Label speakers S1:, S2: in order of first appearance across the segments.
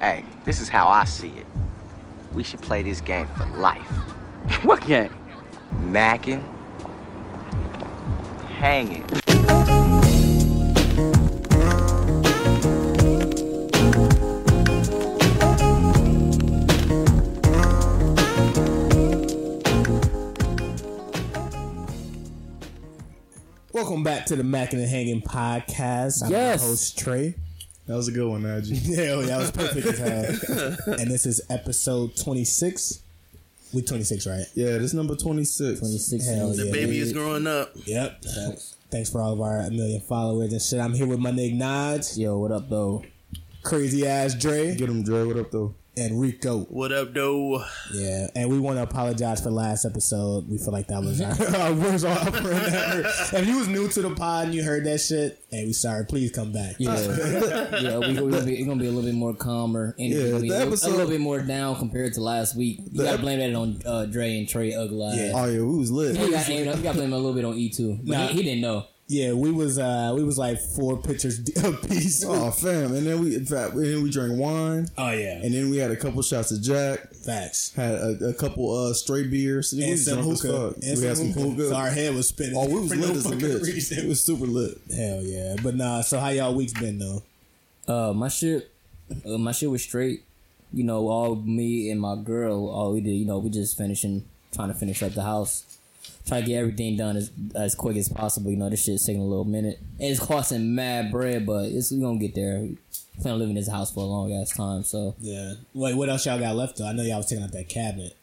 S1: Hey, this is how I see it. We should play this game for life.
S2: What game?
S1: Macking, hanging.
S3: Welcome back to the Mac and the Hanging podcast. I'm
S2: Yes.
S3: your host Trey.
S4: That was a good one, Najee.
S3: Hell yeah, that was perfect as hell. And this is episode 26. We 26, right?
S4: Yeah, this number 26.
S2: 26
S3: Hell
S2: years.
S3: yeah.
S5: Baby is growing up.
S3: Yep. Thanks for all of our million followers and shit. I'm here with my nigga Nodge,
S2: Yo, what up, though?
S3: crazy ass Dre,
S4: Get him, Dre. What up, though?
S3: and Rico.
S5: What up, though?
S3: Yeah, and we want to apologize for last episode. We feel like that was our, our worst offer ever. If you was new to the pod and you heard that shit, hey, we sorry. Please come back.
S2: Yeah, yeah, we, we're gonna be, it's gonna be a little bit more calmer and it's
S4: Yeah,
S2: gonna be
S4: the
S2: a, little-
S4: episode-
S2: a little bit more down compared to last week. You gotta
S4: ep-
S2: blame that on uh, Dre and Trey
S3: Yeah.
S2: Ugly. Yeah.
S4: Oh, yeah, we was lit.
S2: You gotta, you gotta blame him a little bit on E2. But
S3: Nah.
S2: he, he didn't know.
S3: Yeah, we was uh we was like four pictures d- a piece.
S4: Oh, fam. And then we, in fact, and then we drank wine.
S3: Oh, yeah,
S4: And then we had a couple shots of Jack.
S3: facts.
S4: Had a, a couple uh straight beers. We
S3: And
S4: was
S3: some
S4: drunk as
S3: hookah.
S4: fuck.
S3: And
S4: we had some hookah.
S3: So our head was spinning.
S4: Oh, we was
S3: for
S4: lit
S3: no
S4: as a
S3: fucking
S4: bitch.
S3: reason.
S4: It was super lit.
S3: Hell yeah, but nah. So how y'all weeks been though?
S2: Uh, my shit, uh, my shit was straight. You know, all me and my girl, all we did, you know, we just finishing, trying to finish up the house, trying to get everything done as as quick as possible. You know, this shit's taking a little minute, and it's costing mad bread, but it's we gonna get there. We plan on living in this house for a long ass time, so
S3: Yeah. Wait, what else y'all got left though? I know y'all was taking out that cabinet.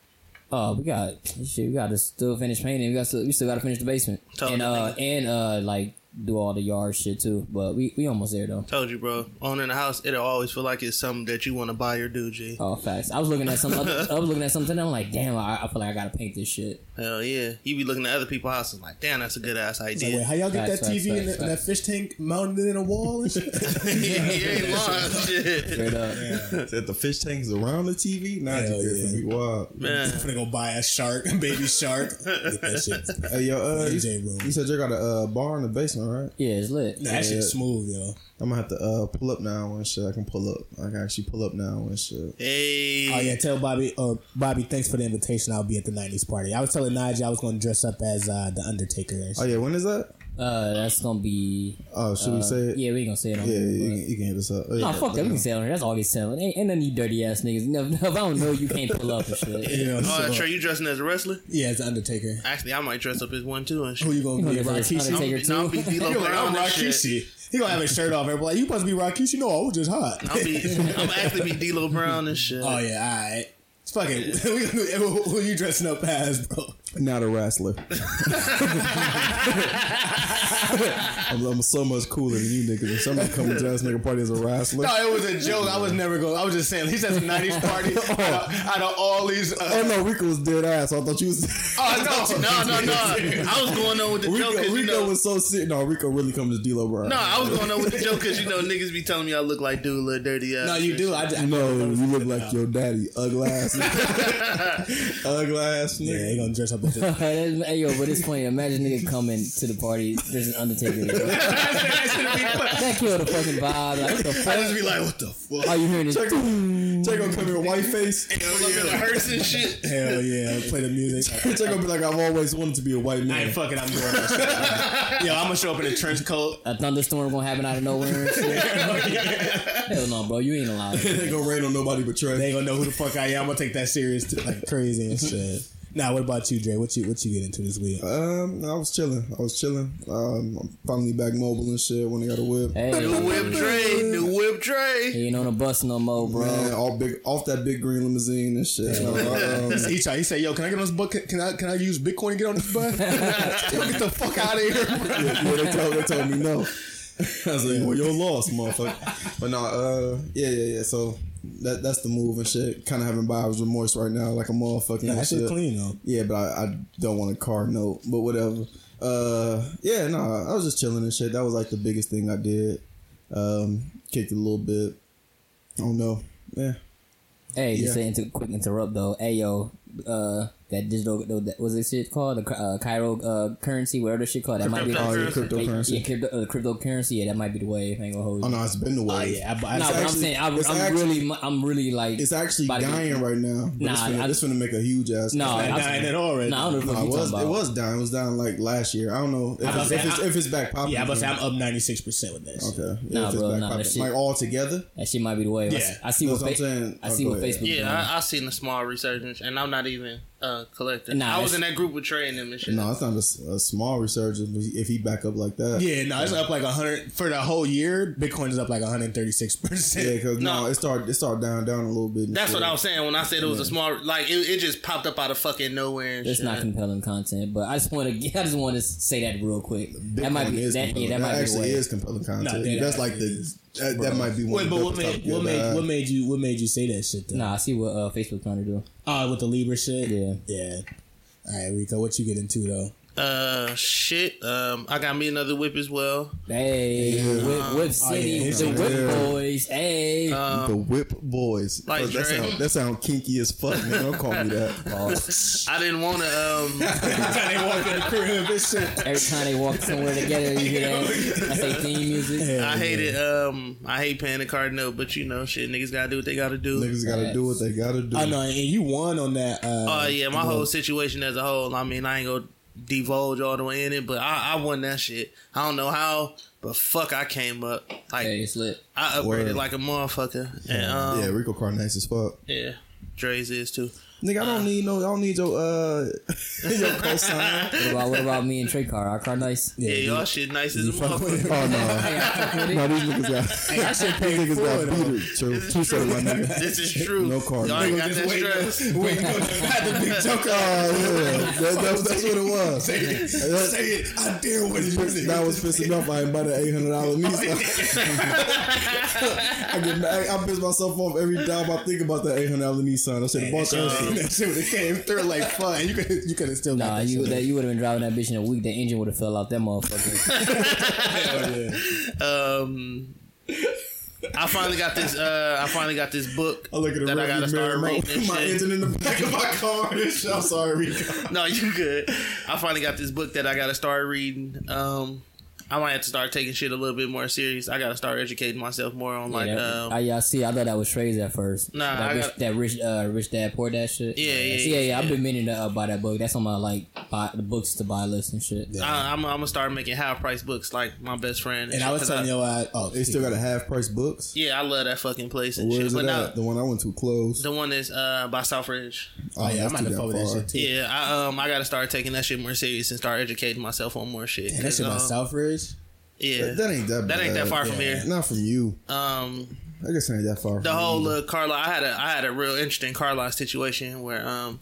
S2: uh, we got shit. We got to still finish painting. We got still, we still got to finish the basement,
S5: Tell
S2: and
S5: the
S2: uh, and uh, like do all the yard shit too. But we we almost there though.
S5: Told you, bro. Owning a house, it'll always feel like it's something that you want to buy or do, G.
S2: Oh, facts. I was looking at some. other- I was looking at something. I'm like, damn. I, I feel like I gotta paint this shit.
S5: Hell yeah. You be looking at other people's houses like, damn, that's a good ass
S3: It's like, wait,
S5: idea.
S3: how y'all get
S2: Facts,
S3: that TV
S2: facts,
S3: and,
S2: facts,
S3: that- and that fish tank mounted in a wall and shit?
S5: You ain't lying, shit.
S2: Straight up.
S4: That the fish tanks around the TV? Najee,
S3: Hell
S4: yeah.
S3: yeah.
S4: be wild.
S3: I'm
S5: Man,
S3: gonna go buy a shark, a baby shark. Get that shit.
S4: Hey, yo, uh, you,
S3: DJ room.
S4: you said you got a uh, bar in the basement, right?
S2: Yeah, it's lit.
S3: Nah, That
S4: Yeah.
S3: shit's smooth, yo.
S4: I'm gonna have to uh pull up now and shit. I can pull up. I can actually pull up now and shit.
S3: Oh
S5: hey.
S3: yeah, tell Bobby. Uh, Bobby, thanks for the invitation. I'll be at the '90s party. I was telling Nigel I was going to dress up as uh, the Undertaker. And
S4: Oh
S3: shit.
S4: yeah, when is that?
S2: Uh, that's gonna be. uh,
S4: Oh,
S3: Uh,
S4: should we say it?
S2: Yeah, we ain't gonna say it on
S4: Yeah, you,
S2: here.
S4: can, you can hit us up.
S2: but- Nah, fuck that. We can say it on here. That's all we selling. Ain't, ain't none of you dirty ass niggas. No, no, if I don't know, you can't pull up and shit.
S3: You know,
S5: Oh,
S3: so-
S5: Trey, you dressing as a wrestler?
S3: yeah, as the Undertaker.
S5: Actually, I might dress up as one too and
S3: Who
S5: shit.
S3: you gonna
S2: gonna
S3: be,
S2: get this
S3: Rakishi?
S2: Undertaker?
S5: I'm,
S2: Undertaker,
S5: nah, I'm be
S2: too?
S5: D-Lo
S3: He gonna,
S5: Brown
S3: I'm
S5: and shit.
S3: Rakishi. He gonna have his shirt off. Everybody, like, you supposed to be Rakishi? No, I was just hot.
S5: I'm be, I'm actually be D-Lo Brown and shit.
S3: Oh yeah, all right. It's fucking. we gonna do- who, who you dressing up as, bro?
S4: Not a wrestler. I'm, I'm so much cooler than you niggas. If somebody comes to this nigga party as a wrestler,
S3: No, it was a joke. I was never going. I was just saying. He said the '90s party out, of, out of all these.
S4: oh
S3: Uh,
S4: no, Rico was dead ass. I thought you was.
S3: oh
S5: No, no, no. I was going on with the joke
S4: Rico,
S5: 'cause
S4: Rico
S5: you know.
S4: was so sick. No, Rico really comes to D'Lo Brown.
S5: No, I was going on with the joke because you know niggas be telling me I look like dude, little dirty ass.
S3: No, you do. I, just,
S4: no, you look like your daddy, ugly ass, ugly ass
S3: Yeah,
S4: nigga.
S3: he gonna dress up as a
S2: hey yo, but it's funny. Imagine nigga coming to the party. There's an Undertaker. That killed the fucking vibe. Like, what the
S5: I
S2: fuck?
S5: just be like, what the fuck?
S2: All Oh, you hearing is.
S4: Check gonna come here, white face.
S5: You know, like in a hearse and shit.
S3: hell yeah. Play the music.
S4: Check gonna be like, I've always wanted to be a white
S3: I ain't
S4: man.
S3: fucking. I'm going. that shit. Yo, I'm gonna show up in a trench coat.
S2: A thunderstorm gonna happen out of nowhere and shit. Hell no, bro. You ain't allowed.
S4: It ain't gonna rain on nobody but Trey.
S3: They ain't gonna know who the fuck I am. I'm gonna take that serious too, like crazy and shit. Now, what about you, Dre? What you what you get into this week?
S4: Um, I was chilling. I was chilling. Um, I'm finally back mobile and shit when I got a whip.
S5: New
S2: Hey,
S5: whip Dre, new whip Dre.
S2: you ain't on a bus no more, bro.
S4: Man, all big off that big green limousine and shit. You know, I, um,
S3: He tried. He said, "Yo, can I get on this bus? Can I can I use Bitcoin to get on this bus? Yo, get the fuck out of here!" bro.
S4: yeah, they, told, they told me no. I was like, well, you're lost, motherfucker. But no, uh, yeah, yeah, yeah. So that that's the move and shit. Kind of having buyer's remorse right now, like a motherfucking
S3: Nah, that
S4: and
S3: shit
S4: shit.
S3: clean though.
S4: Yeah, but I, I don't want a car note, but whatever. Uh, yeah, no, I was just chilling and shit. That was like the biggest thing I did. Um, kicked it a little bit. I don't know. Yeah.
S2: Hey, just
S4: Yeah.
S2: to inter- quick interrupt though. Hey yo, uh, that digital that was this shit called the uh, Cairo uh, currency, whatever the shit called. That might be
S5: Cryptocurrency.
S4: Oh, yeah,
S2: Yeah,
S4: cryptocurrency.
S2: yeah, crypto, uh, cryptocurrency. Yeah, that might be the way. I ain't gonna hold you.
S4: Oh no, it's been the way.
S3: yeah, I, I,
S2: no, but I'm
S4: actually-
S2: saying I,
S4: it's
S2: I'm
S4: actually-
S2: really, mu- I'm really like.
S4: It's actually
S2: about to get-
S4: dying right now. But
S2: Nah,
S4: it's,
S2: I-
S4: finna, it's finna make a huge ass.
S2: No,
S4: comeback.
S2: I'm-
S3: dying at all right
S2: Nah, I
S3: now.
S4: No,
S2: don't know what
S4: it
S2: you talking
S4: was
S2: about.
S4: it was dying. It was dying like last year. I don't know if,
S3: about
S4: it's,
S3: to
S4: if,
S3: say,
S4: it's,
S3: I-
S4: if it's back popping.
S3: Yeah, I'm about to say
S4: again.
S3: I'm up 96% with that shit.
S4: Okay. Yeah,
S2: Nah,
S4: if it's
S2: bro,
S4: back
S2: nah, that
S4: popping.
S2: shit-
S4: Like all together.
S2: That shit might be the way. I-
S3: Yeah,
S2: I, see what,
S4: that's what I'm
S2: fa-
S4: saying.
S2: I see
S4: Oh,
S2: what
S4: go ahead.
S2: Facebook. doing.
S5: Yeah, I, I seen a small resurgence, and I'm not even uh, collector.
S2: Nah,
S5: I was
S2: it's-
S5: in that group with Trey and them and shit.
S4: No, it's not a s- a, small resurgence if he- if he back up like that.
S3: Yeah, no, it's up like 100 for the whole year. Bitcoin is up like 136%.
S4: Yeah, because no.
S5: No.
S4: it started it started down down a little bit. and
S5: That's
S4: shit.
S5: what I was saying when I said it was a small. Like it, it just popped up out of fucking nowhere. And
S2: It's
S5: shit.
S2: not compelling content, but I just want to. I just want to say that real quick. that might
S4: Bitcoin
S2: be
S4: is
S2: that. Yeah,
S4: compelling.
S2: that might be the
S4: actually
S2: way.
S4: is compelling content.
S3: that
S4: That's
S3: actually
S4: like the that, that might be one.
S3: Wait,
S4: of the
S3: but what
S4: toughest
S3: made
S4: topics
S3: what
S4: of
S3: made
S4: that.
S3: what made you what made you say that shit though?
S2: Nah, I see what uh, Facebook trying to do.
S3: Uh, with the Libra shit.
S2: Yeah.
S3: yeah. All right, Rico, what you get into though?
S5: Uh, shit. Um, I got me another whip as well.
S2: Hey, Whip, Whip City,
S3: yeah,
S2: the
S3: yeah.
S2: Whip Boys. Hey,
S5: Uh.
S4: the Whip Boys.
S5: Like
S4: Oh, that
S5: Dre.
S4: sound that sound kinky as fuck, man. Don't call me that.
S5: I didn't want to. Um,
S3: they walk in the crib and shit.
S2: every time they walk somewhere together, you hear that. That's their theme music.
S5: I hate it. Um, I hate paying the card note, but you know, shit, niggas gotta do what they gotta do.
S4: Niggas gotta do what they gotta do.
S3: I know, and you won on that. Uh,
S5: Oh yeah, my whole situation as a whole. I mean, I ain't gonna divulge all the way in it, but I, I won that shit. I don't know how, but fuck, I came up. Like
S2: Hey, it's lit.
S5: I upgraded
S4: Word.
S5: like a motherfucker, and um,
S4: yeah, Rico Car nice as fuck.
S5: Yeah, Dre's is too.
S4: Nigga, I don't need no. I don't need your uh your cosign.
S2: What about, what about me and Trey Car? Our car nice.
S5: Yeah, y'all shit nice as a motherfucker.
S4: Oh no,
S2: Hey, I fuck with it.
S4: no, these niggas got
S3: I should pay
S4: these niggas
S3: for it.
S4: got
S3: though.
S4: beater. True, true, said my nigga.
S5: This is true.
S4: No card
S5: Y'all ain't
S4: note.
S5: got that stress.
S3: Wait, no, not the big joke.
S4: Oh yeah, that, that, was- that's what it was.
S3: Say it, say it. I dare with it. Oh, you
S4: That
S3: nigga.
S4: was pissing me off. I ain't bought an eight hundred dollar me. I get mad. I piss myself off every time I think about that eight hundred dollar Nissan. I should have bought that.
S3: uh, that shit would have came through like fun. You could you could have still got
S2: Nah,
S3: that
S2: you
S3: shit.
S2: that you would have been driving that bitch in a week. The engine would have fell out. That motherfucker.
S5: Um, I finally got this. Uh, I finally got this book
S4: I look at the
S5: that I gotta
S4: rearview
S5: start
S4: mirror. My,
S5: reading. and
S4: my
S5: shit.
S4: engine in the back of my car. and shit. I'm sorry, Rico.
S5: No, you good. I finally got this book that I gotta start reading. Um, I might have to start taking shit a little bit more serious. I gotta start educating myself more on like,
S2: Yeah,
S5: um,
S2: I, I see. I thought that was Trey's at first.
S5: Nah,
S2: that,
S5: I
S2: rich,
S5: got-
S2: that rich, uh, rich dad, poor dad shit.
S5: Yeah, yeah,
S2: See, yeah,
S5: yeah,
S2: I've
S5: yeah.
S2: been meaning to uh, buy that book. That's on my like buy, the books to buy list and shit.
S5: I, I'm, I'm gonna start making high price books like my best friend.
S3: And
S5: shit,
S3: I was
S5: 'cause
S3: telling you, uh, oh,
S4: They still got a half price books.
S5: yeah, I love that fucking place and
S4: Where's
S5: shit. But
S4: it
S5: now
S4: at? The one I went to closed.
S5: the one that's uh, by Southridge.
S3: oh yeah, I'm
S4: that's
S3: about
S4: too
S3: to
S4: damn
S3: fuck with that
S4: far.
S3: shit too.
S5: Yeah, I um I gotta start taking that shit more serious and start educating myself on more shit.
S3: And that shit about
S5: Um,
S3: Southridge.
S5: Yeah,
S4: That, that ain't that.
S5: That ain't that
S4: bad.
S5: far from here.
S4: Not from you.
S5: Um,
S4: I guess it ain't that far.
S5: the
S4: from
S5: whole
S4: you.
S5: uh, Carla, I had a I had a real interesting Carla situation where um,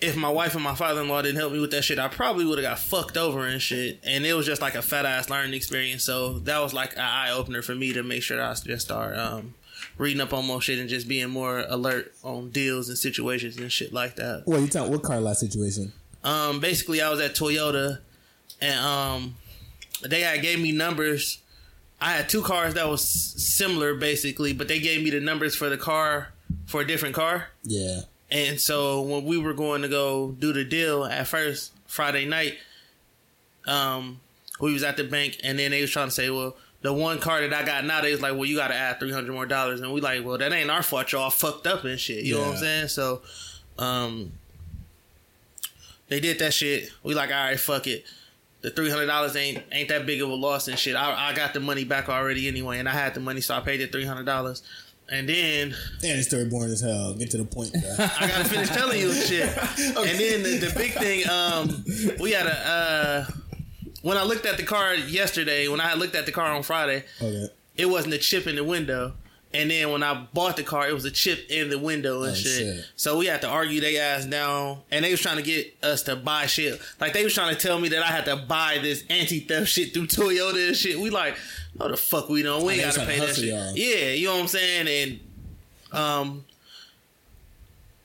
S5: if my wife and my father in law didn't help me with that shit, I probably would have got fucked over and shit. And it was just like a fat ass learning experience. So that was like an eye opener for me to make sure that I just start um reading up on more shit and just being more alert on deals and situations and shit like that.
S3: Well, you talking what car lot situation?
S5: um, basically I was at Toyota and um, they had gave me numbers. I had two cars that was s- similar basically, but they gave me the numbers for the car for a different car.
S3: Yeah.
S5: And so when we were going to go do the deal at first Friday night, um, we was at the bank and then they was trying to say, well, the one car that I got now, they was like, well, you got to add three hundred more dollars, and we like, well, that ain't our fault. Y'all fucked up and shit. You know what I'm
S3: Yeah.
S5: saying? So, um, they did that shit. We like, all right, fuck it. The three hundred dollars ain't ain't that big of a loss and shit. I, I got the money back already anyway, and I had the money, so I paid the three hundred dollars. And then
S3: Damn, this story boring as hell. Get to the point, bro.
S5: I gotta finish telling you shit. And then the, the big thing, um, we had a. Uh, when I looked at the car yesterday, when I had looked at the car on Friday,
S3: Okay.
S5: it wasn't a chip in the window. And then when I bought the car, it was a chip in the window and
S3: Oh,
S5: shit.
S3: shit.
S5: So we had to argue they ass down, and they was trying to get us to buy shit. Like they was trying to tell me that I had to buy this anti theft shit through Toyota and shit. We like, no the fuck we don't. We ain't
S3: Oh, they was
S5: gotta
S3: trying to
S5: pay that
S3: hustle
S5: shit.
S3: y'all.
S5: Yeah, you know what I'm saying. And um,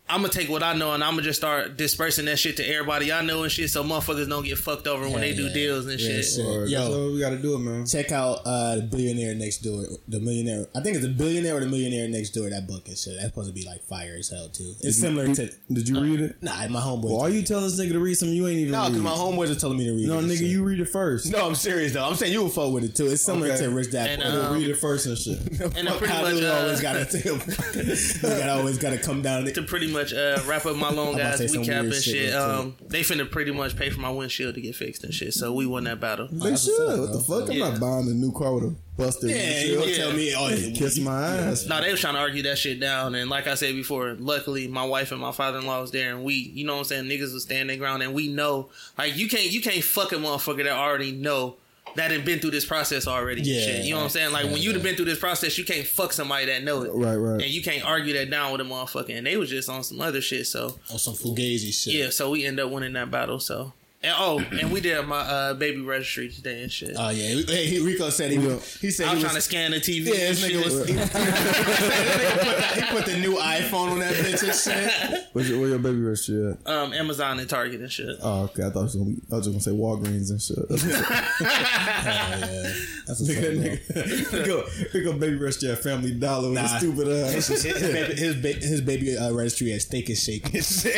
S5: I'm gonna take what I know and I'm gonna just start dispersing that shit to everybody I know and shit, so motherfuckers don't get fucked over when
S3: Yeah,
S5: they do
S3: yeah,
S5: deals and
S3: yeah,
S5: shit.
S3: shit.
S4: Or,
S3: Yo.
S4: That's what we gotta do it, man.
S3: Check out uh, the billionaire next door, the millionaire. I think it's the billionaire or the millionaire next door. That book and shit. That's supposed to be like fire as hell too. It's similar to
S4: Did you read it?
S3: nah. My homeboy.
S4: Why are you telling this nigga to read something you ain't even
S3: No,
S4: read?
S3: because my homeboys are telling me to read.
S4: no,
S3: it and
S4: nigga,
S3: shit.
S4: you read it first.
S3: No, I'm serious though. I'm saying you will fuck with it too. It's similar
S4: Okay.
S3: to Rich Dad.
S5: And,
S3: Poor
S5: uh,
S3: Dad.
S4: Go read it first and shit.
S5: And I
S3: Fuck,
S5: pretty
S3: I
S5: much
S3: do
S5: uh,
S3: always gotta tell you gotta always gotta come down.
S5: to pretty much uh, wrap up my long
S3: I'm about
S5: guys
S3: to say some
S5: recap
S3: weird
S5: and
S3: shit
S5: shit.
S3: real quick.
S5: Um, they finna pretty much pay for my windshield to get fixed and shit, so we won that battle.
S4: They
S3: that's what's
S4: should.
S3: up,
S4: What the
S3: bro.
S4: fuck? I'm
S5: Yeah.
S4: not buying a new car with a busted
S3: Yeah,
S4: windshield.
S3: you gonna
S5: Yeah.
S3: tell me? Oh, yeah,
S4: Kiss my ass.
S5: No, they was trying to argue that shit down, and like I said before, luckily my wife and my father in law was there, and we, you know what I'm saying, niggas was standing their ground, and we know, like you can't, you can't fuck a motherfucker that already know that had been through this process already. and
S3: Yeah.
S5: shit. you know what I'm saying. Like when you'd have been through this process, you can't fuck somebody that know it,
S4: Right, right.
S5: And you can't argue that down with a motherfucker. And they was just on some other shit, so
S3: on some fugazi shit.
S5: yeah, so we end up winning that battle. So and oh, and we did my uh, baby registry today and shit.
S3: Oh yeah. Hey, he- Rico said he was. He said
S5: I was
S3: he
S5: trying to
S3: was.
S5: scan the TV.
S3: Yeah,
S5: and
S3: this nigga
S5: shit.
S3: was. He, put the, he put the new iPhone on that bitch and shit.
S4: Where's your, where your baby register at?
S5: um, Amazon and Target and shit.
S4: Oh, okay. I thought it was gonna be. I was just gonna say Walgreens and shit. That's what-
S3: That's what's
S4: that
S3: up, bro.
S4: nigga. Here go, here go baby register at Family Dollar with
S3: Nah.
S4: a stupid
S3: His,
S4: ass.
S3: his, baby, his, ba- his baby uh, registry at Steak and Shake. and shit.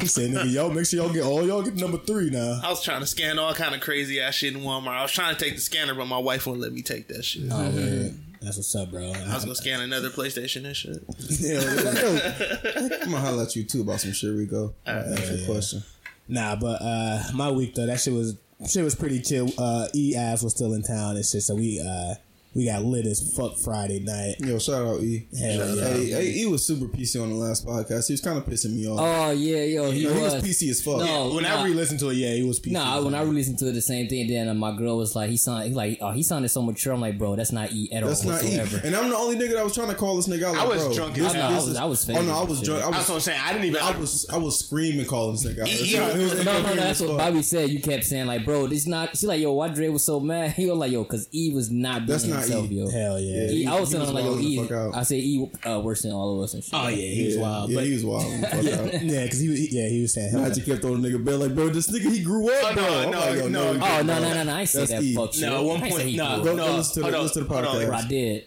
S3: he said, "Nigga, y'all make sure y'all get all y'all get number three now."
S5: I was trying to scan all kind of crazy ass shit in Walmart. I was trying to take the scanner, but my wife wouldn't let me take that shit.
S3: Oh, yeah. That's what's up, bro.
S5: I was gonna scan another PlayStation and shit.
S4: Yeah, like, yo, I'm gonna holler at you too about some shit, Rico. Ask you a question.
S3: Nah, but uh my week though, that shit was shit was pretty chill. Uh E ass was still in town and shit, so we uh we got lit as fuck Friday night.
S4: Yo, shout out E.
S3: Hell yeah.
S4: Hey, hey, he was super PC on the last podcast. He was kind of pissing me off.
S2: Oh yeah, yo, he
S4: No, he was
S2: was.
S4: PC as fuck.
S2: No.
S3: when
S2: Oh, nah.
S3: I re listened to it, yeah, it was PC.
S2: Nah, when I re listened to it, the same thing. Then uh, my girl was like, "He sounded like, oh, he sounded so mature." I'm like, "Bro, that's not E at all
S4: That's not E.
S2: whatsoever."
S4: And I'm the only nigga that was trying to call this nigga out. Like,
S3: was
S4: bro,
S3: drunk
S4: This,
S3: as
S2: I know, I
S4: this
S2: was-
S4: is-
S2: I was
S4: Oh no, I
S2: faded
S4: was
S2: and
S4: drunk. I
S2: shit.
S4: was,
S3: I'm saying. I didn't even.
S4: I was, I was screaming calling this nigga out.
S5: Yeah.
S4: It was
S2: No, no,
S4: inconvenient
S2: that's
S4: as fuck.
S2: what Bobby said. You kept saying like, "Bro, this not." She like, "Yo, why Dre was so mad?" He was like, "Yo, because E was not being
S4: That's not
S2: himself,
S4: E.
S2: yo."
S3: Hell yeah.
S2: E, I
S4: He-
S2: was
S4: he
S2: telling
S4: was
S2: him like, "Yo,
S4: wilding the
S2: E."
S4: fuck out.
S2: I said, "E uh, worse than all of us and shit."
S3: Oh yeah, he was
S4: Yeah.
S3: wild.
S4: Yeah,
S3: but
S4: he was wild. He was wild.
S3: yeah, because he was yeah, he was saying hell
S4: I
S3: no.
S4: just kept on the nigga bed like, bro, this nigga he grew up.
S3: Oh, no,
S4: bro. I'm
S3: no,
S4: like, yo,
S3: no.
S4: he
S2: Oh
S4: grew
S2: no
S4: up.
S2: no no no! I ain't say
S4: That's
S2: that
S4: E.
S2: fuck shit.
S3: No, at one
S2: I ain't say
S3: point
S2: he
S3: no,
S2: grew
S4: Go-
S2: up.
S4: go
S3: no.
S4: listen to
S3: hold
S4: the-
S3: on,
S4: listen to the
S3: hold on.
S4: podcast.
S2: Bro, I did.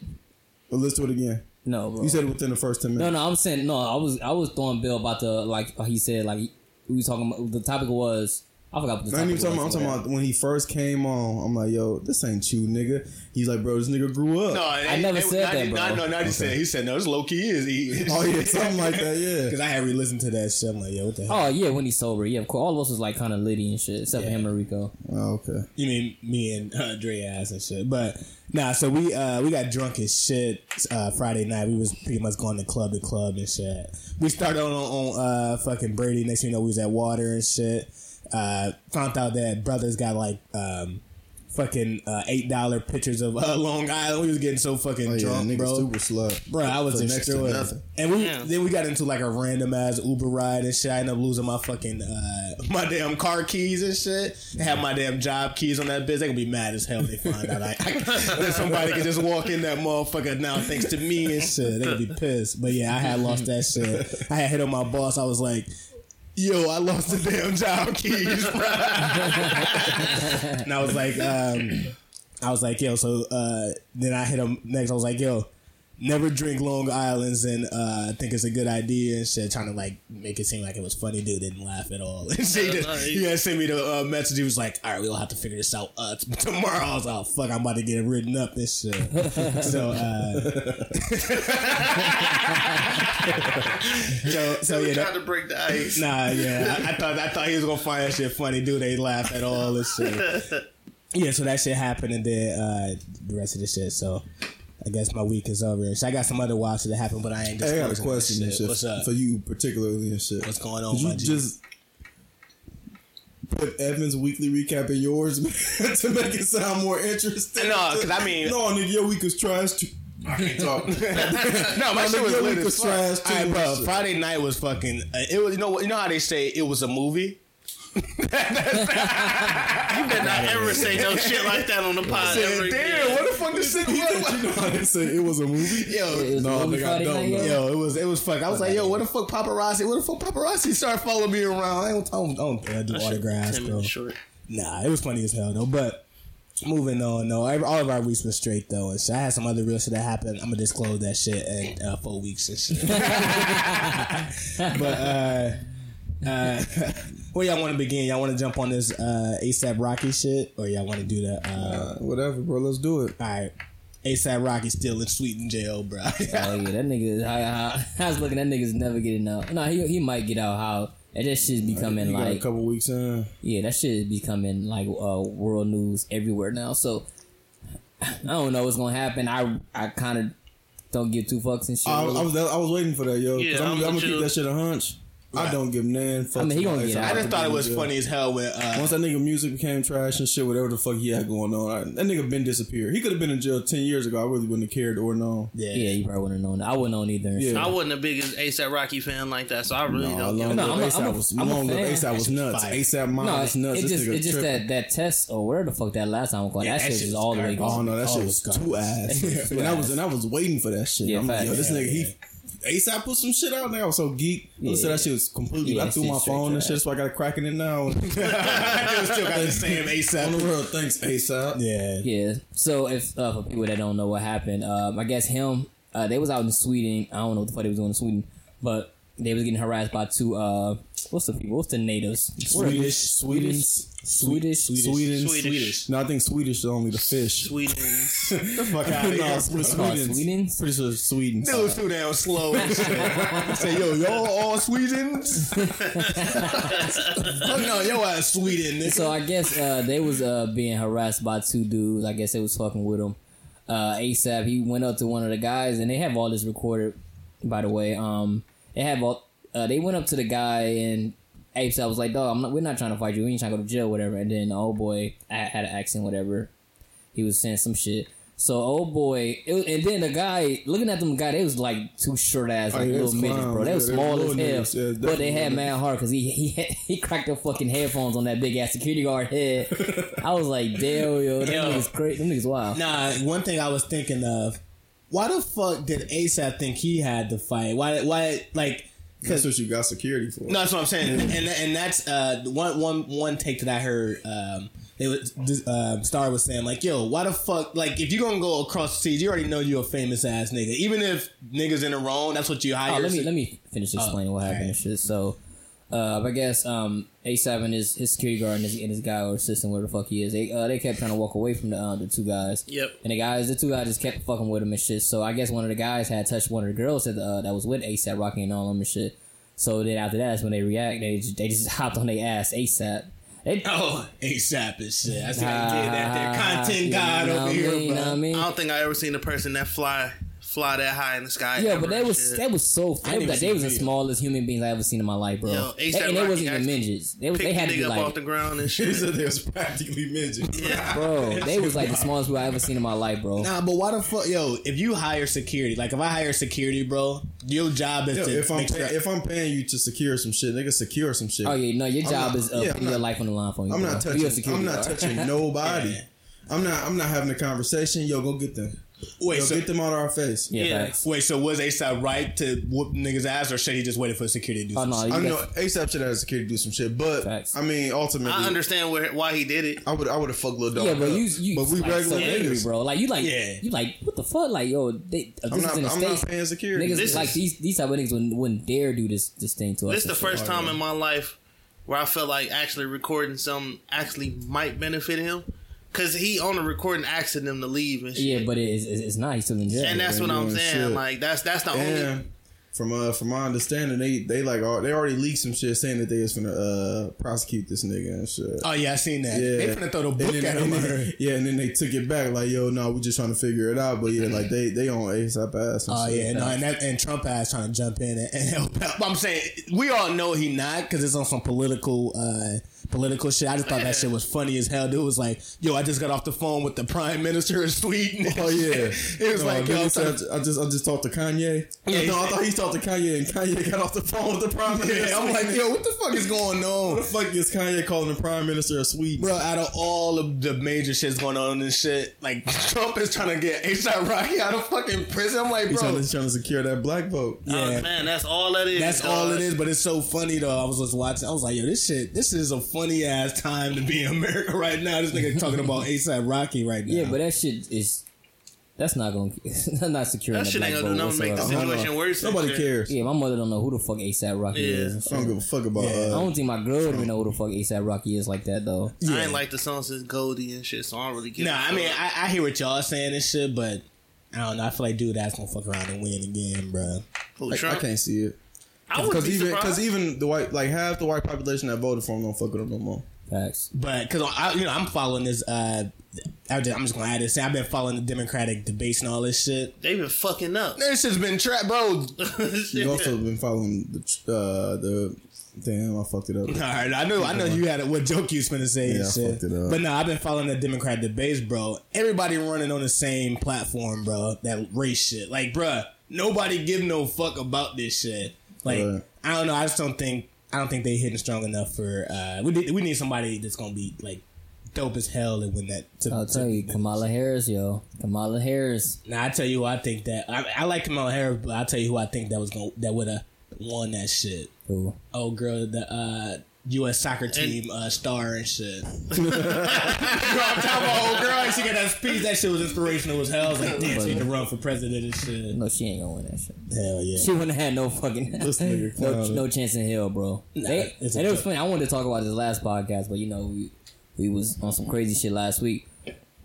S4: Let's do it again.
S2: No, bro.
S4: You said it within the first ten
S2: No,
S4: minutes.
S2: no, I'm saying no. I was I was throwing Bill about the like uh, he said like he- we was talking about the topic was I forgot what the
S4: I ain't
S2: topic
S4: even talking about, I'm
S2: was.
S4: talking about when he first came on. I'm like, yo, this ain't you, nigga. He's like, bro, this nigga grew up.
S3: No, I
S2: never said that, bro.
S3: No, no, he said he said no. This low key is he.
S4: Oh yeah, something like that. Yeah.
S3: Because I had re-listened to that shit. I'm like, yo, what the hell?
S2: Oh yeah, when he's sober, yeah, of course. All of us was like kind of litty and shit, except for him and Rico.
S4: Oh, okay.
S3: You mean me and uh, Dre ass and shit, but nah. So we uh, we got drunk as shit uh, Friday night. We was pretty much going to club to club and shit. We started on on uh, fucking Brady. Next thing you know, we was at Water and shit. Uh, found out that brothers got like um, fucking uh, eight dollar pictures of uh, Long Island. We was getting so fucking
S4: Oh, yeah,
S3: drunk,
S4: nigga,
S3: bro.
S4: super slut.
S3: Bro, I was
S4: For next to
S3: destroyed.
S4: nothing.
S3: And we
S5: Yeah.
S3: then we got into like a random ass Uber ride and shit. I ended up losing my fucking uh, my damn car keys and shit. They have my damn job keys on that bitch. They gonna be mad as hell when they find out I, I that somebody can just walk in that motherfucker now thanks to me and shit. They gonna be pissed. But yeah, I had lost that shit. I had hit on my boss. I was like. Yo, I lost the damn job keys. bro." and I was like, um, I was like, yo, so uh, then I hit him next. I was like, yo, never drink Long Islands, and uh, I think it's a good idea and shit. Trying to like make it seem like it was funny, dude didn't laugh at all. And so he
S5: Yeah,
S3: just,
S5: no, he-
S3: he just sent me the uh, message. He was like, all right, we'll have to figure this out uh, t- tomorrow. I was like, oh, fuck, I'm about to get written up this shit. so, uh, so, so Oh, yeah, that-
S5: to break the ice.
S3: Nah, yeah, I, I thought I thought he was gonna find that shit funny. Dude, they laugh at all this shit. Yeah, so that shit happened, and then uh, the rest of the shit. So I guess my week is over. So I got some other wild shit that happened, but I ain't.
S4: Hey, I got a
S3: disclosing that
S4: question and shit
S3: What's up?
S4: for you particularly and shit.
S3: What's going on,
S4: Did
S3: my
S4: you
S3: G?
S4: just put Evan's weekly recap in yours to make it sound more interesting?
S3: No, 'cause I mean-
S4: no, nigga, your week was trash. Too. I can't talk.
S3: no, my
S4: I
S3: shit
S4: mean,
S3: was
S4: your
S3: lit
S4: week
S3: as
S4: was
S3: fuck.
S4: trash, too,
S3: All right, bro,
S4: and shit.
S3: Friday night was fucking. Uh, it was you know you know how they say it was a movie.
S5: You better not ever say no shit like that on the pod ever
S3: Damn,
S5: again.
S3: what the fuck this nigga look like?
S4: you know I didn't say it was a movie.
S3: Yo,
S2: It was
S4: No,
S2: a movie
S4: nigga, I
S2: Friday
S4: don't
S2: night,
S4: know.
S2: yo.
S3: Yo, it was it was fuck. I was like, yo, what the fuck paparazzi? What the fuck paparazzi start following me around? I don't, I don't, I don't, I do autographs,
S5: Ten
S3: bro.
S5: minutes short.
S3: Nah, it was funny as hell though. But moving on, though, every- all of our weeks was straight though. And shit. I had some other real shit that happened. I'm gonna disclose that shit in uh, four weeks and shit. but uh, uh, where y'all want to begin? Y'all want to jump on this uh, ASAP Rocky shit, or y'all want to do the? Uh,
S4: Uh, whatever, bro. Let's do it.
S3: all right, ASAP Rocky still in Sweden jail, bro.
S2: Oh yeah, that nigga. I, I, I was looking. That nigga's never getting out. No, he he might get out. How and that shit be coming
S4: You got a
S2: like
S4: couple weeks in.
S2: yeah, that shit is becoming like uh, world news everywhere now. So I don't know what's gonna happen. I I kind of don't give two fucks and shit.
S4: I, I
S2: really.
S4: was I was waiting for that, yo.
S5: Yeah,
S4: Cause I'm,
S5: I'm
S4: I'm gonna
S5: with
S4: keep
S5: you.
S4: that shit a hunch. I don't give nan. fucks
S2: I mean, he gonna
S4: about
S2: get
S4: it.
S2: out.
S3: I just thought it was
S4: Yeah.
S3: funny as hell when uh,
S4: Once that nigga music became trash and shit, whatever the fuck he had going on, I, that nigga been disappeared. He could have been in jail ten years ago. I really wouldn't have cared or known.
S3: yeah,
S2: yeah, you probably wouldn't have known. I wouldn't known either.
S4: Yeah.
S5: I wasn't the biggest ASAP Rocky fan like that, so I really
S4: No,
S5: don't.
S4: long
S5: give
S2: No,
S4: no,
S2: I'm a- I'm a-
S4: ASAP was
S2: I'm a
S4: long
S2: fan.
S4: ASAP was
S3: That shit was
S4: nuts.
S3: fire.
S4: ASAP mom
S2: No,
S4: was nuts.
S2: it
S4: This
S2: just
S4: nigga
S2: it just
S4: tripping.
S2: that that test or where the fuck that last time was going.
S3: Yeah,
S2: that, shit is all the way
S3: garbage.
S4: Oh
S2: gone.
S4: no, that
S3: Oh,
S4: shit
S3: it
S4: was
S3: was
S4: too ass.
S2: was too
S4: and I
S2: ass.
S4: was and I was waiting for that shit.
S2: Yeah,
S4: I'm like, yo,
S2: facts.
S4: this
S2: Yeah,
S4: nigga he ASAP put some shit out there. I was so geek. I
S2: Yeah,
S4: said
S2: yeah.
S4: that shit was completely.
S2: Yeah,
S4: I
S2: that
S4: threw
S2: shit
S4: my
S2: straight
S4: phone and
S2: trash.
S4: shit, so I got to cracking it now.
S3: I still got the same
S4: On the
S3: ASAP.
S4: real, thanks ASAP.
S3: Yeah,
S2: Yeah. So if uh, for people that don't know what happened, um, I guess him. Uh, they was out in Sweden. I don't know what the fuck they was doing in Sweden, but they was getting harassed by two. Uh, what's the people? What's the natives?
S4: Swedish, Swedish,
S2: Swedish,
S4: Sweden,
S5: Swedish.
S4: Swedish. No, I think Swedish is only the fish.
S5: Sweden's
S3: the fuck out
S4: No,
S3: of here.
S4: it's
S2: Oh,
S4: Sweden.
S2: Sweden?
S4: Pretty sure it's Sweden.
S3: Dude, too damn slow. and shit. Say, yo, y'all all Swedens? oh, no, yo, ass Sweden. nigga.
S2: So I guess uh, they was uh, being harassed by two dudes. I guess they was fucking with him. Uh, ASAP, he went up to one of the guys, and they have all this recorded. By the way, um, they have all. Uh, they went up to the guy, and ASAP was like, "Dog, I'm not. We're not trying to fight you. We ain't trying to go to jail, whatever." And then the old boy I had an accent, whatever. He was saying some shit. So old boy, it, was- and then the guy looking at them guy, they was like two short ass, like
S4: Oh, yeah,
S2: little
S4: it's
S2: midgets, bro.
S4: clowns.
S2: They
S4: Yeah,
S2: was
S4: they
S2: small
S4: little
S2: as
S4: niggas.
S2: hell,
S4: Yeah,
S2: but they
S4: definitely
S2: had
S4: little
S2: man hard because he he had, he cracked the fucking headphones on that big ass security guard head. I was like, damn, yo, that
S3: Yo.
S2: niggas crazy. Them niggas wild.
S3: Nah, one thing I was thinking of. Why the fuck did ASAP think he had to fight? Why, why, like,
S4: That's what you got security for.
S3: No, that's what I'm saying, and and that's uh one one one take that I heard. Um, they was uh, Star was saying like, "Yo, why the fuck? Like, if you gonna go across the seas, you already know you a famous ass nigga. Even if niggas in the wrong, that's what you hire."
S2: Oh, let me let me finish explaining what happened and shit. So, uh, I guess um, A seven is his security guard and his, and his guy or assistant, whatever the fuck he is. They uh, they kept trying to walk away from the uh, the two guys.
S5: Yep.
S2: And the guys, the two guys just kept fucking with him and shit. So I guess one of the guys had touched one of the girls that uh, that was with ASAP Rocky and all them and shit. So then after that, that's when they react. They just, they just hopped on their ass ASAP. They
S3: Oh, ASAP is shit. I see how you did that there. Content
S2: Ah,
S3: god
S2: you know
S3: over
S2: what I
S3: here,
S2: mean, you know what I
S3: bro.
S5: I
S2: mean?
S5: don't think I ever seen a person that fly fly that high in the sky.
S2: Yeah,
S5: ever
S2: but they
S5: and
S2: was
S5: shit.
S2: that was so they,
S3: even
S2: like,
S3: see
S2: they
S3: the
S2: was the
S3: video.
S2: smallest human beings I ever seen in my life, bro.
S5: Yo, A$AP
S2: they, and they
S5: Rocky
S2: wasn't even
S5: actually
S2: midgets. They was
S5: picked
S2: they had
S5: the
S2: to
S5: nigga
S2: be
S5: up
S2: like
S5: off the ground and
S4: He
S5: shit.
S4: said they was practically midgets.
S2: Bro, they was like the smallest people I ever seen in my life, bro.
S3: Nah, but why the fuck, yo? If you hire security, like if I hire security, bro, your job is
S4: Yo,
S3: to
S4: if I'm
S3: make sure.
S4: pay- if I'm paying you to secure some shit, nigga, secure some shit.
S2: Oh yeah, no, your job
S4: not-
S2: is uh,
S4: yeah, I'm
S2: putting
S4: not-
S2: your life on the line for you.
S4: I'm
S2: bro.
S4: not
S2: You a
S4: touching.
S2: security
S4: I'm not
S2: guard.
S4: touching nobody.
S3: Yeah.
S4: I'm not. I'm not having a conversation. Yo, go get them.
S3: wait,
S4: Yo,
S3: so,
S4: get them out of our face.
S2: Yeah,
S5: Yeah.
S2: facts.
S3: wait, so was ASAP right to whoop niggas ass, or should he just waited for security to do?
S2: Oh
S3: some
S2: no, you
S4: I know
S2: got-
S4: ASAP should have security do some shit, but
S2: Facts.
S4: I mean, ultimately,
S5: I understand where, why he did it.
S4: I would. I would have fucked little dog.
S2: yeah, but
S4: up.
S2: you, you,
S4: but we
S2: like,
S4: regular
S2: so angry,
S4: niggas.
S2: bro. Like you, like
S3: Yeah.
S2: you, like what the fuck, like yo, they, uh,
S4: I'm
S2: this
S4: not.
S2: is in the
S4: I'm not
S2: states.
S4: paying security.
S2: Niggas
S5: This
S2: like
S5: is-
S2: these these type of niggas wouldn't, wouldn't dare do this this thing to us.
S5: This is the first time in my life where I felt like actually recording something actually might benefit him. Cause he on the recording asking them to leave and shit.
S2: Yeah, but it is, it's, it's not. He's still in jail.
S5: and that's
S4: Yeah,
S5: what I'm
S4: doing
S5: saying.
S4: shit.
S5: Like that's that's the only
S4: And from uh, from my understanding, they they like al- they already leaked some shit saying that they was gonna uh, prosecute this nigga and shit.
S3: Oh yeah, I seen that.
S4: Yeah.
S3: They finna throw the book
S4: and then,
S3: at
S4: and
S3: him.
S4: then- yeah, and then they took it back like, yo, no, we just trying to figure it out. But yeah, like they they on ASAP ass. And
S3: Oh
S4: shit.
S3: yeah, no, and that and Trump ass trying to jump in and, and help out. But I'm saying we all know he not because it's on some political uh, political shit. I just thought that shit was funny as hell. Dude was like, "Yo, I just got off the phone with the prime minister of Sweden."
S4: Oh yeah,
S3: It was
S4: No,
S3: like,
S4: nigga
S3: yo,
S4: said, I just I just talked to Kanye.
S3: Yeah,
S4: no, I
S3: he-
S4: thought he talked to Kanye, and Kanye got off the phone with the prime minister.
S3: yeah, I'm like, yo, what the fuck is going on?
S4: what the fuck is Kanye calling the prime minister of Sweden?
S3: Bro, out of all of the major shits going on and shit, like Trump is trying to get ASAP Rocky out of fucking prison. I'm like,
S4: He's trying
S3: bro,
S4: to, trying to secure that black vote.
S5: Oh, man, that's all that is.
S3: that's
S5: dog.
S3: all it is. But it's so funny though. I was just watching. I was like, yo, this shit, this is a funny ass time to be in America right now. This nigga talking about ASAP Rocky right now.
S2: Yeah, but that shit is. That's not going. to Not secure.
S5: That shit ain't gonna do nothing to make the
S3: Uh-huh.
S2: whatsoever.
S4: I don't
S5: situation
S4: know.
S5: worse. and
S4: Nobody
S5: shit.
S4: cares.
S2: Yeah, my mother don't know who the fuck ASAP Rocky
S5: Yeah.
S2: is.
S4: I don't give a fuck about.
S3: Yeah.
S2: I
S4: Uh,
S2: don't think my girl even know who the fuck ASAP Rocky is like that though.
S5: I ain't like the song since Goldie and shit, so I don't really get.
S3: nah, I mean, I, I hear what y'all saying and shit, but I don't know. I feel like dude, that's gonna fuck around and win again, bro.
S5: Who,
S4: I, I
S5: Trump?
S4: can't see it
S5: I wouldn't
S4: because
S5: be
S4: even
S5: surprised.
S4: because even the white like half the white population that voted for him don't fuck with him no more.
S2: Facts.
S3: But because I, you know, I'm following this. uh I just, I'm just gonna add this. I've been following the Democratic debates and all this shit.
S5: they been fucking up.
S3: This has been trap, bro.
S5: Shit.
S4: You also been following the tr- uh, the damn I fucked it up.
S3: All right, I know, I know you had a, what joke you was gonna say.
S4: Yeah,
S3: and
S4: I
S3: shit.
S4: fucked it up.
S3: But no, I've been following the Democrat debates, bro. Everybody running on the same platform, bro. That race shit, like, bruh, nobody give no fuck about this shit. Like,
S4: Right.
S3: I don't know. I just don't think. I don't think they hitting strong enough for. uh We need, we need somebody that's gonna be like dope as hell and win that. To,
S2: I'll tell
S3: to-
S2: you, Kamala Harris, yo, Kamala Harris.
S3: Nah, I tell you, who I think that I, I like Kamala Harris, but I will tell you who I think that was gonna that would have won that shit.
S2: Who?
S3: Oh, girl, the uh, U.S. soccer team uh, star and shit. girl, I'm talking about old girl, and she got that speech. That shit was inspirational as hell. I was like, damn, she need to run for president and shit.
S2: No, she ain't gonna win that shit.
S3: Hell yeah.
S2: She wouldn't have had no fucking
S4: This nigga
S2: no,
S4: clown.
S2: no chance in hell, bro. They,
S3: it's a
S2: and it was
S3: joke.
S2: funny. I wanted to talk about this last podcast, but you know we we was on some crazy shit last week.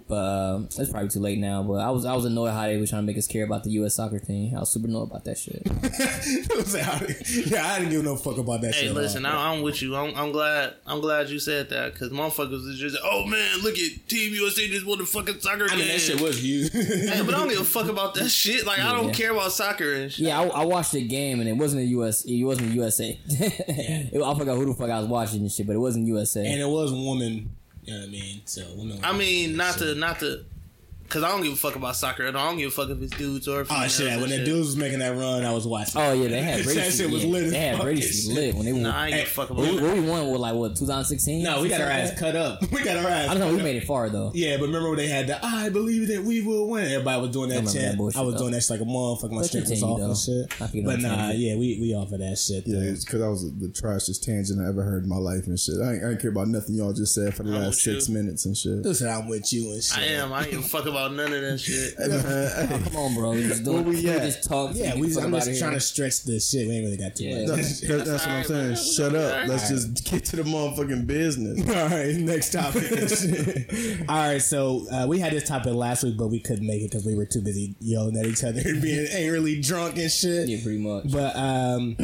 S2: But um, it's probably too late now. But I was I was annoyed how they were trying to make us care about the U.S. soccer team. I was super annoyed about that shit.
S3: It was like, I didn't- yeah, I didn't give no fuck about that
S5: Hey,
S3: shit. at all.
S5: listen, I, I'm with you. I'm, I'm glad. I'm glad you said that because motherfuckers is just, oh man, look at Team USA just won the fucking soccer
S3: I
S5: game.
S3: mean, that shit was you.
S5: Hey, but I don't give a fuck about that shit. Like I don't
S2: Yeah.
S5: care about soccer and shit.
S2: Yeah, I, I watched the game and it wasn't the U.S. It wasn't the USA. It- I forgot who the fuck I was watching and shit, but it wasn't USA.
S3: and it was a woman. You know what I mean? So, women.
S5: I mean, not to, not to, because I don't give a fuck about soccer. at all. I don't give a fuck if it's dudes or.
S3: Oh,
S5: females
S3: shit.
S5: and
S3: When the
S5: shit.
S3: dudes was making that run, I was watching.
S2: oh yeah, they had
S3: That
S2: Brady.
S3: shit
S2: Street,
S3: was
S2: yeah.
S3: lit as
S2: They had
S3: fuck
S2: Brady
S3: as
S2: Street
S3: shit.
S2: lit when they
S5: Nah, I
S2: won.
S5: ain't give a fuck about
S2: What
S5: that.
S2: we won was like what 2016.
S3: No, we got our ass cut up. We got our ass
S2: I don't know. We made it far though.
S3: Yeah, but remember when they had the "I believe that we will win"? Everybody was doing that
S2: remember
S3: chant.
S2: that bullshit,
S3: I was
S2: though.
S3: doing that shit like a motherfucker. My
S2: But
S3: strip was
S2: continue,
S3: off and
S2: though. I
S3: shit.
S2: forget
S3: But
S2: what
S3: nah,
S2: chant it
S3: yeah, we we off of that shit.
S4: Yeah,
S3: though.
S4: it's because I was the trashiest tangent I ever heard in my life and shit. I ain't, I ain't care about nothing y'all just said for the
S5: I'm
S4: last
S5: with
S4: six
S5: you.
S4: minutes and shit.
S3: Listen, I'm with you and shit.
S5: I am. I ain't give a fuck about none of that shit.
S4: Hey, man, hey.
S2: Come on, bro. We just doing.
S4: Where we
S2: we
S4: at?
S2: just talk.
S3: Yeah,
S2: Get
S3: we
S2: the
S3: just,
S2: fuck
S3: I'm
S2: up
S3: just
S2: outta
S3: trying
S2: here.
S3: to stretch this shit. We ain't really got too
S2: Yeah.
S3: much.
S4: That's, that's what I'm saying. Shut up. Let's just get to the motherfucking business.
S3: All right, next topic. All right, so uh, we had this topic last week, but we couldn't make it because we were too busy yelling at each other and being angrily drunk and shit.
S2: Yeah, pretty much.
S3: But um,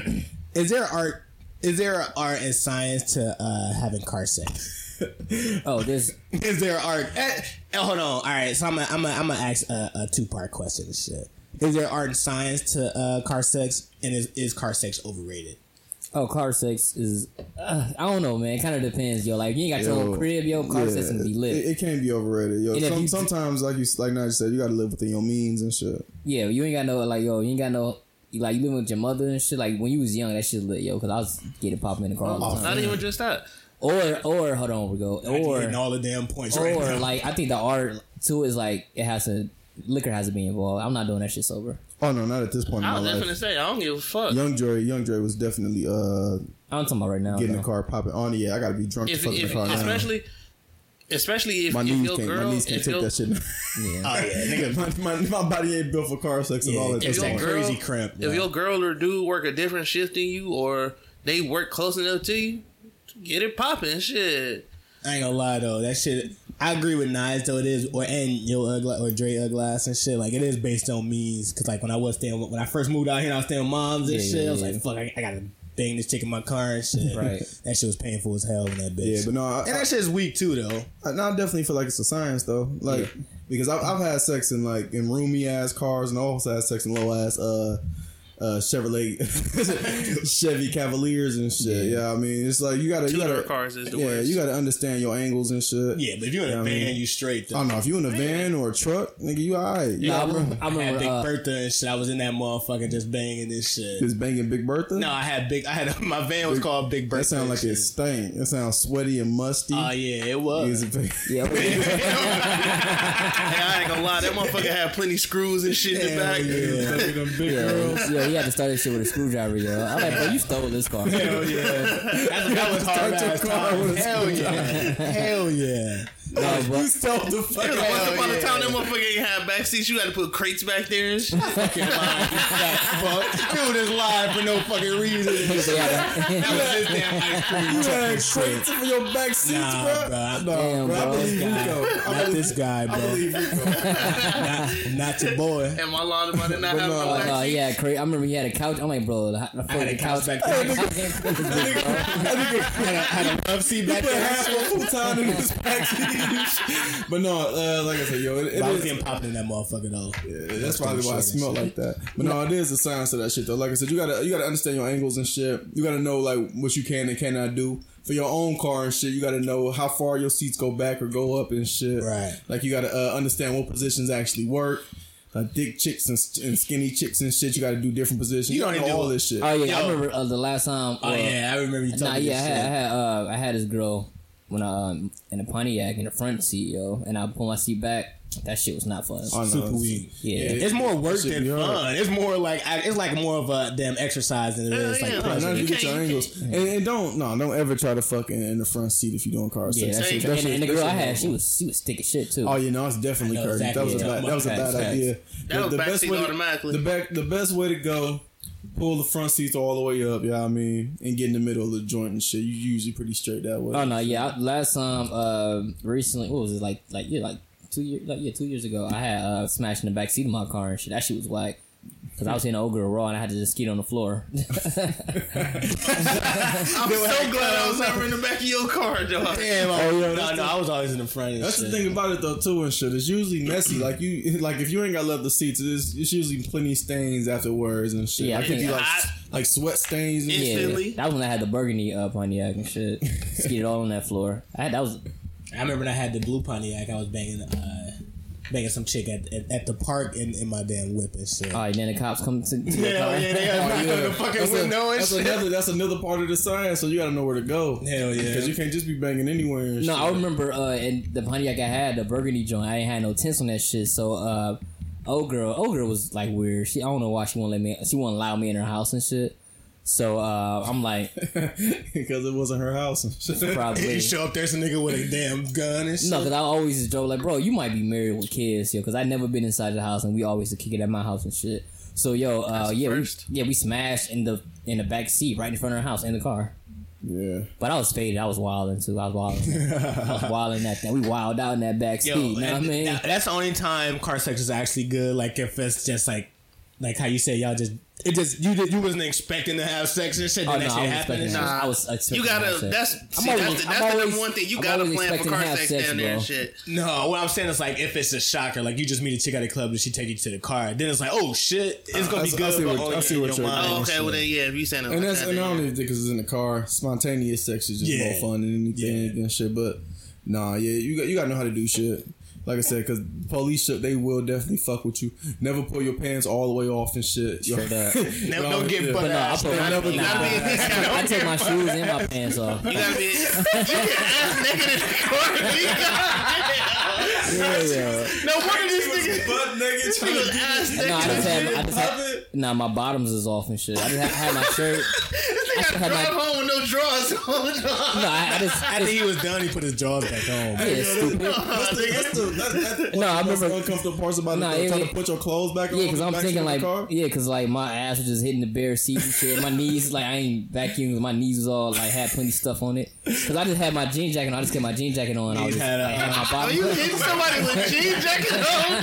S3: is there art? Is there art and science to uh, having car sex?
S2: oh, this.
S3: is there art? Eh, eh, hold on. All right, so I'm gonna I'm gonna I'm gonna ask a, a two part question and shit. Is there art and science to uh, car sex, and is, is car sex overrated?
S2: Oh, car sex is. Uh, I don't know, man. It kind of depends, yo. Like, you ain't got your own crib, yo. Car sex
S4: yeah,
S2: can be lit.
S4: It, it can't be overrated. Yo,
S2: And if
S4: some,
S2: you-
S4: sometimes, like you like Nigel said, you got to live within your means and shit.
S2: yeah, you ain't got no like, yo. You ain't got no like. You living with your mother and shit. Like when you was young, that shit lit, yo. Because I was getting popping in the car all the time.
S5: Not even just that.
S2: Or, or hold on, we go. Or
S3: Getting all the damn points right
S2: or
S3: now.
S2: like I think the art too is like it has to liquor has to be involved. I'm not doing that shit sober.
S4: Oh no, not at this point in
S5: I
S4: my
S5: was definitely
S4: life.
S5: say I don't give a fuck.
S4: Young Dre, Young Dre was definitely uh
S2: I'm talking about right now.
S4: getting
S2: though.
S4: the car popping on. Yeah, I got to be drunk
S5: if,
S4: to fuck in
S5: if
S4: the car. now.
S5: especially especially if,
S4: my
S5: if
S4: knees
S5: your
S4: can't,
S5: girl
S4: my knees can't
S5: if your,
S4: take that shit.
S2: Yeah.
S3: oh yeah, nigga,
S4: my, my, my body ain't built for car sex and
S3: Yeah,
S4: all that.
S3: it's
S5: if
S4: stuff.
S5: your
S3: that
S5: girl-
S3: crazy cramp.
S5: if your girl or dude work a different shift than you or they work close enough to you, get it popping shit.
S3: I ain't gonna lie though, that shit. I agree with Nas though. It is, or and Yo Ugla or Dre Uglass and shit. Like it is based on means. Cause like when I was staying, when I first moved out here, and I was staying with moms and
S2: Yeah,
S3: shit. I was
S2: yeah,
S3: like,
S2: yeah.
S3: fuck, I, I gotta bang this chick in my car and shit.
S2: Right.
S3: That shit was painful as hell in that bitch.
S4: Yeah, but no, I-
S3: and that shit's weak too though.
S4: I, no, I definitely feel like it's a science though, like because I've, I've had sex in like in roomy ass cars and I also had sex in low ass uh uh, Chevrolet Chevy Cavaliers and shit. Yeah. I mean, it's like you gotta you
S5: Two-door
S4: gotta
S5: cars is the
S4: yeah,
S5: worst.
S4: you gotta understand your angles and shit.
S3: Yeah, but if you're in a
S4: Yeah, I
S3: van,
S4: mean-
S3: you straight. Though.
S4: I don't know if you in a van or a truck, nigga, you alright. You
S2: Nah, I
S4: got room.
S2: remember, I
S3: I had
S2: remember
S3: Big
S2: uh,
S3: Bertha and shit. I was in that motherfucker just banging this shit.
S4: Just banging Big Bertha.
S3: No, I had big. I had a, my van was called Big Bertha.
S4: that sounds like it stank. That sounds sweaty and musty.
S3: Oh yeah, it
S4: Niggas
S3: was.
S4: a big-
S2: yeah, okay.
S5: Hey, I ain't gonna lie, that motherfucker had plenty screws and shit in the back.
S2: yeah, he had to start this shit with a screwdriver, yo. I'm like, bro, you stole this car.
S3: Hell yeah. That's, that was hard
S4: Start your
S3: ass
S4: car
S3: time.
S4: with a
S3: Hell yeah. Hell yeah.
S2: No, bro.
S5: It was once
S3: Hell
S5: upon
S3: yeah.
S5: a time that motherfucker ain't had back seats. You had to put crates back there and shit.
S3: Fuck. Dude is live for no fucking reason. That was his damn ice cream.
S4: You had crates for your back seats,
S3: Nah,
S4: bro.
S3: bruh.
S4: Nah,
S2: Damn,
S4: bruh, I
S2: bro.
S4: believe
S3: Nah.
S4: Rico. I
S3: Not
S4: believe-
S3: this guy,
S4: I
S3: bro.
S4: believe Rico.
S3: Not, not your boy.
S5: And my lawn about to not
S4: But
S5: have
S4: no,
S5: no
S4: like,
S5: back
S2: oh, No,
S5: seats.
S2: yeah, cra- I remember he had a couch. I'm like, bro, the, the,
S3: I had a couch back there.
S2: couch.
S3: had, a, had a love seat back
S4: Put
S3: there.
S4: half a full time in his back seat. But no, uh, like I said, yo, it, it
S3: But I was
S4: is.
S3: getting popped in that motherfucker though.
S4: Yeah, that's probably why I smell like that. But no, it is a science to that shit though. Like I said, you gotta you gotta understand your angles and shit. You gotta know like what you can and cannot do for your own car and shit. You gotta know how far your seats go back or go up and shit.
S3: Right.
S4: Like you gotta uh, understand what positions actually work. Like thick chicks and, and skinny chicks and shit. You gotta do different positions. You,
S3: don't
S4: gotta
S3: even
S4: know
S3: do
S4: all
S3: it.
S4: this shit.
S2: Oh yeah, I
S3: Yo.
S2: remember uh, the last time.
S3: Oh
S2: uh,
S3: yeah, I remember you
S2: Nah,
S3: telling me
S2: yeah, I had, I
S3: this shit.
S2: had, uh, I had this girl when I um, in a Pontiac in the front seat, yo, and I pulled my seat back. That shit was not fun.
S4: Oh, no,
S3: Super
S4: it's-
S3: weak.
S2: Yeah.
S3: It's more work
S4: Shit
S3: than
S4: be hard.
S3: fun. It's more like I, it's like more of a damn exercise than it
S5: Hell
S3: is like
S5: yeah.
S4: Now
S3: pleasure.
S4: that you
S5: You
S4: get your
S5: can't-
S4: angles, and, and don't no, don't ever try to fuck in, in the front seat if you're doing car
S2: yeah,
S4: sex.
S2: that shit,
S5: that
S2: and,
S4: shit-
S2: and the
S4: that
S2: girl I
S4: shit
S2: had,
S4: was-
S2: she was she was thick as shit too.
S4: Oh, you know, it's definitely
S3: I know
S4: curvy. That
S3: exactly
S4: was
S3: what
S4: a
S3: you're
S4: bad,
S3: talking
S4: that was a
S2: about.
S4: bad
S2: Facts,
S4: idea.
S5: That was back seat automatically.
S4: The back, the best way to go, pull the front seats all the way up. Yeah, I mean, and get in the middle of the joint and shit. You usually pretty straight that way.
S2: Oh no, yeah. I- Last time, uh, recently, what was it like? Like yeah, like two years, like yeah, two years ago, I had uh, smashed in the back seat of my car and shit. That shit was whack. Cause I was in an ogre raw and I had to just ski on the floor.
S5: I'm so glad
S2: "Oh,
S5: I was never in the back of your car, dog.
S3: Damn, I-
S4: Oh, yeah,
S3: no,
S4: that's
S3: no,
S4: the-
S3: I was always in the front. and
S4: That's the
S3: shit.
S4: thing about it though too and shit. It's usually messy. Like you, like if you ain't got leather seats, it's, it's usually plenty of stains afterwards and shit.
S2: Yeah, I
S4: like it'd
S2: think-
S4: be like
S5: I-
S4: s- like sweat stains and
S5: It's-
S4: shit.
S2: yeah,
S5: Instantly.
S2: that was when I had the burgundy uh, Pontiac and shit. Skied all on that floor. I had that was
S3: I remember when I had the blue Pontiac. I was banging, uh, banging some chick at, at, at the park in, in my damn whip and shit.
S2: all right. Then the cops come to, to the
S3: Hell
S2: car.
S3: yeah, they got knocked on the fucking
S4: That's, a-
S3: window and
S4: that's
S3: shit.
S4: another that's another part of the science. So you gotta know where to go.
S3: Hell yeah.
S4: because you can't just be banging anywhere. And
S2: No,
S4: shit.
S2: I remember uh, in the Pontiac I had the burgundy joint. I ain't had no tints on that shit. So, uh, old girl, old girl was like weird. She, I don't know why she won't let me. She won't allow me in her house and shit. So uh, I'm like,
S4: because it wasn't her house. And shit.
S2: probably
S3: You show up, there's a nigga with a damn gun and shit.
S2: no, because I always just joke like, bro, you might be married with kids, yo. Because I never been inside the house, and we always kick it at my house and shit. So yo, uh, yeah, we,
S5: first.
S2: yeah, we smashed in the in the back seat, right in front of her house, in the car.
S4: Yeah.
S2: But I was faded. I was wilding too. I was wilding. I was wilding that thing. We wild out in that back seat.
S3: Yo,
S2: you know what I
S3: and
S2: mean?
S3: that- that's the only time car sex is actually good. Like if it's just like, like how you said, y'all just it just you did, you wasn't expecting to have sex and shit. Then
S2: Oh,
S3: that
S2: no, I
S3: shit
S2: was
S3: happened.
S2: expecting
S3: and
S2: that.
S3: shit.
S2: I was expecting
S5: You
S2: to have
S5: gotta.
S2: sex.
S5: That's
S2: I'm
S5: see,
S2: always-
S5: that's, the, that's
S2: I'm
S5: the
S2: always-
S5: number one thing you
S2: I'm
S5: gotta
S2: always
S5: plan for
S2: expecting to
S5: car
S2: have
S5: sex,
S2: sex,
S5: down there and
S2: bro.
S5: shit.
S3: No, what I'm saying is like if it's a shocker, like you just meet a chick at a club and she take you to the car, then it's like, oh shit, it's gonna
S4: I
S3: be
S4: see- I
S3: good.
S4: see
S3: but
S4: what-
S3: only
S4: I see
S3: in
S4: what
S3: your
S4: you're-
S3: mind.
S5: Oh, okay, well then, yeah, if you saying it
S4: And
S5: like
S4: that's
S5: that,
S4: and I
S5: then,
S4: don't
S5: yeah.
S4: even think it's in the car. Spontaneous sex is just
S3: Yeah.
S4: more fun than anything and shit. But nah, yeah, you got you gotta know how to do shit. Like I said, because police shit, they will definitely fuck with you. Never pull your pants all the way off and shit.
S2: Straight up.
S3: Never
S4: Y'all-
S3: don't
S4: yeah.
S3: get butt
S2: But no, I
S3: ass.
S2: put my,
S5: Never-
S2: nah,
S5: never be-
S2: I take my shoes and my pants off.
S5: You gotta be. You can ass nigga in the car.
S4: yeah.
S5: No wonder this nigga.
S4: Butt naked
S5: He was ass
S2: No, I just
S5: nigga.
S2: had, I just had, nah, my bottoms is off and shit. I just had, I had my shirt.
S5: This nigga
S2: I just
S5: gotta
S2: had
S5: drive
S2: my,
S5: home with no drawers on. dog.
S2: no, I, I just,
S3: I
S2: I
S3: think
S2: just,
S3: he was done. He put his jaws back on.
S2: yeah, it's stupid.
S4: That's the, that's the, that's, that's
S2: No, I
S4: that's the
S2: remember-
S4: uncomfortable parts about
S2: Nah,
S4: it. though.
S2: it-
S4: trying to put your clothes back on.
S2: Yeah, because
S4: the
S2: I'm
S4: back
S2: thinking
S4: seat
S2: like,
S4: of the car.
S2: yeah, because like my ass was just hitting the bare seat and shit. My knees, like I ain't vacuumed. My knees was all like had plenty of stuff on it. Because I just had my jean jacket. on. I just get my jean jacket on. I
S3: Knees
S2: was just,
S3: had a-
S2: like, had my
S5: Are
S2: bottoms
S5: you
S2: up.
S5: hitting somebody with Oh, jean jacket on? dog?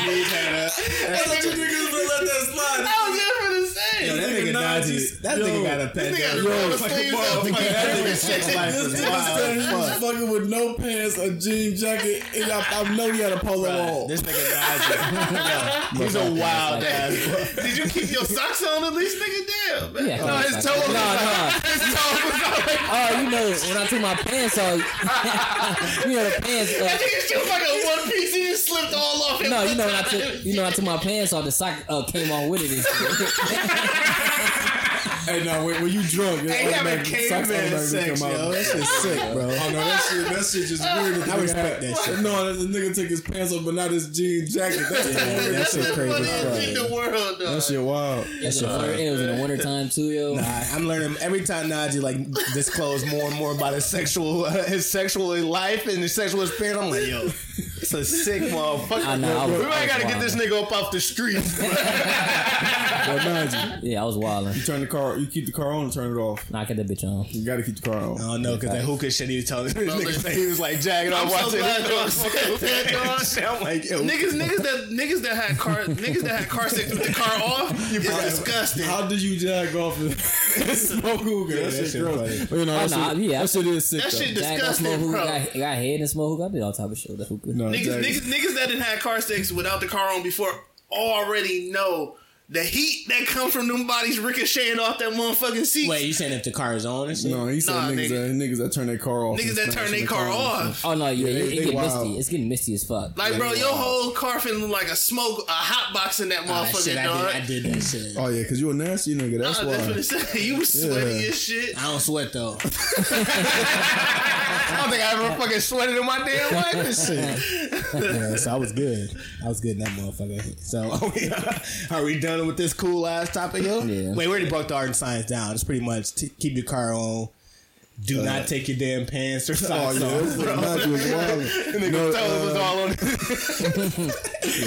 S3: He had a-
S4: I thought you niggas would let that slide.
S5: I was just gonna say.
S3: Yo, that nigga
S4: Nigga
S3: Nazi. That nigga got a pet.
S5: nigga rolled his sleeves up like that.
S4: This nigga said he was fucking with no pants, a jean jacket, and I, I know he had a polo on.
S3: This nigga Nazi. He's a wild ass.
S5: Did you keep your socks on at least, nigga? Damn. Man.
S2: Yeah,
S5: no, his toe was
S2: No, no.
S5: His toe was out.
S2: Oh, you know, when I took my pants off, you know the pants.
S5: That
S2: Uh,
S5: nigga shoes like a one piece. He just slipped all off. at
S2: no, you
S5: one
S2: know when I
S5: time.
S2: took, you know, when I took my pants off. The sock uh, came on with it. And shit.
S4: Hey, now when, when you drunk, it's
S3: They having
S4: automatic- socks
S3: caveman
S4: automatically
S3: sex,
S4: come out.
S3: yo. That shit's sick, bro.
S4: Oh no, that shit, that shit just weird. that the
S3: I
S4: nigga
S3: respect
S4: had-
S3: that shit.
S4: No, that the nigga took his pants off, but not his jean jacket. That's
S3: Yeah,
S4: weird.
S3: that shit
S5: That's
S3: crazy.
S5: the
S3: as fuck.
S5: funniest shit in the world, dog.
S4: That shit wild.
S2: It was in the winter- it was in the wintertime too, yo.
S3: I, I'm learning every time Najee like disclose more and more about his sexual his sexual life and his sexual experience. I'm like, yo, it's a sick motherfucker.
S2: I know, I was-
S3: we might gotta
S2: I was
S3: get this nigga up off the streets.
S4: But mind you,
S2: Yeah, I was wilding.
S4: you turn the car, you keep the car on and turn it off.
S2: Knocking that bitch on.
S4: You gotta keep the car
S3: I
S4: on.
S3: don't know because that hookah shit he was telling this nigga
S5: listen.
S3: say he was like jagging
S5: I'm
S3: off
S5: so
S3: watching.
S5: glad y'all said that, dog.
S3: Shit, I'm like, yo,
S5: Niggas, niggas that niggas that had car niggas that had car sex with the car off, you
S3: probably-
S5: disgusting.
S4: How did you jag off and smoke hookah?
S3: that
S4: that,
S3: shit
S4: shit gross.
S3: funny.
S4: But, you know, that,
S2: Oh, nah,
S4: shit,
S2: yeah.
S4: that shit is sick.
S5: That
S4: though.
S5: shit
S2: Jack off
S5: disgusting,
S2: smoke hookah.
S5: bro.
S2: Got, got head and smoke hookah. I did all type of shit with the hookah.
S4: No,
S5: Niggas,
S4: jag-
S5: niggas, niggas that didn't have car sex without the car on before already know the heat that come from them bodies ricocheting off that motherfucking seat.
S3: wait, you saying if the car is on and shit? Oh,
S4: No, he said
S5: Nah,
S4: niggas,
S5: nigga.
S4: That, niggas that turn their car off.
S5: niggas
S4: and
S5: that
S4: smash
S5: turn their
S4: the
S5: car
S4: and shit.
S5: off.
S2: Oh no, yeah,
S4: Yeah,
S2: it,
S4: they-
S2: it
S4: they
S2: get
S4: wild.
S2: misty. It's getting misty as fuck.
S5: Like, bro, your whole car feeling like a smoke, a hot box in that
S3: Ah,
S5: motherfucker,
S3: shit,
S5: dog.
S3: I did, I did that shit.
S4: Oh yeah, cause you a nasty nigga. That's
S5: Nah,
S4: why.
S5: that's what it said. You was sweaty
S4: Yeah.
S5: as shit.
S3: I don't sweat though. I don't think I ever fucking sweated in my damn life and shit. yeah, so I was good. I was good in that motherfucker. So are we, are we done with this cool ass topic, yo?
S2: Yeah.
S3: Wait, we already broke the art and science down. It's pretty much t- keep your car on. Do not take your damn pants or
S4: Oh
S3: socks
S4: yeah,
S3: off.
S4: that's what Matthew was wild. You know,
S3: Toes was
S4: uh,
S3: all on.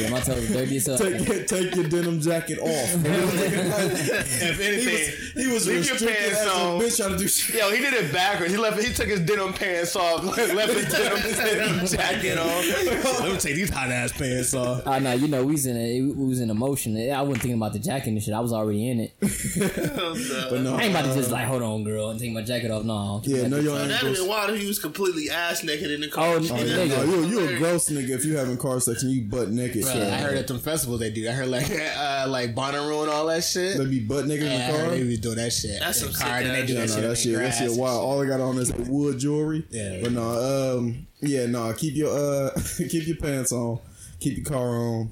S2: Yeah, my toes dirty as hell.
S4: Take, take your denim jacket off.
S3: if
S4: He
S3: anything,
S4: was, he was
S3: Leave your
S4: restricted
S3: pants
S4: as a
S3: on.
S4: bitch trying to do shit.
S3: Yo, he did it backwards. He left. He took his denim pants off. Left his denim, denim jacket on. Let me take these hot ass pants off.
S2: Oh no, you know we was in a, we was in emotion. I wasn't thinking about the jacket and shit. I was already in it.
S4: But no,
S2: I ain't about to just like hold on, girl, and take my jacket off. No,
S4: yeah, know your
S5: That'd have been
S4: ankles.
S5: wild if he was completely ass naked in the car.
S2: Oh,
S5: Shit,
S2: oh,
S5: that's
S4: Yeah, no,
S2: nigga.
S4: you you a gross nigga if you having car sex and you butt naked.
S3: Bruh, I heard at them festivals they do. that. I heard like uh, like Bonnaroo and all that shit.
S4: They be butt naked
S3: Yeah, I
S4: in the
S3: heard
S4: car.
S3: they was doing that shit.
S5: That's
S3: In
S5: some
S3: the car,
S5: sick
S3: then they
S5: ass
S3: do that
S4: Yeah, no,
S3: shit. in
S4: that
S3: the
S4: shit, that
S3: grass
S4: shit
S3: and
S4: wild. All I got on is wood jewelry.
S3: Yeah.
S4: but no, um, yeah, no. Keep your uh, keep your pants on. Keit your car on.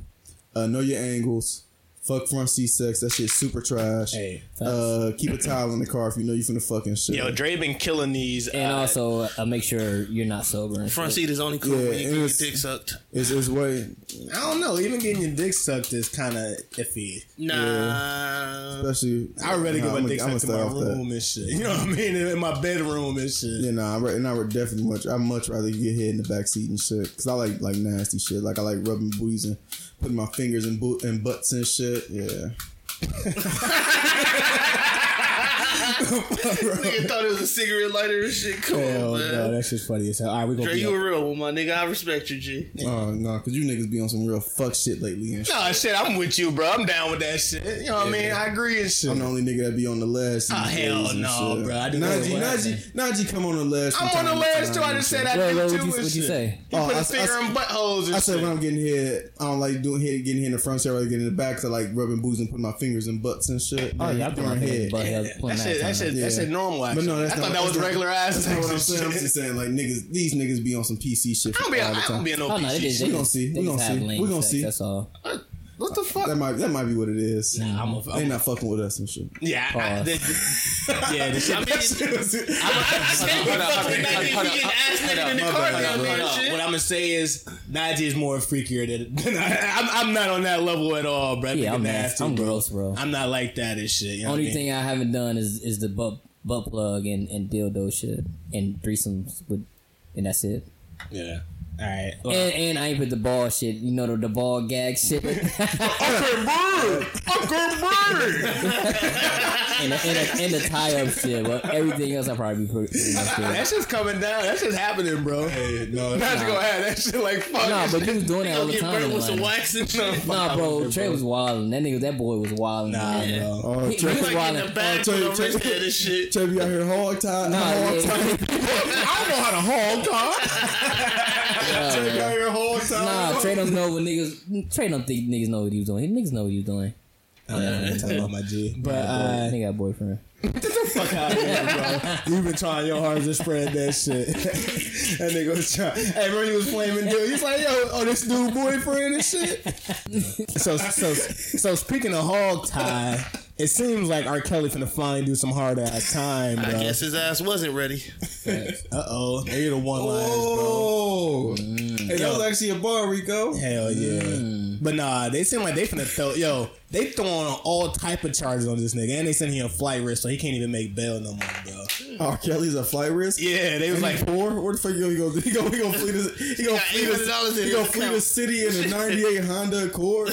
S4: Uh, know your angles. Fuck front seat sex. That shit's super trash.
S3: Hey,
S4: uh, keep a towel in the car if you know you finna fucking shit.
S3: Yo, Dre been killing these.
S2: and
S3: uh,
S2: also uh, make sure you're not sober. And
S6: Front
S2: shit.
S6: seat is only cool when
S4: Yeah,
S6: you
S4: it
S6: get your
S4: was-
S6: dick sucked.
S4: it's, it's way,
S3: I don't know. Even getting your dick sucked is kind of iffy.
S6: Nah.
S4: especially.
S3: I'd rather get
S4: Nah,
S3: my
S4: I'ma-
S3: dick
S4: I'ma
S3: sucked in
S4: stay
S3: my
S4: off that.
S3: room and shit. You know what I mean? In my bedroom and shit.
S4: Yeah, nah, I re- and I would definitely much. I much rather get hit in the back seat and shit, cause I like like nasty shit. Like I like rubbing booties and putting my fingers in boot and butts and shit. Yeah,
S5: Nigga thought it was a cigarette lighter and shit. Come
S3: Hell
S5: on, man.
S3: no, that shit's funny as hell. All right, we gonna.
S5: Dre,
S3: be
S5: you
S3: up-
S5: a real one, my nigga. I respect you, G.
S4: oh no, cause you niggas be on some real fuck shit lately and shit.
S3: Nah, shit, I'm with you, bro. I'm down with that shit. You know what I mean? I agree and shit.
S4: I'm the only nigga that be on the last.
S3: Oh, hell no, bro. I do know
S4: Najee,
S3: what
S4: Najee, Najee, come on the last.
S3: I'm on the last too. I just said that
S2: Wait,
S3: thing
S2: wait,
S3: too.
S2: what'd you-
S3: and
S2: what'd you
S3: shit.
S2: say?
S3: He
S4: Oh,
S3: put
S4: I-
S3: his finger
S4: I-
S3: in buttholes and
S4: I
S3: shit.
S4: said when I'm getting hit, I don't like doing hit getting hit in the front, so I rather get in the back. So I like rubbing booties and putting my fingers in butts and shit.
S2: Oh yeah,
S4: During
S2: I'm putting my head. But yeah,
S3: That
S2: putting
S3: shit, that shit, that
S4: Yeah.
S3: shit normal.
S4: But
S3: Actually.
S4: no, that's
S3: I
S4: not,
S3: thought that
S4: that's
S3: was
S4: not-
S3: regular ass.
S4: That's not what
S3: sex
S4: I'm
S3: and
S4: saying. I'm
S3: shit.
S4: just saying, like niggas, these niggas be on some PC shit.
S3: I don't
S4: all
S3: be,
S4: the
S3: I
S4: time.
S3: don't be in no
S2: Oh no, they
S3: PC
S2: just,
S3: shit.
S2: they
S4: gonna
S2: just,
S4: see.
S2: they
S4: We
S2: just
S4: gonna
S2: have
S4: see.
S2: lame
S4: We gonna
S2: sex,
S4: see.
S2: That's all.
S3: What the
S4: That
S3: fuck?
S4: might that might be what it is.
S3: I'm a,
S4: They not fucking with us and shit.
S3: yeah, I,
S2: Pause.
S3: the, yeah, the shit.
S5: I mean,
S3: I-
S5: I can't be fucking back if you getting ass naked in the car down there and
S3: what
S5: shit.
S3: I'm gonna say is Najee is more freakier than, than I, I'm. I'm not on that level at all, bro.
S2: Yeah,
S3: Nigga
S2: I'm nasty. I'm
S3: bro.
S2: gross, bro.
S3: I'm not like that and shit. You know
S2: Only
S3: what I mean?
S2: thing I haven't done is is the butt butt plug and and dildo shit and threesomes with, and that's it.
S3: Yeah. All right.
S2: And, and I ain't put the ball shit, you know the, the ball gag shit.
S3: Uncle Bird, Uncle Bird.
S2: and the, and the, and the tie up shit. But everything else, I probably be pretty, pretty much good.
S3: That shit's coming down. That shit's happening, bro.
S4: Hey, no,
S3: That's gonna have that shit like fuck.
S2: Nah,
S3: this
S2: but
S3: shit.
S2: you was doing that all the
S7: Get
S2: time.
S7: burnt
S2: in
S7: with some
S2: Atlanta.
S7: wax and shit.
S2: Nah, bro, Trey was wilding. That nigga, that boy was wilding.
S3: nah, bro.
S4: Oh,
S2: He, he was
S7: Like in
S4: Trey,
S7: the
S2: wilding.
S7: back
S4: Oh,
S7: with
S4: tell you-
S7: a wrist and shit.
S4: Trey be out here hog tie.
S2: Nah,
S4: hog
S2: yeah.
S3: I don't know how to hog dog.
S4: tie out here hog tie.
S2: Nah, Trey don't know what niggas. Trey don't think niggas know what he was doing. Niggas know what he was doing.
S3: I'm talking about my G. But
S2: Boy,
S3: uh,
S2: nigga got a boyfriend.
S3: fuck out of here, bro. You've been trying your hardest to spread that shit. that nigga was trying. Hey, remember he was flaming dude. He's like, yo, oh, this dude boyfriend and shit. so, so, so speaking of hog tie, it seems like R. Kelly finna finally do some hard ass time,
S7: I
S3: bro.
S7: guess his ass wasn't ready.
S3: Uh oh, they the one liners, bro. Mm.
S4: Oh, hey, that was actually a bar, Rico.
S3: Hell yeah. Mm. But nah, they seem like they finna throw yo, they throwing all type of charges on this nigga. And they sent him a flight risk, so he can't even make bail no more, bro.
S4: R. Kelly's a flight risk.
S3: Yeah, they was like
S4: Four? Where the fuck you gonna go? He gonna, he gonna flee this? He gonna
S7: Got
S4: flee
S7: $800
S4: this?
S7: in
S4: He gonna
S7: his
S4: flee the
S7: account.
S4: city in a '98 Honda Accord?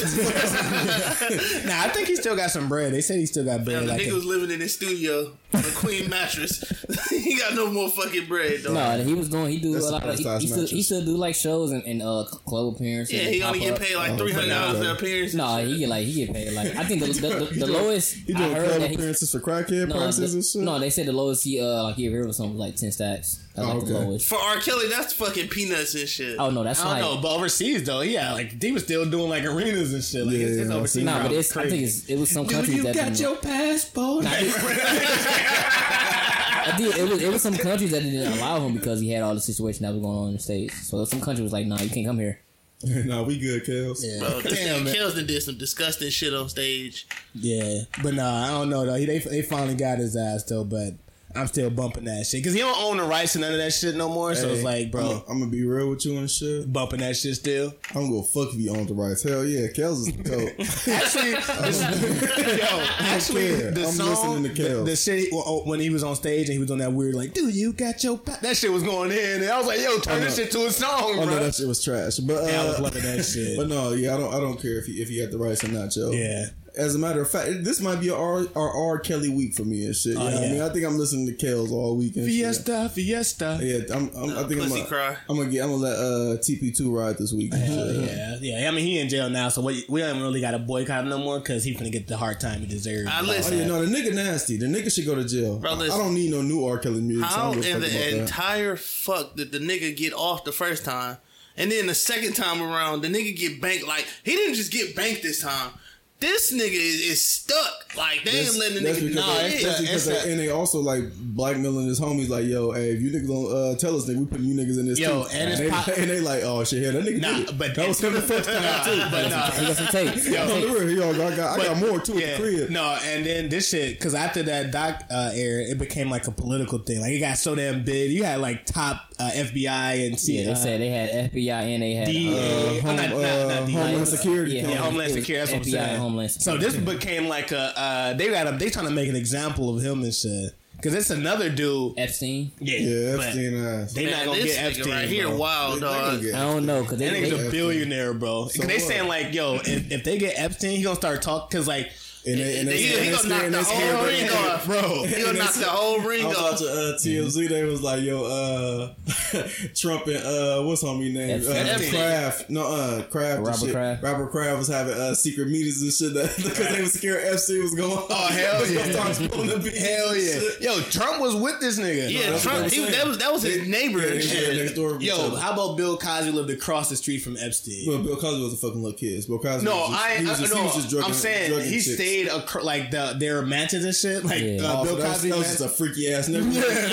S3: Nah, I think he still got some bread. They said he still got bread.
S7: the
S3: like
S7: nigga
S3: a-
S7: was living in his studio on a queen mattress. he got no more fucking bread, though.
S2: Nah, he was doing. He do
S4: That's
S2: a lot
S4: the
S2: of. He,
S4: first
S2: he,
S4: size
S2: still, he
S4: mattress.
S2: still do like shows and, and uh club appearances.
S7: yeah,
S2: and
S7: he only
S2: pop
S7: get
S2: up.
S7: paid like three hundred dollars for appearance.
S2: Nah, he get like he get paid like I think the the, the, the lowest
S4: He
S2: I
S4: doing
S2: heard
S4: club
S2: that he
S4: appearances for crackhead
S2: no,
S4: prices and
S2: the,
S4: shit.
S2: no they said the lowest he uh like he ever was something was like ten stacks. That's
S3: Oh,
S2: like the
S4: okay.
S2: lowest.
S7: for R. Kelly, that's fucking peanuts and shit.
S2: Oh no, that's
S3: I don't
S2: like
S3: know, but overseas though, yeah, like they was still doing like arenas and shit. Like it's, it's
S4: Yeah, I
S3: overseas.
S4: see.
S2: nah, but
S3: bro.
S2: it's I think it's, it was some
S3: Do
S2: countries
S3: you
S2: that
S3: got
S2: didn't-
S3: your passport?
S2: I think it was it was some countries that didn't allow him because he had all the situation that was going on in the states. So some country was like, nah, you can't come here.
S4: nah, we good, Kels.
S7: Bro, Oh, this
S3: Damn,
S7: nigga
S3: man.
S7: Kelsey did some disgusting shit on stage.
S3: Yeah, but nah, I don't know though. He, they they finally got his ass though, but I'm still bumping that shit because he don't own the rights to none of that shit no more. so it's like, bro,
S4: I'm, gonna be real with you and shit.
S3: bumping that shit still.
S4: I'm gonna fuck if you own the rights. Hell yeah, Kels is dope.
S3: Actually, this- yo, actually,
S4: care.
S3: the
S4: I'm
S3: song,
S4: listening
S3: the,
S4: to Kels.
S3: the shit well, oh, when he was on stage and he was on that weird like, dude, you got your pa-" that shit was going in, and I was like, yo, turn this shit to a song,
S4: oh
S3: bro.
S4: no, that shit was trash. But uh,
S3: Yeah, I was loving that shit.
S4: But no, yeah, I don't. I don't care if you if you got the rights or not, yo.
S3: Yeah.
S4: As a matter of fact, this might be a R R R Kelly week for me and shit. You know what
S3: yeah.
S4: I mean, I think I'm listening to Kels all weekend.
S3: Fiesta, Fiesta.
S4: Yeah, I'm, I'm, I think I'm
S7: Pussy
S4: gonna,
S7: cry.
S4: I'm gonna get. I'm gonna let uh, TP two ride this week. and shit.
S3: Yeah, yeah. I mean, he in jail now, so we, we don't really got to boycott him no more because he finna get the hard time he deserves.
S7: I
S4: Oh
S7: listen.
S4: yeah, no, the nigga nasty. The nigga should go to jail.
S7: Bro,
S4: I- I
S7: listen.
S4: don't need no new R Kelly music. so I
S7: How
S4: don't
S7: in
S4: give a fuck about
S7: the
S4: that.
S7: entire fuck did the nigga get off the first time? And then the second time around, the nigga get banked. Like, he didn't just get banked this time. This nigga is, is stuck. Like, they ain't letting the
S4: that's
S7: nigga
S4: because,
S7: do
S4: they,
S7: shit.
S4: that's because they- and they also like blackmailing his homies like, yo, hey, if you niggas don't uh, tell us, then we putting you niggas in this
S3: Yo,
S4: too.
S3: and it's
S4: they,
S3: pop-
S4: and they like, oh shit, yeah, that nigga.
S3: Nah,
S4: did it.
S3: but-
S4: that was him the first time too.
S3: but
S2: He got some tape. He got
S4: No,
S2: tape.
S4: the real, yo, I got, I got more too at the crib.
S3: No, and then this shit because after that doc uh, air, it became like a political thing. Like it got so damn big. You had like top uh, FBI and
S2: Yeah,
S3: CIA.
S2: they said they had FBI and they had
S3: DEA.
S2: uh,
S3: Oh,
S4: Home,
S3: not- not-
S4: uh,
S3: not DEA.
S4: Homeland Security.
S2: Yeah,
S3: Yeah,
S4: company.
S3: Homeland
S2: It was
S3: Security. That's what I'm
S2: FBI and
S3: saying.
S2: Homeland
S3: So
S2: Security.
S3: this became like a uh, they got a, they trying to make an example of him and shit because it's another dude.
S2: Epstein.
S3: Yeah,
S4: Yeah,
S3: but
S4: Epstein ass.
S3: They
S7: Man,
S3: not gonna
S7: this
S3: get
S7: nigga
S3: Epstein
S7: right here,
S3: bro.
S7: wild
S4: They gonna
S7: dog.
S4: get
S2: I don't know because they,
S3: That
S2: they,
S3: nigga's a billionaire, bro. 'Cause they
S4: what?
S3: saying like, yo, if, if they get Epstein, he gonna start talking because like,
S4: And they, and they,
S7: He- he
S4: and they
S7: gonna knock
S4: scared-
S7: the
S4: they scared
S7: whole
S4: the
S7: ring
S4: nigga.
S7: off. He
S4: bro. And
S7: gonna
S4: they
S7: knock the whole
S4: I
S7: ring
S4: was
S7: off.
S4: watching uh, TMZ. They was like, "Yo, uh, Trump and uh, what's homie name?
S2: That's
S4: Uh,
S2: Epstein.
S4: Kraft. No, uh, Kraft. and
S2: Robert
S4: shit.
S2: Kraft.
S4: Robert Kraft was having uh, secret meetings and shit that, because they was scared Epstein was going. Oh
S3: hell yeah.
S4: hell
S3: hell yeah, yo, Trump was with this nigga.
S7: Yeah,
S4: that's what
S7: Trump.
S4: they
S7: He,
S4: were
S7: that was that was his neighbor
S4: Yeah, they
S7: and
S4: lived next
S7: shit.
S4: door. from each
S3: Yo,
S4: other.
S3: how about Bill Cosby lived across the street from Epstein?
S4: Well, Bill Cosby was a fucking little kid. Bill Cosby.
S3: No,
S4: was just,
S3: I,
S4: He was
S3: I-
S4: just,
S3: no.
S4: he was just drugging,
S3: I'm saying
S4: drugging
S3: he
S4: chicks.
S3: stayed acro- like the, their mansions and shit. Like
S2: Yeah.
S3: uh,
S4: Oh,
S3: Bill
S4: so that was-
S3: Cosby.
S4: that was
S3: man-
S4: just a freaky ass neighborhood.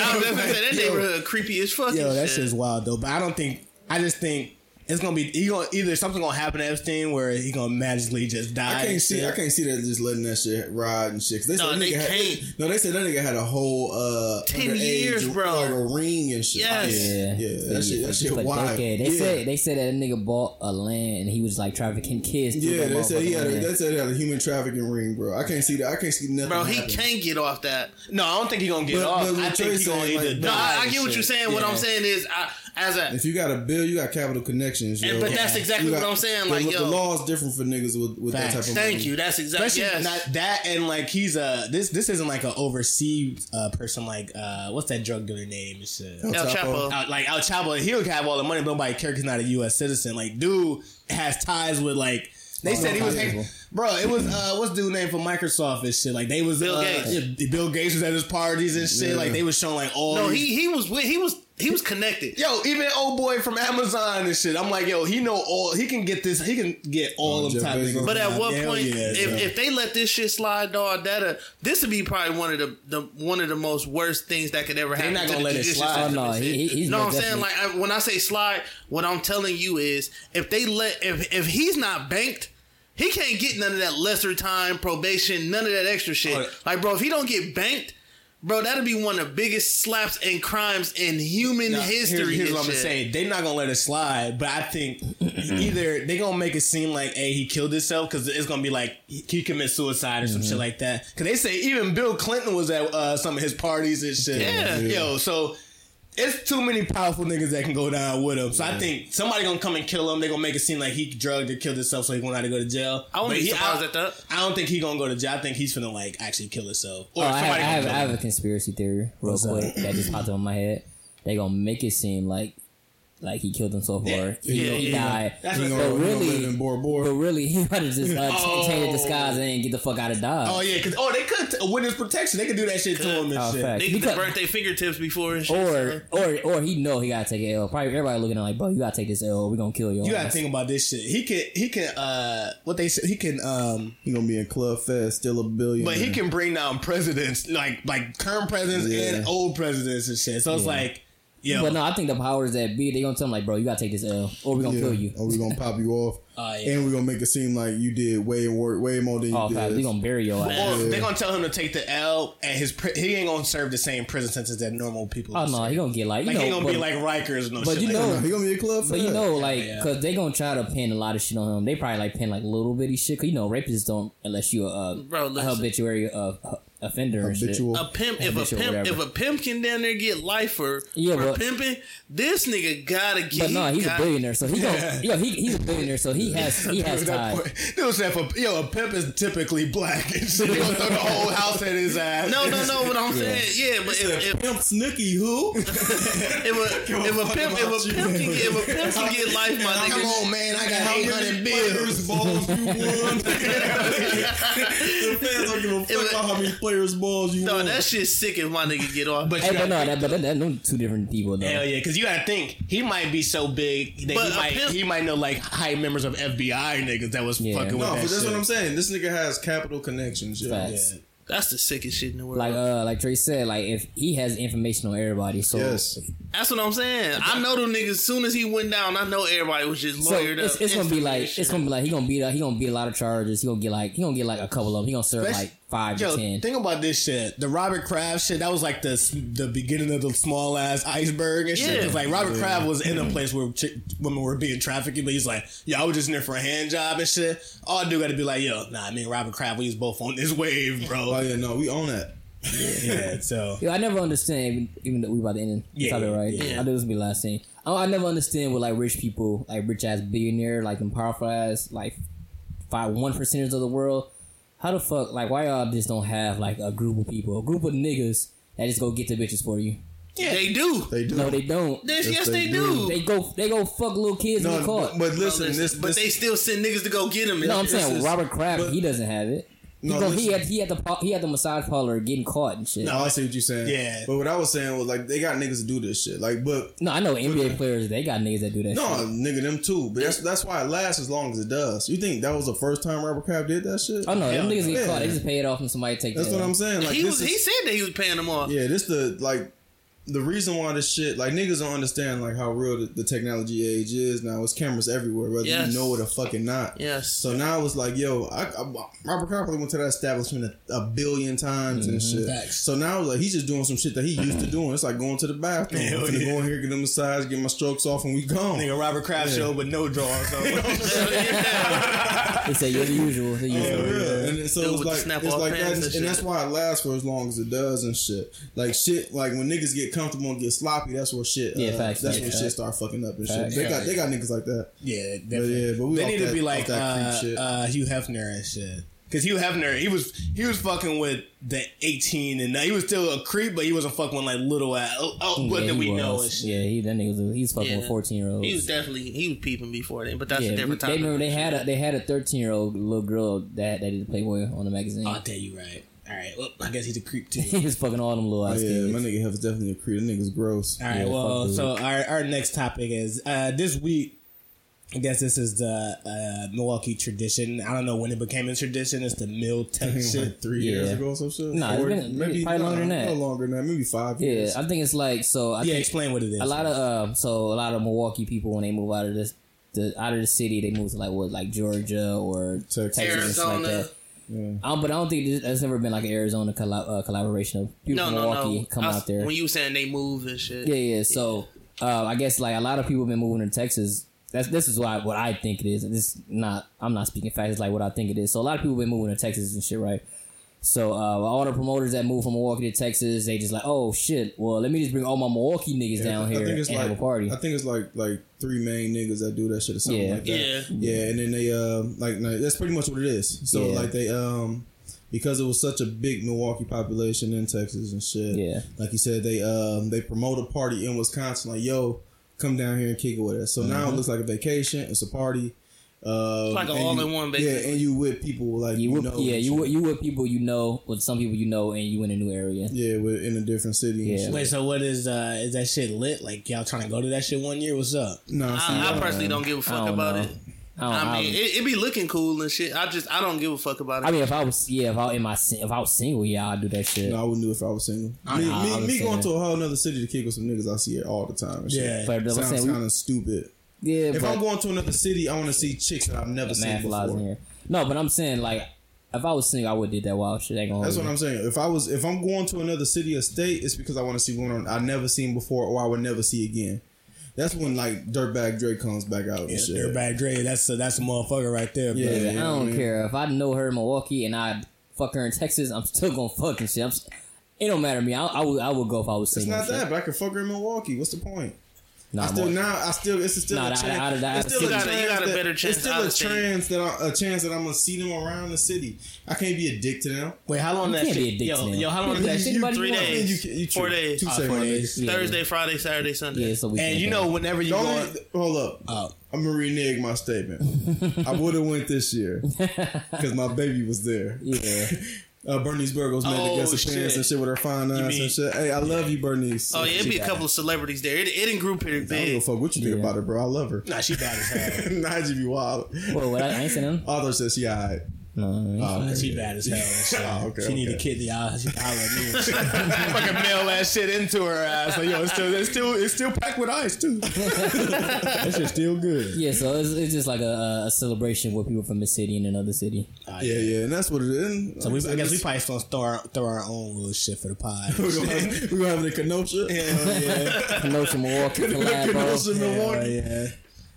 S7: I was gonna say, that
S4: Yo.
S7: neighborhood creepy as fuck.
S3: Yo,
S7: and
S3: that
S7: shit.
S3: shit's wild though. But I don't think. I just think it's gonna be he gonna, either something gonna happen to Epstein where he gonna magically just die.
S4: I
S3: and
S4: can't see.
S3: shit.
S4: I can't see that just letting that shit ride and shit. 'Cause They
S7: No,
S4: said that
S7: they
S4: nigga had-
S7: can't.
S4: no, they said that nigga had a whole uh,
S7: 10
S4: underage,
S7: years, bro.
S4: like a ring and shit.
S7: Yes.
S2: Yeah,
S4: yeah, that shit. That shit
S2: But
S4: wild.
S2: okay, They
S4: yeah.
S2: said they said that nigga bought a land and he was like trafficking kids. through
S4: yeah,
S2: that
S4: they said he had. A,
S2: motherfucking
S4: they
S2: land.
S4: said he had a human trafficking ring, bro. I can't see that. I can't see nothing.
S7: Bro, he
S4: happen.
S7: can't get off that.
S3: No, I don't think he gonna get
S4: But-
S3: off.
S4: but what
S3: I think
S4: Trey
S3: he gonna
S4: saying,
S3: either
S4: like,
S3: die.
S7: No, I, I
S3: and
S7: get what
S3: shit.
S7: you're saying. What I'm saying is, I,
S5: As a
S4: If you got a bill, you got capital connections.
S5: And-
S4: yo.
S5: but that's exactly
S4: You
S5: what I'm saying,
S4: the-
S5: like,
S4: the
S5: yo.
S4: law is different for niggas with, with that
S3: Facts.
S4: type of
S5: thank
S4: money.
S5: you, that's exactly
S3: Especially
S5: yes.
S3: not that and like he's a this this isn't like an overseas uh, person like uh, what's that drug dealer name and shit.
S4: El
S5: El
S4: Chapo.
S5: Chapo.
S3: Out, Uh, like Al Chapo, he'll have all the money, but nobody cares. He's not a U.S. citizen. Like, dude has ties with like. They said he was,
S2: possible.
S3: bro. It was uh, what's dude name for Microsoft and shit. Like they was
S5: Bill
S3: uh,
S5: Gates.
S3: yeah, Bill Gates was at his parties and shit.
S4: Yeah.
S3: Like they was showing like all.
S5: no,
S3: these-
S5: he he was with he was he was connected.
S3: yo even old boy from Amazon and shit. I'm like yo, he know all. He can get this. He can get all
S4: Oh,
S3: of them
S4: Jeff
S3: type
S4: Bezos.
S3: niggas.
S5: But at
S3: Nah,
S5: what
S3: hell
S5: point,
S3: yeah,
S5: if,
S3: yo.
S5: if they let this shit slide, dog, that uh, this would be probably one of the, the one of the most worst things that could ever happen.
S3: not
S5: to
S3: gonna
S5: the
S3: let it
S5: judicial
S3: slide.
S5: system.
S2: Oh, no, he- he- he's
S5: know what I'm
S2: most
S5: saying? Like I, when I say slide, what I'm telling you is if they let if if he's not banked. He can't get none of that lesser time, probation, none of that extra shit.
S3: Oh.
S5: Like, bro, if he don't get banked, bro, that'll be one of the biggest slaps and crimes in human
S3: Now, here's-
S5: history.
S3: Here's,
S5: and
S3: what I'm
S5: shit.
S3: saying: they're not gonna let it slide. But I think either they gonna make it seem like, hey, he killed himself because it's gonna be like he he commit suicide or
S2: Mm-hmm.
S3: some shit like that. Because they say even Bill Clinton was at uh, some of his parties and shit.
S5: Yeah.
S3: yo, so. It's too many powerful niggas that can go down with him. So I think somebody gonna come and kill him. They gonna make it seem like he drugged or killed himself, so he gonna have to go to jail.
S5: I wouldn't
S3: But
S5: be
S3: he-
S5: surprised
S3: I,
S5: at that.
S3: I don't think he gonna go to jail. I think he's finna like actually kill himself.
S2: Oh,
S3: Or
S2: I, have, I,
S3: somebody gonna
S2: have,
S3: kill
S2: I
S3: him.
S2: have a conspiracy theory real
S3: What's
S2: quick that just popped up in my head. They gonna make it seem like like he killed himself or he,
S5: Yeah,
S2: he
S5: yeah.
S2: died.
S3: That's
S4: You
S3: what-
S4: know,
S2: But
S4: you know,
S2: really-
S4: live in Bora
S2: But
S4: Bora.
S2: really, he might have just uh,
S5: Oh.
S2: ch changed the disguise and get the fuck out of Dodge.
S3: Oh yeah, cause oh they could witness protection. They could do that shit to him and
S2: Oh,
S3: shit.
S2: fact.
S5: Niggas
S2: Because-
S5: that burnt their fingertips before and shit.
S2: Or or or he know he gotta take an L. Probably everybody looking at him like, bro, you gotta take this L. We gonna kill your
S3: You gotta
S2: ass.
S3: think about this shit. He can he can uh what they said he can um
S4: He gonna be in Club Fest, still a billion.
S3: but he can bring down presidents like like current presidents
S4: Yeah.
S3: and old presidents and shit. So it's like yo
S2: But no, I think the powers that be, they gonna tell him like, bro, you gotta take this L, or we gonna
S4: Yeah.
S2: kill you.
S4: Or we gonna pop you off.
S3: Oh, yeah.
S4: And we gonna make it seem like you did way more, way more than you
S2: Oh,
S4: did.
S2: fact, we gonna bury your ass.
S3: or they gonna tell him to take the L and his pri- he ain't gonna serve the same prison sentence that normal people.
S2: Oh
S3: do.
S2: no, he gonna get like, you
S3: like
S2: know,
S3: he gonna
S2: but,
S3: be like Rikers no
S2: but
S3: shit.
S2: you
S3: like
S2: know-
S3: that.
S4: No, he gonna be in Club Fest.
S2: but you know, like,
S3: yeah.
S2: cause they gonna try to pin a lot of shit on him. They probably like pin like little bitty shit. Cause you know, rapists don't unless you a, uh,
S5: Bro,
S2: a
S5: listen.
S2: habituary uh, h- offender and shit.
S4: habitual.
S5: A pimp, if
S2: Or
S5: a
S2: bitch or
S5: pimp, if
S2: whatever.
S5: a pimp can down there get life for,
S2: Yeah,
S5: for
S2: but-
S5: pimping, this nigga gotta get.
S2: But no, he's a
S5: got-
S2: billionaire, so he gonna, yo, he, he's a billionaire, so he has he has
S3: At that
S2: ties.
S3: point, dude said, for, "Yo, a pimp is typically black." And shit. They gonna throw the whole house at his ass.
S5: No, no, no. What I'm saying, yeah, but if, if,
S4: Pimp Snooky, who?
S5: if, a, if a pimp, if a pimp can get, if a pimp can get life, my
S3: Come
S5: nigga,
S3: on, man! I got eight hundred bills.
S4: balls you won? the fans don't give a fuck about how many players balls you
S5: no,
S4: won.
S5: that shit's sick. If my nigga get off, but
S2: Hey, but no, that, but that, that, no two different people though.
S3: Hell yeah, because you gotta think he might be so big that
S5: But
S3: he
S5: a
S3: might
S5: pimp-
S3: he might know like high members of FBI niggas that was
S2: Yeah.
S3: fucking with
S4: no,
S3: that
S4: but that's
S3: shit.
S4: what I'm saying. This nigga has capital connections. Yo.
S2: Facts.
S3: Yeah.
S5: that's the sickest shit in the world.
S2: Like uh, like Trey said, like if he has information on everybody, so
S4: Yes.
S5: that's what I'm saying. I know them niggas. Soon as he went down, I know everybody was just
S2: So
S5: lawyered
S2: it's,
S5: up.
S2: it's gonna be
S5: instantly
S2: like
S5: and shit.
S2: it's gonna be like he gonna beat up he gonna beat a lot of charges. He gonna get like he gonna get like a couple of them. He gonna serve
S3: Especially-
S2: like five
S3: Yo,
S2: to ten.
S3: think about this shit. The Robert Kraft shit, that was like the the beginning of the small ass iceberg and shit.
S5: Yeah.
S3: 'Cause, like Robert Kraft was in a place where ch- women were being trafficked, but he's like, yo, I was just in there for a hand job and shit. All I do gotta be like, yo, nah, I mean, Robert Kraft, we was both on this wave,
S4: Oh
S3: bro.
S4: yeah, no, we own that.
S3: yeah, so.
S2: Yo, I never understand even, even though we about to end the
S3: Yeah,
S2: topic, right?
S5: yeah.
S2: I know this will be the last thing. I, I never understand what like rich people, like rich ass billionaire, like them powerful ass like five one percenters of the world. How the fuck like why y'all just don't have like a group of people, a group of niggas that just go get the bitches for you?
S5: they do.
S4: They do.
S2: No, they don't.
S5: Yes,
S4: Yes,
S5: yes,
S4: they
S5: they,
S4: do.
S5: do.
S2: They go they go fuck little kids in
S4: no,
S2: the car.
S4: but, but listen, this,
S5: but
S4: this,
S5: they still send niggas to go get him.
S2: No, I'm
S5: It's
S2: saying
S5: just-
S2: Robert Kraft.
S4: but-
S2: he doesn't have it. He,
S4: No,
S2: go- he
S4: listen.
S2: had he had the pa- he had the massage parlor getting caught and shit.
S4: No,
S2: No,
S4: I see what you're saying.
S3: Yeah.
S4: But what I was saying was like they got niggas to do this shit. Like, but
S2: I know NBA players. They got niggas that do that.
S4: no,
S2: shit.
S4: nigga, them too. But that's that's why it lasts as long as it does. You think that was the first time Robert Kraft did that shit?
S2: Oh no, them
S3: Hell
S2: niggas get
S4: yeah.
S2: caught. They just pay it off and somebody take.
S4: That's
S2: that
S4: what
S2: out.
S4: I'm saying. Like
S5: he
S4: this
S5: was. he
S4: is,
S5: said that he was paying them off.
S4: yeah, this the like the reason why this shit like niggas don't understand like how real the, the technology age is now. It's cameras everywhere, whether
S5: Yes.
S4: you know it or fucking not.
S5: Yes.
S4: So now it's like, yo, I, I, Robert Kraft probably went to that establishment a, a billion times and
S3: Mm-hmm.
S4: shit. So now like he's just doing some shit that he used to doing. It's like going to the bathroom,
S3: Hell
S4: I'm finna
S3: yeah.
S4: go in here, get a massage, get my strokes off, and we gone.
S3: Nigga, Robert Kraft showed with no drawers. So.
S2: He said, "You're the usual, the usual."
S4: Yeah, and so
S5: Dude
S4: it's
S5: with the
S4: like,
S5: snap
S4: it's
S5: off
S4: like that,
S5: pants
S4: and,
S5: and
S4: that's
S5: shit.
S4: why it lasts for as long as it does and shit. Like shit, like when niggas get comfortable and get sloppy, that's where shit.
S2: Yeah,
S4: uh,
S2: facts,
S4: That's
S2: yeah,
S4: when shit
S2: facts.
S4: start fucking up and
S2: Facts.
S4: shit. They got they got niggas like that.
S3: Yeah,
S4: yeah,
S3: definitely.
S4: but we
S3: they
S4: off
S3: need to
S4: that-
S3: be
S4: off
S3: like
S4: that
S3: uh,
S4: creep shit.
S3: uh, Hugh Hefner and shit. Cause Hugh Hefner, he was he was fucking with the eighteen, and he was still a creep, but he wasn't fucking with like little ass. Oh, oh what did
S2: yeah, he
S3: we
S2: was.
S3: know and shit.
S2: Yeah, he that nigga was a, he's fucking
S5: Yeah.
S2: with fourteen year olds.
S5: He was definitely he was peeping before then, but that's
S2: yeah,
S5: a different time.
S2: they remember they had a they had a thirteen year old little girl that that did Playboy on the magazine.
S3: Oh, damn, you right. All right, well, I guess he's a creep too.
S2: he was fucking all them little
S4: Oh,
S2: ass
S4: yeah,
S2: kids.
S4: my nigga have definitely a creep. That nigga's gross.
S3: All right.
S2: Yeah,
S3: well,
S2: fuck
S3: so our our next topic is uh, this week. I guess this is the uh, Milwaukee tradition. I don't know when it became a tradition. It's the meal tech shit.
S4: Like three
S2: Yeah.
S4: years ago, or some shit.
S2: Nah, it's been- probably
S4: nah,
S2: longer than that.
S4: No longer than that. Maybe five.
S2: Yeah,
S4: years.
S2: I think it's like so. I
S3: Yeah,
S2: think
S3: explain what it is.
S2: a lot of uh, so a lot of Milwaukee people when they move out of this the out of the city, they move to like what like Georgia or
S4: Texas.
S2: Texas, and stuff like
S5: Arizona.
S2: that. Um, but I don't think this, that's never been like an Arizona collab, uh, collaboration of people
S5: no,
S2: from
S5: no,
S2: Milwaukee
S5: no.
S2: come
S5: I was-
S2: out there.
S5: when you were saying they move and shit.
S2: Yeah, yeah. So uh, I guess like a lot of people have been moving to Texas. That's this is why what I think it is. And This not I'm not speaking facts. It's like what I think it is. So a lot of people been moving to Texas and shit, right? So uh, all the promoters that moved from Milwaukee to Texas, they just like, oh shit. Well, let me just bring all my Milwaukee niggas
S4: Yeah,
S2: down here and
S4: like
S2: have a party.
S4: I think it's like like three main niggas that do that shit or something
S2: Yeah.
S4: like that.
S5: Yeah.
S4: Yeah, and then they um like, like that's pretty much what it is. So
S2: Yeah.
S4: like they um because it was such a big Milwaukee population in Texas and shit.
S2: Yeah.
S4: Like you said, they um they promote a party in Wisconsin, like, yo, come down here and kick it with us. So
S2: Uh-huh.
S4: now it looks like a vacation, it's a party. Uh,
S5: like a
S4: and
S5: all-in-one,
S4: you-
S5: basically.
S4: Yeah, and you with people like
S2: you
S4: you,
S2: whip,
S4: know,
S2: yeah,
S4: and
S2: you
S4: shit.
S2: with, you with people you know, with some people you know, and you in a new area.
S4: yeah, with, in a different city.
S2: Yeah.
S4: and shit.
S3: Wait, so what is uh, is that shit lit? Like y'all trying to go to that shit one year? What's up?
S4: no, see,
S5: I, I personally don't give a
S2: I
S5: fuck
S2: don't
S5: about
S2: know.
S5: it.
S2: I, don't,
S5: I mean,
S2: I-
S5: it, it be looking cool and shit. I just I don't give a fuck about it.
S2: I mean, if I was yeah, if I in my si- if I was single, yeah, I'd do that shit.
S4: No, I wouldn't do it if I was single. me
S2: nah,
S4: me,
S2: I was
S4: me going to
S2: single.
S4: a whole other city to kick with some niggas I see it all the time. And shit.
S3: Yeah.
S2: But I'm
S4: sounds
S2: saying we-
S4: kind of stupid.
S2: yeah,
S4: If
S2: but-
S4: I'm going to another city, I want to see chicks that I've never seen
S2: math lies in
S4: before.
S2: here. No, but I'm saying like if I was single, I would did that wild shit. Ain't gonna
S4: That's what
S2: hold
S4: I'm saying. If I was, if I'm going to another city or state, it's because I want to see one I've never seen before or I would never see again. That's when like Dirtbag Dre comes back out and shit.
S3: Dirtbag Dre, that's a, that's a motherfucker right there.
S4: Yeah,
S3: Yeah.
S2: you. I
S4: yeah,
S2: don't
S4: man.
S2: care if I know her in Milwaukee and I fuck her in Texas. I'm still gonna fucking shit. I'm, s- it don't matter to me. I, I would I would go if I was
S4: It's
S2: single.
S4: not
S2: and shit.
S4: that, but I can fuck her in Milwaukee. What's the point?
S2: Nah,
S4: I
S2: I'm
S4: still
S2: all-
S4: now. I still. It's still
S2: Nah,
S4: a
S2: that-
S4: chance.
S2: out of- out of
S4: it's still
S5: city. You got a- you got a
S4: that-
S5: better chance
S4: It's still
S5: out
S4: a
S5: of state.
S4: chance that I, a chance that I'm gonna see them around the city. I can't be a dick to them.
S3: Wait, how long
S2: You
S3: that
S2: can't
S3: shit?
S2: be a dick
S3: yo,
S2: to them.
S3: yo, how long is
S2: You
S3: that
S2: can't
S3: shit?
S2: be a dick to
S5: Three
S2: you want.
S4: Man,
S5: days,
S4: you- you
S5: four
S4: true.
S5: days,
S4: Two
S3: Oh,
S4: say
S3: four
S4: my
S3: days.
S4: nigga.
S2: Yeah.
S5: Thursday, Friday, Saturday, Sunday.
S2: Yeah, so we
S3: And
S2: can't
S3: you
S2: go.
S3: know, whenever you
S4: The
S3: go,
S4: only, hold up.
S3: Oh.
S4: I'm gonna renege my statement. I would have went this year because my baby was there.
S2: yeah,
S4: Uh, Bernice Burgos made
S5: Oh,
S4: the guest appearance
S5: shit.
S4: and shit with her fine eyes
S3: mean-
S4: and shit. Hey, I love you, Bernice.
S5: Oh yeah, it'd be a couple of celebrities there. It, it didn't group pretty
S4: I don't give a
S5: big.
S4: fuck what you think
S2: Yeah.
S4: about her, bro. I love her.
S3: nah, she bad as hell.
S4: Najee be wild.
S2: well, what, I I ain't saying nothing.
S4: Author says she alright.
S2: No, I ain't-
S3: Nah, she bad as hell. and shit.
S4: Oh, okay,
S3: she need
S4: okay.
S3: a kidney. I'll, Oh, she can holler at me. and shit. Fucking mail that shit into her ass. Like, yo, it's still, it's still, it's still packed with ice too.
S4: That shit's still good.
S2: yeah. So it's, it's just like a, a celebration with people from the city and another city.
S3: Ah,
S4: Yeah, yeah, and that's what it is.
S3: So we, I guess we probably still throw our, throw our own little shit for the pod.
S4: we're gonna have, we're gonna have it in Kenosha.
S2: Kenosha, Milwaukee, collab,
S4: Kenosha,
S2: bro.
S3: Oh,
S4: Milwaukee,
S3: yeah.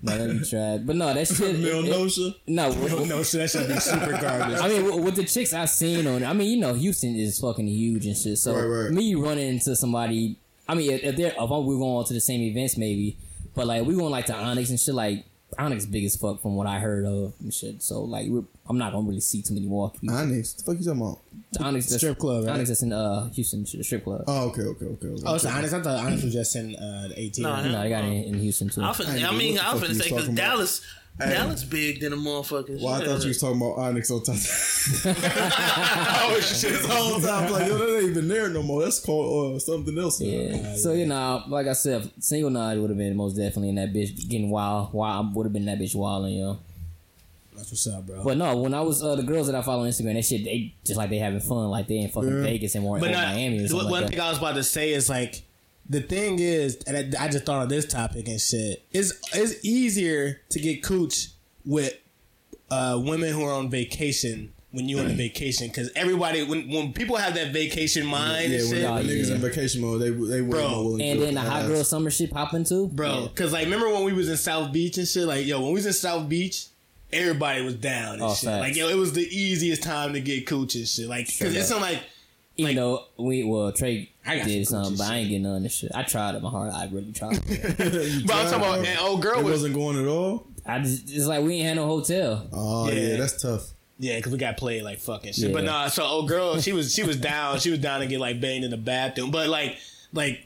S2: No, let me try. But no, that shit. it- it-
S4: Milnosha.
S2: No, what-
S3: No, so that should be super garbage.
S2: I mean, with- with the chicks I've seen on, I mean, you know, Houston is fucking huge and shit. So
S4: Right, right.
S2: me running into somebody, I mean, if, if they're if I'm- we're going to the same events, maybe, but like we going like to Onyx and shit, like Onyx big as fuck from what I heard of and shit. So like, we're, I'm not gonna really see too many Milwaukee
S4: Onyx. The fuck you talking about?
S2: Onyx that's,
S3: Strip club, right?
S2: Onyx that's in uh Houston, shit, the strip club.
S4: Oh, okay, okay, okay. okay.
S3: Oh, it's honest. I thought honest was just in uh, the 18.
S5: Nah,
S2: no, they got it in, in Houston too.
S5: I, fin-
S4: Hey,
S5: I mean,
S4: what the
S5: I'm
S4: fuck
S5: finna
S4: you
S5: say because
S4: talking about?
S5: Dallas, Dallas big than a motherfucker.
S4: Well, I
S5: Shit.
S4: thought you was talking about Onyx on top. oh shit! This whole time, like yo, that ain't even there no more. That's called uh, something else. now.
S2: Yeah. So you know, like I said, single night would have been most definitely in that bitch getting wild. Wild would have been in that bitch wilding, yo.
S3: That's what's up, bro.
S2: But no, when I was uh, the girls that I follow on Instagram, that shit they just like they having fun, like they in fucking Vegas and more
S3: but
S2: or
S3: not,
S2: Miami or
S3: one
S2: something like
S3: thing
S2: that.
S3: I was about to say is like the thing is, and I, I just thought of this topic and shit. It's it's easier to get cooch with uh, women who are on vacation when you on a vacation because everybody when when people have that vacation mind
S4: Yeah,
S3: and
S4: when,
S3: shit.
S2: y'all-
S4: when
S2: yeah.
S4: niggas in vacation mode, they they were
S3: Bro.
S4: more willing. to
S2: And
S4: do
S2: then the
S4: it.
S2: hot girl summer shit popping too,
S3: Bro, because like, remember when we was in South Beach and shit? Like, yo, when we was in South Beach, everybody was down and
S2: Oh,
S3: shit.
S2: facts.
S3: Like yo, it was the easiest time to get cooch and shit. Like because
S2: Straight
S3: it's
S2: up.
S3: not like
S2: You know, we well Trey
S3: I got
S2: did
S3: some
S2: something,
S3: Gucci
S2: but I ain't getting none of this shit. I tried it my heart. I really tried.
S3: But I'm talking about and old girl
S4: It
S3: was
S4: wasn't going at all.
S2: I just it's like we ain't had no hotel.
S4: Oh yeah,
S3: Yeah.
S4: that's tough.
S3: yeah, because we got played like fucking shit.
S2: Yeah.
S3: But nah, so old girl, she was she was down. She was down to get like banged in the bathroom. But like like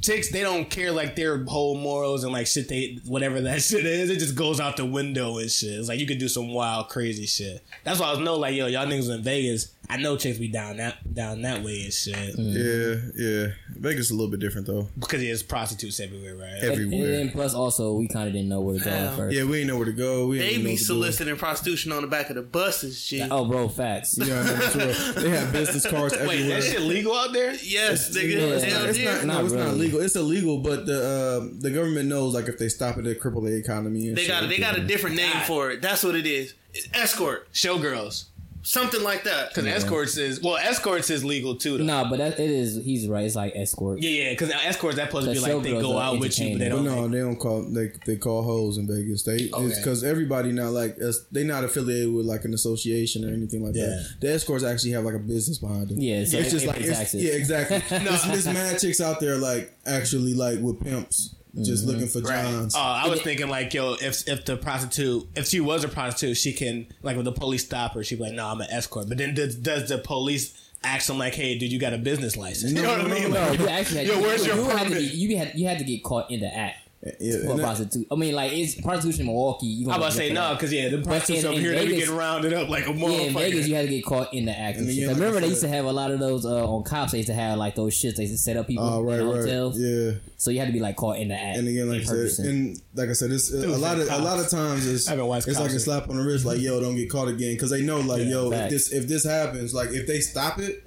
S3: chicks, they don't care like their whole morals and like shit they whatever that shit is. It just goes out the window and shit. It's like you can do some wild crazy shit. That's why I was know like yo, y'all niggas in Vegas. I know chicks be down that down that way and shit
S4: Yeah, yeah. Vegas is a little bit different though.
S3: because there's prostitutes everywhere, right?
S2: And, and
S4: Everywhere.
S2: then plus also we kind of didn't know where to go at
S5: Yeah.
S2: first.
S4: Yeah, we ain't know where to go. We
S5: They
S4: ain't know
S5: be
S4: what to do.
S5: soliciting prostitution on the back of the buses, G.
S2: Oh, bro, facts.
S4: Yeah, I know, that's real. they have business cards
S3: Wait,
S4: everywhere.
S3: that shit legal out there?
S5: Yes, nigga.
S2: yeah,
S5: Hell
S2: it's not-
S5: yeah.
S4: It's not, no,
S2: Not
S4: it's not
S2: really.
S4: legal. It's illegal, but the um the government knows like if they stop it, they cripple the economy. And
S5: they
S4: shit
S5: got a,
S4: like
S5: they got a
S4: that.
S5: different name for it. That's what it is. It's escort,
S3: Showgirls.
S5: something like that.
S3: Because escorts is well, escorts is legal too. Though.
S2: Nah, but that it is. He's right. It's like escort.
S3: Yeah, yeah. Because escorts that supposed to be
S2: The
S3: like they
S2: showgirls
S3: go
S2: are
S3: out with you, but they
S4: But
S3: don't.
S4: no, they don't call they they call hoes in Vegas. They
S3: Okay.
S4: because everybody now like us, they not affiliated with like an association or anything like
S3: Yeah.
S4: that. The escorts actually have like a business behind them.
S2: Yeah, so
S4: it's
S2: they
S4: just
S2: pay
S4: like
S2: for
S4: it's-
S2: taxes.
S4: yeah, exactly. There's there's mad chicks out there like actually like with pimps just
S2: Mm-hmm.
S4: looking for johns.
S3: Oh, I was thinking like, yo, if if the prostitute, if she was a prostitute, she can like when the police stop her, she'd be like, no, I'm an escort. But then does, does the police ask them like, hey, dude, you got a business license? You know what I mean?
S2: No,
S3: Like,
S2: you actually had,
S3: Yo, where's
S2: you,
S3: your
S2: you had to be,
S3: permit?
S2: you had you had to get caught in the act
S4: Yeah,
S2: for
S4: and that-
S2: prostitution. I mean, like it's prostitution in Milwaukee. You gonna
S3: I'm about to
S2: get
S3: say
S2: for
S3: no,
S2: that.
S3: because yeah, the prostitutes
S2: in-
S3: over
S2: in
S3: here they be
S2: Vegas-
S3: getting rounded up like a
S2: Yeah, in Vegas,
S3: motherfucker.
S2: you had to get caught in the act. And
S4: And then,
S2: shit.
S4: yeah, like I
S2: remember, they
S4: said-
S2: used to have a lot of those uh, on cops. They used to have like those shits. They used to set up people
S4: Oh, right,
S2: in
S4: right.
S2: hotels.
S4: Yeah.
S2: So you had to be like caught in the act.
S4: And again, like I
S2: in
S4: said,
S2: person.
S4: and like I said, it's a lot of a lot of times it's
S3: I haven't watched
S4: it's like a
S3: cops.
S4: slap on the wrist, like yo, don't get caught again, because they know like yo, if
S2: facts. Mm-hmm.
S4: this if this happens, like if they stop it,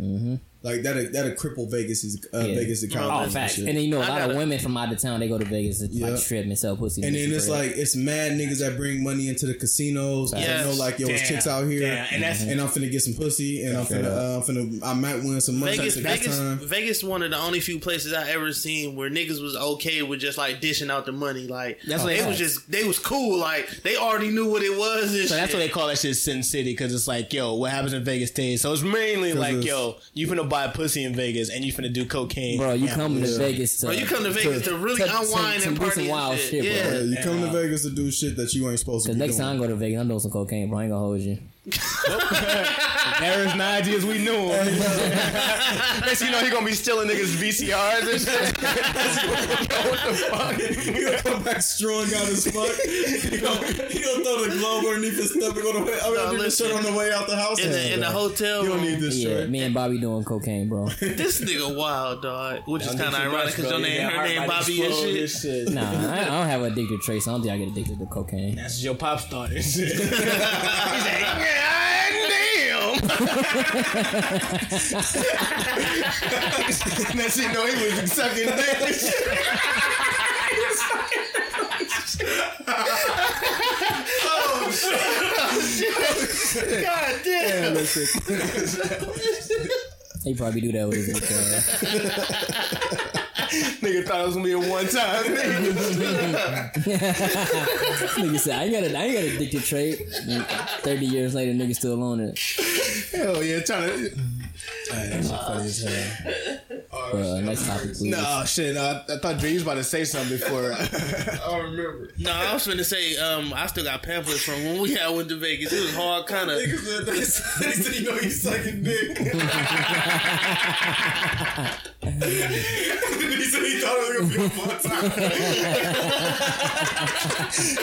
S4: like that that will cripple Vegas's uh,
S2: Yeah.
S4: Vegas economy.
S2: Oh,
S4: and
S2: facts.
S4: shit.
S2: And then you know a
S5: I
S2: lot of
S5: gotta-
S2: women from out of town they go to Vegas to
S4: Yeah.
S2: like strip and sell pussy.
S4: And then it's
S2: shit.
S4: like it's mad niggas that bring money into the casinos. Yes.
S5: Yes.
S4: know like yo, it's
S3: Damn.
S4: chicks out here,
S3: Damn. And that's-
S4: and I'm finna get some pussy, and I'm
S2: Straight
S4: finna, uh, I'm finna I might win some money
S5: Vegas,
S4: at this
S5: Vegas,
S4: time.
S5: Vegas, one of the only few places I ever seen where niggas was okay with just like dishing out the money. Like
S3: That's
S5: that's
S3: what
S5: what
S3: they
S5: it was
S3: had.
S5: just they was cool. Like they already knew what it was. And
S3: So that's
S5: shit.
S3: what they call that shit Sin City because it's like, yo, what happens in Vegas stays. So it's mainly like,
S4: it's-
S3: yo, you finna buy pussy in Vegas and you finna do cocaine.
S2: bro, you
S3: Yeah.
S2: come to Vegas to
S5: Bro, you come to Vegas to really unwind and
S2: do
S5: party
S2: some
S5: and
S2: wild
S5: shit.
S2: shit,
S5: Yeah.
S2: bro.
S4: Yeah, you come to Vegas to do shit that you ain't supposed to.
S2: Cause
S4: be
S2: next
S4: doing.
S2: time I go to Vegas, I'm doing some cocaine, bro. I ain't gonna hold you.
S3: Harris Najee as we knew him. Next thing you know, he gonna be stealing niggas VCRs and shit.
S4: He gonna come back strong out as fuck. He gonna, he gonna throw the globe underneath his stomach on the way. I mean,
S5: No,
S4: underneath his
S5: listen.
S4: shirt on the way out the house.
S5: In the, in the hotel,
S4: you don't
S5: room,
S4: need this
S2: Yeah,
S4: shirt.
S2: me and Bobby doing cocaine, bro.
S5: this nigga wild dog, which is kind of ironic because your name, her name, Bobby and shit.
S3: shit.
S2: Nah, I, I don't have addicted traits. I don't think I get addicted to cocaine.
S3: That's your pop star and shit. He's like, "God damn. Next thing you know, he was sucking dick and shit.
S5: God damn.
S4: Yeah, listen.
S2: He probably do that with his uh,
S3: Nigga thought it was gonna be a one time thing.
S2: Nigga said, I ain't got a, I ain't got addicted trait. And Thirty years later, nigga still on it.
S3: Hell yeah, trying to.
S2: Bro, uh, next topic, please.
S3: No, shit. I, I thought Dream was about to say something before. uh,
S5: No, I was finna say, um, I still got pamphlets from when we had went to Vegas. It was hard, kind of.
S4: Niggas said that. They said, you know, you sucking dick. he said he thought it was gonna be a fun time.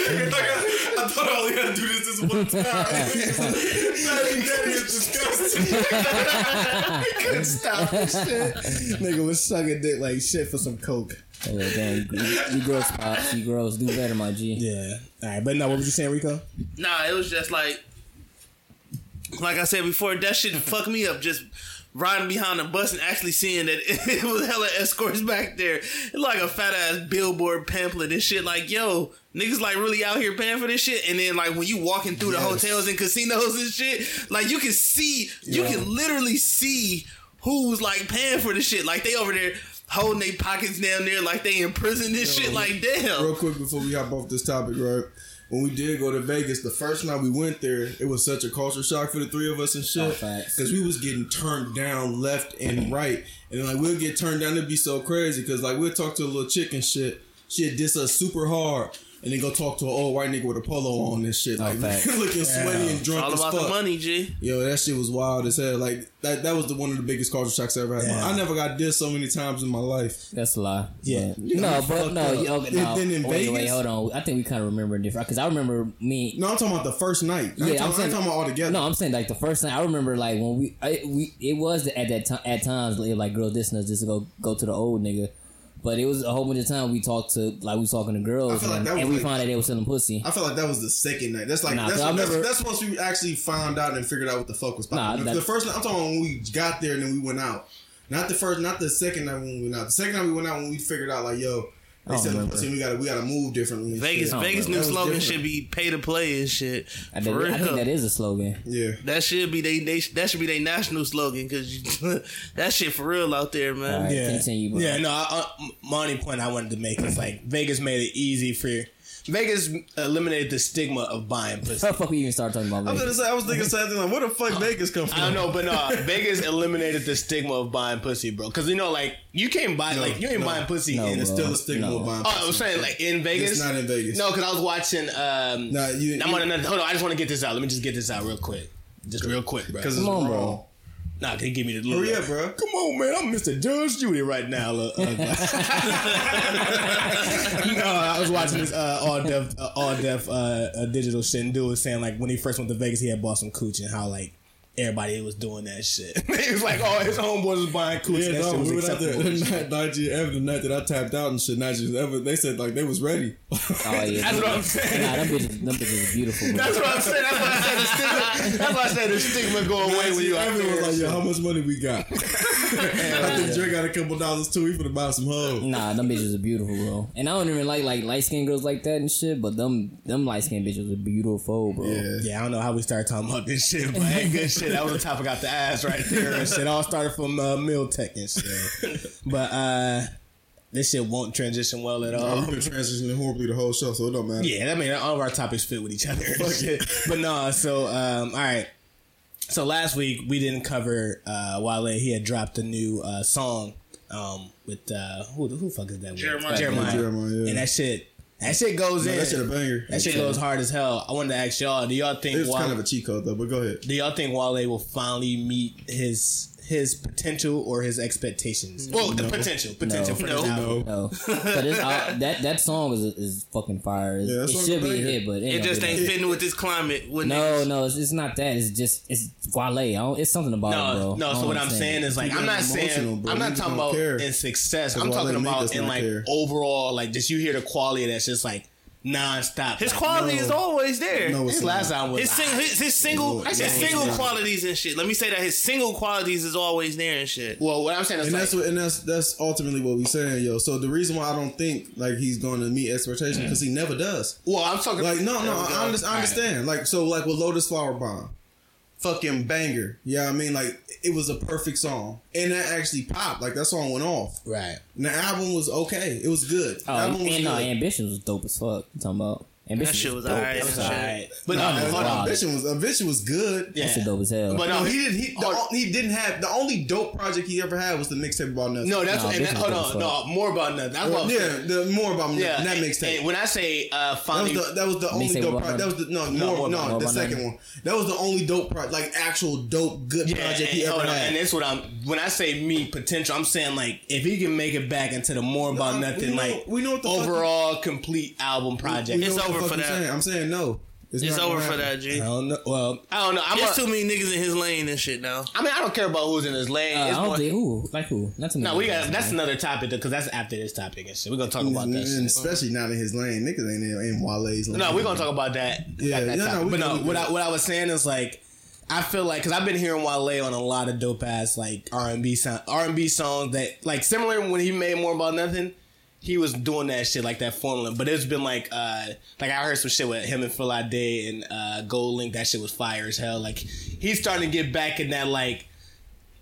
S4: Nigga, like, I, I thought I only had to do this this one time. Not even that is disgusting.
S3: couldn't stop this shit. Nigga was sucking dick like shit for some coke.
S2: Oh, damn, you, you gross, pops. You gross. Do better, my G.
S3: Yeah. All right, but no, what was you saying, Rico?
S5: Nah, it was just like, like I said before, that shit fucked me up. Just riding behind the bus and actually seeing that it was hella escorts back there, It like a fat ass billboard pamphlet and shit. Like, yo, niggas like really out here paying for this shit. And then like when you walking through the hotels and casinos and shit, like you can see, you can literally see who's like paying for this shit. Like they over there. Holding their pockets down there like they in prison and shit. Like damn,
S4: Real quick before we hop off this topic, right? when we did go to Vegas, the first night we went there, it was such a culture shock for the three of us and
S2: Oh,
S4: shit.
S2: facts.
S4: Because we was getting turned down left and right. And like we'll get turned down, it'd be so crazy. Cause like we'll talk to a little chick and shit. She'd diss us super hard. And then go talk to an old white nigga with a polo on and shit. Like
S2: Oh, facts.
S4: looking sweaty and drunk
S5: All
S4: as
S5: about
S4: fuck.
S5: the money, G.
S4: Yo, that shit was wild as hell. Like that, that was the one of the biggest culture shocks I ever had.
S3: Yeah.
S4: I never got dissed so many times in my life.
S2: That's a lie.
S3: Yeah.
S2: But- no, but
S4: fucked
S2: no,
S4: up.
S2: you- okay,
S4: Then-
S2: no.
S4: then in
S2: wait, wait,
S4: Vegas?
S2: hold on. I think we kind of remember different because I remember me.
S4: No, I'm talking about the first night. I ain't
S2: Yeah, I'm
S4: talking, I ain't
S2: saying-
S4: talking about all together.
S2: No, I'm saying like the first thing I remember, like when we, I, we, it was at that time at times like, like girl dissing us just to go go to the old nigga, but it was a whole bunch of time we talked to like we was talking to girls
S4: feel like
S2: and,
S4: that was
S2: and we
S4: like-
S2: found out they were selling pussy.
S4: I felt like that was the second night. That's like
S2: Nah,
S4: that's,
S2: but I
S4: that's,
S2: remember-
S4: that's once we actually found out and figured out what the fuck was
S2: Nah,
S4: popping.
S2: that-
S4: the first night I'm talking about when we got there and then we went out. Not the first, not the second night when we went out. The second night we went out when we figured out like yo, they
S2: don't
S4: said
S2: remember.
S4: see, we got to we got to move differently. and
S5: Vegas,
S4: shit.
S2: don't
S5: Vegas'
S2: know.
S5: new
S4: That was
S5: slogan
S4: different.
S5: should be "Pay to play" and shit.
S2: I,
S5: For
S2: think-
S5: real.
S2: I think that is a slogan.
S4: Yeah,
S5: That should be they, they that should be their national slogan because that shit for real out there, man.
S2: All right,
S3: Yeah.
S2: continue, bro.
S3: Yeah, no, I, I, my only point I wanted to make is like Vegas made it easy for Vegas eliminated the stigma of buying pussy.
S2: How the fuck we even start talking about
S4: I was,
S2: Vegas?
S4: gonna say, I was thinking something like, where the fuck Vegas come from?
S3: I don't know, but no, Vegas eliminated the stigma of buying pussy, bro. Because you know, like you can't buy, like you ain't
S4: no,
S3: buying pussy
S2: no,
S3: in.
S4: It's
S2: bro.
S4: still a stigma
S2: No.
S4: of buying.
S3: Oh, I was
S4: pussy.
S3: saying like in Vegas.
S4: It's not in Vegas.
S3: No, because I was watching. Um,
S4: Nah, you-
S3: I'm on another. Hold on, I just want to get this out. Let me just get this out real quick. Just real quick, bro.
S4: because
S3: Because
S4: it's
S2: Come on, bro.
S4: wrong.
S3: nah, they give me the little.
S4: Hurry up, bro.
S3: Come on, man. I'm Mr. Judge Judy right now. Look, uh, no, I was watching this uh, all deaf, uh, all deaf uh, uh, digital shit, and dude was saying like when he first went to Vegas, he had bought some cooch, and how like everybody was doing that shit. it was like, oh, his homeboys was buying cooch.
S4: Yeah,
S3: and that
S4: no,
S3: shit was
S4: we went out there.
S3: acceptable.
S4: Night- Nigeria Ever, the night that I tapped out and shit, Nigeria Ever, they said like they was ready.
S2: Oh yeah,
S3: That's what I'm saying.
S2: Nah, them bitches, them bitches is beautiful. Bro.
S3: That's what I'm saying. That's why I said the stigma. That's why I said the stigma go away when you out
S4: Ever
S3: there.
S4: was like, yo, how much money we got? I think Dre got a couple dollars too. We finna buy some hoes.
S2: Nah, them bitches are beautiful, bro. And I don't even like like light skinned girls like that and shit. But them them light skinned bitches are beautiful, bro.
S3: Yeah, I don't know how we started talking about this shit, but hey, good shit. That was the topic out the ass right there. And shit all started from uh, meal tech and shit. But uh, this shit won't transition well at all.
S4: We've been transitioning horribly the whole show, so it don't matter.
S3: Yeah, I mean, all of our topics fit with each other. and shit. But no, so um, all right. So last week we didn't cover uh, Wale. He had dropped a new uh, song um, with uh, who? Who the fuck is that? with?
S5: Jeremiah.
S3: Jeremiah.
S4: Jeremiah, yeah.
S3: And that shit, that shit goes
S4: No,
S3: in.
S4: that shit a banger.
S3: That shit goes hard as hell. I wanted to ask y'all. Do y'all think
S4: It's
S3: Wale?
S4: kind of a cheat code though, but go ahead.
S3: do y'all think Wale will finally meet his his potential or his expectations? Well, the potential, potential for
S5: No.
S3: this album.
S2: No, but it's, uh, that that song is is fucking fire. It's-
S4: Yeah, that
S2: it
S4: song's
S2: should be a
S4: banging.
S2: hit, but
S5: It just
S2: gonna be
S5: ain't
S2: that.
S5: fitting with this climate. With
S2: No, no, it's, it's not that. It's just it's Wale. I don't, it's something about it,
S3: No,
S2: bro. I
S3: no.
S2: don't
S3: So what I'm
S2: understand
S3: saying
S2: it.
S3: is like I'm
S4: People
S3: not
S4: ain't emotional,
S3: saying
S4: bro.
S3: I'm not
S4: Niggas
S3: talking
S4: don't
S3: about
S4: care.
S3: in success. I'm
S4: That's why
S3: talking
S4: they make
S3: about
S4: us
S3: in
S4: not
S3: like
S4: care.
S3: overall, like just you hear the quality of that shit's like nonstop.
S5: his
S3: Like,
S5: quality
S4: no.
S5: is always there.
S4: No,
S3: His
S4: it's
S3: last
S4: not.
S3: album was
S5: his, sing, his, his single,
S4: It's
S5: his
S4: not.
S5: single
S4: It's not.
S5: qualities and shit. Let me say that his single qualities is always there and shit.
S3: well. What I'm saying is
S4: And
S3: like,
S4: that's what, and that's that's ultimately what we saying, yo. So the reason why I don't think like he's going to meet expectation because he never does.
S3: well, I'm talking
S4: Like no,
S3: Mm. There
S4: no,
S3: we go.
S4: I, I under- I
S3: All right.
S4: understand. Like so, like with Lotus Flower Bomb, fucking banger. Yeah, I mean, like it was a perfect song, and that actually popped. Like that song went off.
S3: Right.
S4: And the album was okay. It was good. The
S2: Oh,
S4: album was
S2: and no,
S3: uh,
S4: good.
S2: ambitions was dope as fuck. You talking about ambitions?
S5: That shit was
S2: dope.
S5: alright.
S2: as
S5: and
S2: fuck.
S5: shit.
S3: Alright. But
S4: No,
S3: no,
S4: no,
S3: hold
S2: wow.
S3: on.
S4: ambition was ambition was good.
S3: Yeah.
S2: That shit dope as hell. Uh,
S3: But
S4: No,
S3: no,
S4: he didn't. He the,
S3: Hold-
S4: he didn't have the only dope project he ever had was the mixtape about nothing.
S3: no, that's
S2: Nah,
S3: and
S2: this
S3: that,
S2: is
S3: hold
S2: dope as
S3: on.
S2: fuck.
S3: No, more about nothing. That's what I'm
S4: yeah,
S3: saying.
S4: the more about
S3: Yeah,
S4: nothing, that
S3: and-
S4: mixtape.
S3: and When I say uh,
S4: That
S3: finally,
S4: was the that was the only
S2: Mixtape
S4: dope
S2: about
S4: project. That was the no
S3: No,
S4: more,
S3: more
S4: no
S3: about-
S2: more
S4: the
S2: about
S4: second
S2: nothing.
S4: one. That was the only dope project, like actual dope good
S3: Yeah,
S4: project he
S3: and-
S4: ever
S3: hold on,
S4: had.
S3: and that's what I'm. When I say me potential, I'm saying like if he can make it back into the more about
S4: No, we
S3: nothing,
S4: know-
S3: like
S4: we know what the fuck-
S3: overall complete album project.
S4: You know
S5: It's
S4: what the
S5: over
S4: fuck
S5: for
S4: I'm
S5: that.
S4: Saying? I'm saying no.
S5: It's
S4: not gonna
S5: over for
S4: happen.
S5: that, G.
S3: I don't know. Well, I don't know. I'm
S5: There's
S3: a,
S5: too many niggas in his lane and shit now.
S3: I mean, I don't care about who's in his lane.
S2: Uh, I
S3: It's
S2: don't
S3: more-
S2: think who like who. Not too many.
S3: no, we
S2: niggas,
S3: got that's
S2: man.
S3: another topic because that's after this topic and shit. We're gonna talk about that.
S4: And
S3: shit.
S4: especially not in his lane. Niggas ain't in, in Wale's lane.
S3: No, we're gonna talk about that. We got
S4: Yeah,
S3: that
S4: yeah, no,
S3: topic.
S4: we
S3: but
S4: can-
S3: no,
S4: we can-
S3: what I, what I was saying is like, I feel like because I've been hearing Wale on a lot of dope ass like R and B song R and B songs that like similar when he made More About Nothing, he was doing that shit like that formula. But it's been like uh like I heard some shit with him and Phil Day and uh Gold Link. That shit was fire as hell. Like he's starting to get back in that like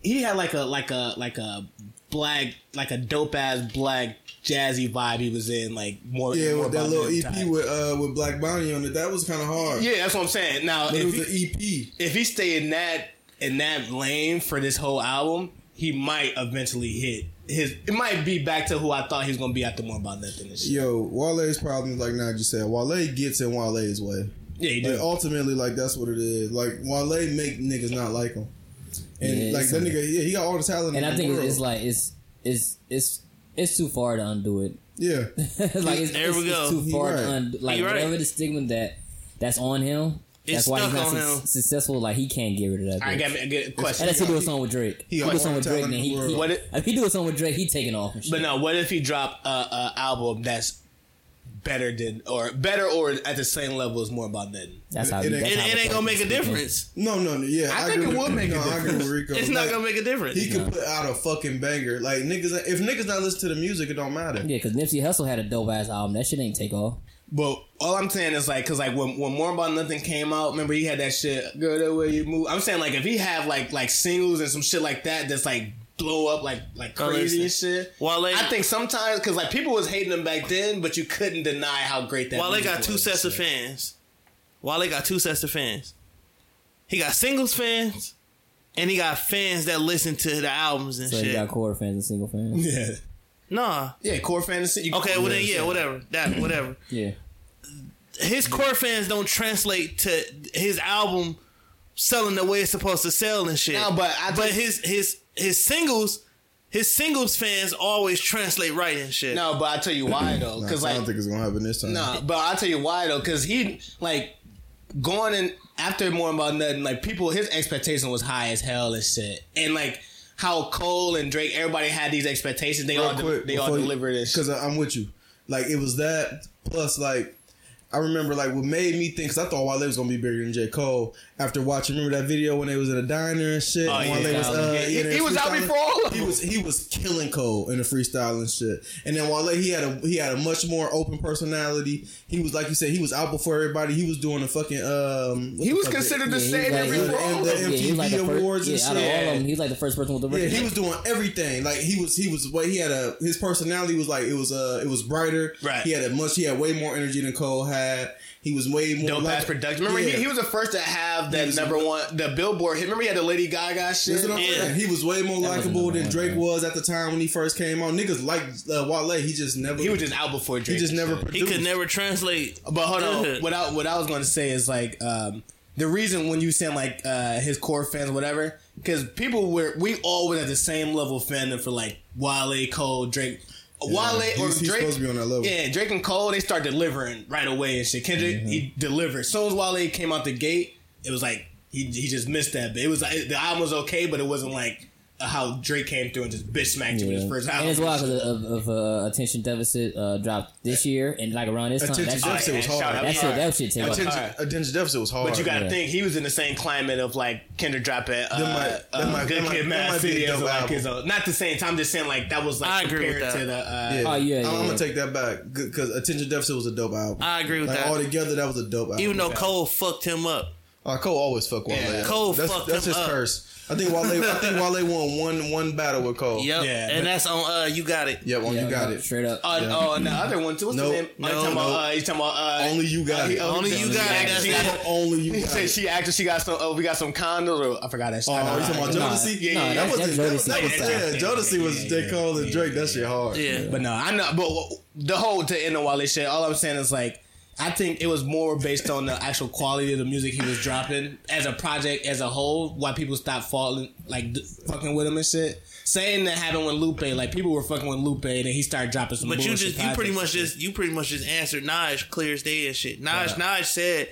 S3: he had like a like a like a black, like a dope ass black jazzy vibe he was in, like more.
S4: Yeah,
S3: more
S4: with that
S3: about
S4: little
S3: the
S4: EP
S3: time.
S4: with uh with Black Bonnie on it, that was kind of hard.
S3: Yeah, that's what I'm saying. Now,
S4: but it
S3: if
S4: was E
S3: he,
S4: an EP.
S3: if he stay in that in that lane for this whole album, he might eventually hit his. It might be back to who I thought he was gonna be after more about nothing. And shit.
S4: Yo, Wale's problem is like Najee said. Wale gets in Wale's way.
S3: Yeah, he
S4: Like oh,
S3: did.
S4: ultimately, like that's what it is. Like Wale make niggas not like him, and
S2: Yeah,
S4: like that
S2: it's-
S4: nigga, yeah, he got all the talent. in
S2: And I
S4: the
S2: think it's,
S4: world.
S2: it's like it's it's it's it's too far to undo it.
S4: yeah,
S2: like it's,
S5: There
S2: it's,
S5: we
S2: it's
S5: go.
S2: too
S4: He
S2: far
S4: right.
S2: to undo. Like
S5: He right.
S2: whatever the stigma that that's on him.
S5: It's
S2: that's why he's
S5: stuck
S2: not
S5: on
S2: su-
S5: him.
S2: successful. Like he can't get rid of that.
S3: I
S2: bitch.
S3: got a good
S2: And
S3: question.
S2: that's he do a song with Drake. He, do
S4: got
S2: a song
S4: more
S2: with Drake,
S4: talent
S2: and he,
S4: in the
S2: he-
S3: world. What it-
S2: if he do a song with Drake, he taking off. And shit.
S3: But no, what if he dropped a, a album that's better than or better or at the same level as more about nothing?
S2: that's how
S4: it
S2: he-
S4: ain't-
S2: that's
S5: It,
S2: how
S5: it
S2: the
S5: ain't gonna make a
S2: fuck is.
S5: difference.
S4: no, no, no, yeah.
S3: I think
S4: agree
S3: it
S4: with-
S3: would make a
S4: no, I agree
S3: difference.
S4: with Rico.
S5: It's not
S4: Like,
S5: gonna make a difference.
S4: He could put out a fucking banger. Like niggas, if niggas not listen to the music, it don't matter.
S2: Yeah, because Nipsey Hussle had a dope ass album. That shit ain't take off.
S3: But all I'm saying is like, cause like when when More About Nothing came out, remember he had that shit. Go that way you move. I'm saying like if he have like like singles and some shit like that, that's like blow up like like
S5: Oh,
S3: crazy
S5: listen.
S3: and shit.
S5: Wale-
S3: I think sometimes because like people was hating him back then, but you couldn't deny how great that.
S5: While they
S3: music
S5: got two
S3: was.
S5: sets of fans. While they got two sets of fans. He got singles fans and he got fans that listen to the albums and
S2: So you
S5: shit.
S2: got core fans and single fans.
S3: Yeah,
S5: nah.
S3: yeah, core fantasy. You-
S5: Okay, well then yeah,
S3: so-
S5: whatever. That whatever.
S2: Yeah,
S5: His core fans don't translate to his album selling the way it's supposed to sell and shit.
S3: No, but I
S5: but
S3: think-
S5: his his his singles his singles fans always translate right and shit.
S3: No, but I tell you why though,
S4: Nah,
S3: because
S4: I
S3: like
S4: don't think it's gonna happen this time.
S3: No, but I'll tell you why though, because he like going in after more about nothing. Like people, his expectation was high as hell and shit, and like how Cole and Drake, everybody had these expectations. They all de- they all delivered this.
S4: because I'm with you. Like it was that plus like. I remember like what made me think because I thought Wale was gonna be bigger than J Cole after watching. Remember that video when they was in a diner and shit. and Wale
S3: Oh, yeah.
S4: was, uh,
S3: Yeah, he-
S4: in there
S3: he was out
S4: freestyling.
S3: before all of
S4: He was he was killing Cole in the freestyle and shit. And then Wale he had a he had a much more open personality. He was like you said he was out before everybody. He was doing a fucking um. what
S3: He
S4: the
S3: was
S4: fuck is it?
S3: considered the
S2: Yeah,
S3: same
S2: he
S3: every
S2: was like-
S3: role.
S4: The
S2: yeah, he was like the
S4: MTV
S2: first,
S4: awards and
S2: yeah, out of
S4: shit.
S2: all of them, he was like the first person with the
S4: Yeah,
S2: record.
S4: he was doing everything. Like he was, he was. What he had a his personality was like it was. Uh, it was brighter.
S3: Right.
S4: He had a much. He had way more energy than Cole had. He was way more
S3: Dope
S4: like-
S3: ass production. Remember,
S4: Yeah.
S3: he, he was the first to have that
S4: was-
S3: number one, the Billboard hit. Remember, he had the Lady Gaga shit.
S4: That's what I'm
S5: Yeah.
S4: saying. He was way more
S2: wasn't
S4: likable
S2: number
S4: than
S2: one,
S4: Drake
S2: man.
S4: was at the time when he first came on. Niggas like uh, Wale. He just never.
S3: he was just out before Drake.
S4: He just
S3: and
S4: never
S3: shit.
S5: he
S4: produced.
S5: could never translate
S3: But hold on,
S5: Ugh.
S3: what I what I was going to say is like um, the reason when you saying like uh, his core fans, whatever, because people were we all were at the same level of fandom for like Wale, Cole, Drake, Wale
S4: he's-
S3: or
S4: he's
S3: Drake.
S4: supposed to be on that level.
S3: Yeah, Drake and Cole they start delivering right away and shit. Kendrick he
S4: Mm-hmm.
S3: delivered. As soon as Wale came out the gate, it was like he he just missed that. But it was like, the album was okay, but it wasn't like how Drake came through and just bitch smacked you with his
S2: Yeah.
S3: first
S2: And
S3: album.
S2: it's wild because of, of uh, attention deficit uh, dropped this year and like around this time.
S4: Attention
S2: That
S4: deficit
S2: shit,
S4: was
S3: Shout
S4: hard.
S3: out.
S2: that shit, that shit take off.
S4: attention,
S3: Alright.
S4: attention deficit was hard.
S3: But you got to
S2: Yeah.
S3: think he was in the same climate of like Kendrick dropping uh,
S4: might- that
S3: uh,
S4: might-
S3: Good
S4: that might-
S3: Kid,
S4: that
S3: Mad
S4: might be a
S3: City as
S4: dope
S3: like
S4: album.
S3: his own. Not the same time. I'm just saying like that was like
S5: I agree with
S3: compared
S5: that.
S3: to the uh,
S4: Yeah.
S2: Oh, yeah, yeah,
S4: I'm,
S2: yeah.
S4: gonna take that back because attention deficit was a dope album.
S5: I agree with
S4: like,
S5: that.
S4: All together, that was a dope album.
S5: even though Cole fucked him up.
S4: Uh, Cole always fuck Wale.
S3: Yeah.
S4: up.
S5: Cole
S4: that's,
S5: fucked
S4: that's
S5: him
S4: his
S5: up.
S4: curse. I think Wale. I think Wale won one one battle with Cole.
S5: Yep.
S3: Yeah, but-
S5: and that's on uh you got it.
S4: Yep,
S2: Yeah,
S4: you got
S2: like,
S4: it.
S2: Straight up.
S3: uh, oh, and the other one too. What's
S4: Nope.
S3: his name?
S5: No,
S3: oh, he's talking
S5: nope.
S3: about, uh, he's talking about uh,
S4: Only you got
S3: he-
S4: it.
S3: oh,
S5: Only
S3: he's
S5: you
S3: done.
S5: got it.
S3: She
S5: That's-
S3: got-
S4: Only you
S3: He
S4: got
S3: said
S4: it.
S3: she actually she got some. Oh, we got some condoms. Or, I forgot that. Shit.
S4: Oh,
S3: I
S4: you
S3: know,
S4: talking about
S3: I-
S2: Nah,
S4: Jodeci?
S2: nah,
S4: Yeah, that
S2: that's-
S4: was
S2: that's
S4: that was
S2: Jodeci
S4: that was
S2: was
S4: yeah. Jodeci was J Cole and Drake. That shit hard.
S5: Yeah.
S3: But no, I know. But the whole to end the Wale shit. All I'm saying is like, I think it was more based on the actual quality of the music he was dropping as a project as a whole. Why people stopped falling like d- fucking with him and shit. Saying that happened with Lupe, like people were fucking with Lupe, and then he started dropping some.
S5: But you
S3: bullshit
S5: just you pretty
S3: projects
S5: much
S3: and
S5: just you pretty much just answered Naj clear as day and shit. Naj Naj said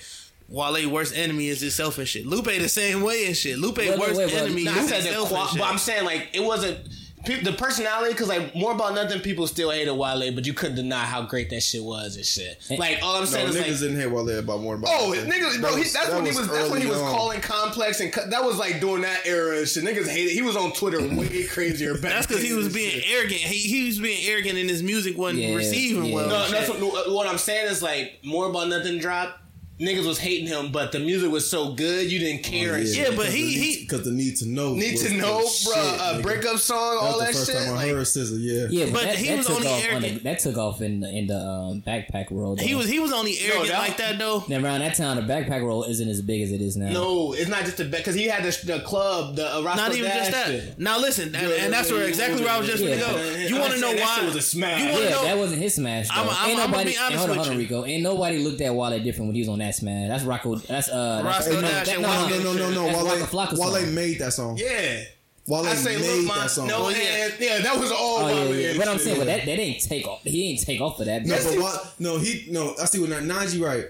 S5: Wale worst enemy is himself and shit. Lupe the same way and shit. Lupe
S2: no,
S5: worst
S2: wait, bro.
S5: enemy is
S3: shit. Nah, I said the
S5: himself
S3: qual-
S5: and shit.
S3: but I'm saying like it wasn't. pe- The personality, because like more about nothing, people still hated Wale, but you couldn't deny how great that shit was and shit. Like all I'm
S4: No,
S3: saying is like
S4: niggas didn't hate Wale about more about.
S3: Oh,
S4: that.
S3: niggas, bro,
S4: That
S3: he,
S4: was-
S3: that's
S4: that
S3: when he was. That's when he
S4: early
S3: was
S4: on.
S3: calling complex and co- that was like during that era and shit. Niggas hated. He was on Twitter way crazier. Back
S5: that's because he
S3: then
S5: was
S3: and
S5: being
S3: shit.
S5: arrogant. He, he was being arrogant and his music wasn't
S2: Yeah,
S5: receiving
S2: yeah.
S5: well.
S3: No,
S5: and
S3: that's
S5: shit.
S3: what, what I'm saying is like more about nothing drop. niggas was hating him, but the music was so good you didn't care and shit.
S5: Oh, Yeah, but he- he-
S4: because the need to know
S3: Need
S4: was
S3: to
S4: the
S3: know,
S4: shit,
S3: bruh.
S4: nigga.
S3: uh, breakup song,
S4: That's
S3: all
S4: the
S3: that
S4: first
S3: shit.
S4: time I
S3: like-
S4: heard SZA. Yeah,
S2: Yeah,
S5: But
S2: but that,
S5: he
S2: that
S5: was
S2: took
S5: only
S2: off on the,
S5: arrogant.
S2: that took off in the, in the um, backpack world.
S5: He was he was only arrogant
S3: that-
S5: like that though.
S2: And around that time, the backpack roll isn't as big as it is now.
S3: No, it's not just the because he had the, the club, the uh, Rasta
S5: Not even just that.
S3: Shit.
S5: Now listen, and,
S3: Yeah,
S5: and that's
S3: yeah,
S5: where
S3: yeah,
S5: exactly where I was just
S2: yeah.
S5: gonna go. You
S3: I'm
S5: want to know
S3: saying that
S5: why?
S3: shit was a smash.
S5: You want
S2: yeah,
S5: to know?
S2: that wasn't his smash. Though.
S5: I'm- I'm-
S2: ain't
S5: I'm gonna
S2: nobody,
S5: be honest
S2: hold on,
S5: with
S2: hold on,
S5: you.
S2: Rico. Ain't nobody looked at Wale different when he was on that smash. That's Rocco. That's uh, that's,
S5: Rocco
S2: no,
S5: Dash
S2: that,
S5: and
S2: no,
S5: Wale.
S2: no,
S4: no,
S2: no,
S4: no, no, no.
S2: That's
S4: Wale,
S2: Waka Flocka
S4: Wale
S2: song.
S4: made that song.
S3: Yeah,
S4: Wale
S3: I say,
S4: made
S3: look, my
S4: that song.
S3: no
S5: Oh, yeah.
S3: hands. Yeah, that was all.
S2: Oh
S3: Wale
S2: yeah, yeah.
S3: and
S2: But I'm
S3: shit.
S2: saying, but that, that ain't take off. He ain't take off for that.
S4: No,
S2: bro.
S4: but Wa- no, he no. I see what Najee right.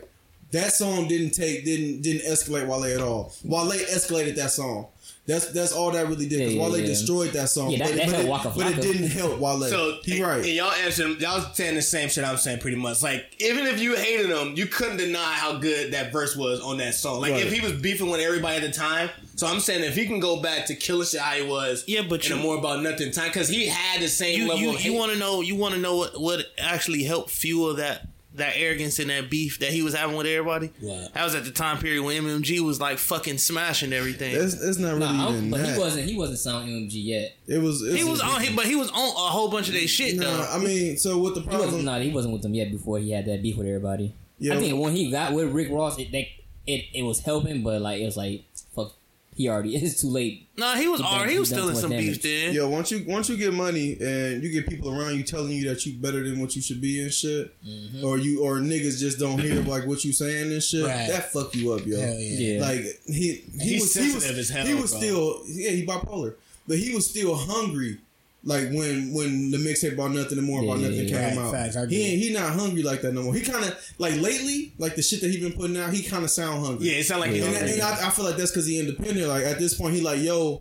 S4: That song didn't take didn't didn't escalate Wale at all. Wale escalated that song. That's that's all that really did. 'cause
S2: Yeah, yeah,
S4: Wale
S2: yeah.
S4: destroyed that song.
S2: Yeah, that-
S4: but,
S2: that
S4: it, but,
S2: helped
S4: it,
S2: Waka
S4: but it
S2: Flocka.
S4: didn't help Wale.
S3: So
S4: he
S3: And
S4: right.
S3: y'all answering, y'all saying the same shit I'm saying pretty much. Like even if you hated him, you couldn't deny how good that verse was on that song. Like
S4: Right.
S3: if he was beefing with everybody at the time. So I'm saying if he can go back to killing shit how he was,
S5: Yeah, but
S3: in a
S5: you-
S3: more about nothing time because he had the same
S5: you
S3: level.
S5: you,
S3: of hate.
S5: you want to know you want to know what what actually helped fuel that that arrogance and that beef that he was having with everybody.
S3: What?
S5: That was at the time period when MMG was like fucking smashing everything.
S4: It's, it's not really
S2: Nah, I don't-
S4: even
S2: but
S4: that.
S2: he wasn't. He wasn't signed MMG yet.
S4: it was. It
S5: he was on, he, but he was on a whole bunch of their shit
S4: Nah,
S5: though.
S4: I mean, so what the
S2: He wasn't.
S4: problem?
S2: Nah, he wasn't with them yet before he had that beef with everybody.
S4: Yeah.
S2: I think when he got with Rick Ross, it that, it it was helping, but like it was like fuck. He already it's too late.
S5: Nah, he was
S2: He done-
S5: already
S2: he
S5: he was
S2: done
S5: still in
S2: too
S5: some
S2: much
S5: beef
S2: damage.
S5: then.
S4: Yo, once you once you get money and you get people around you telling you that you better than what you should be and shit,
S2: Mm-hmm.
S4: or you or niggas just don't hear like what you saying and shit,
S3: Right.
S4: that fuck you up, yo.
S3: Hell
S2: Yeah.
S4: Like he he
S3: He's
S4: was he was,
S3: sensitive as hell,
S4: he was
S3: bro.
S4: still yeah he bipolar, but he was still hungry. Like when when the mixtape about nothing and more about
S2: Yeah,
S4: nothing
S2: yeah,
S4: came
S3: yeah.
S4: out,
S3: Facts, I get
S4: he
S3: it.
S4: ain't, he not hungry like that no more. He kind of like lately, like the shit that he been putting out, he kind of sound hungry.
S3: yeah, it sounded like
S4: and, that, and I, I feel like that's because he independent. Like at this point, he like yo,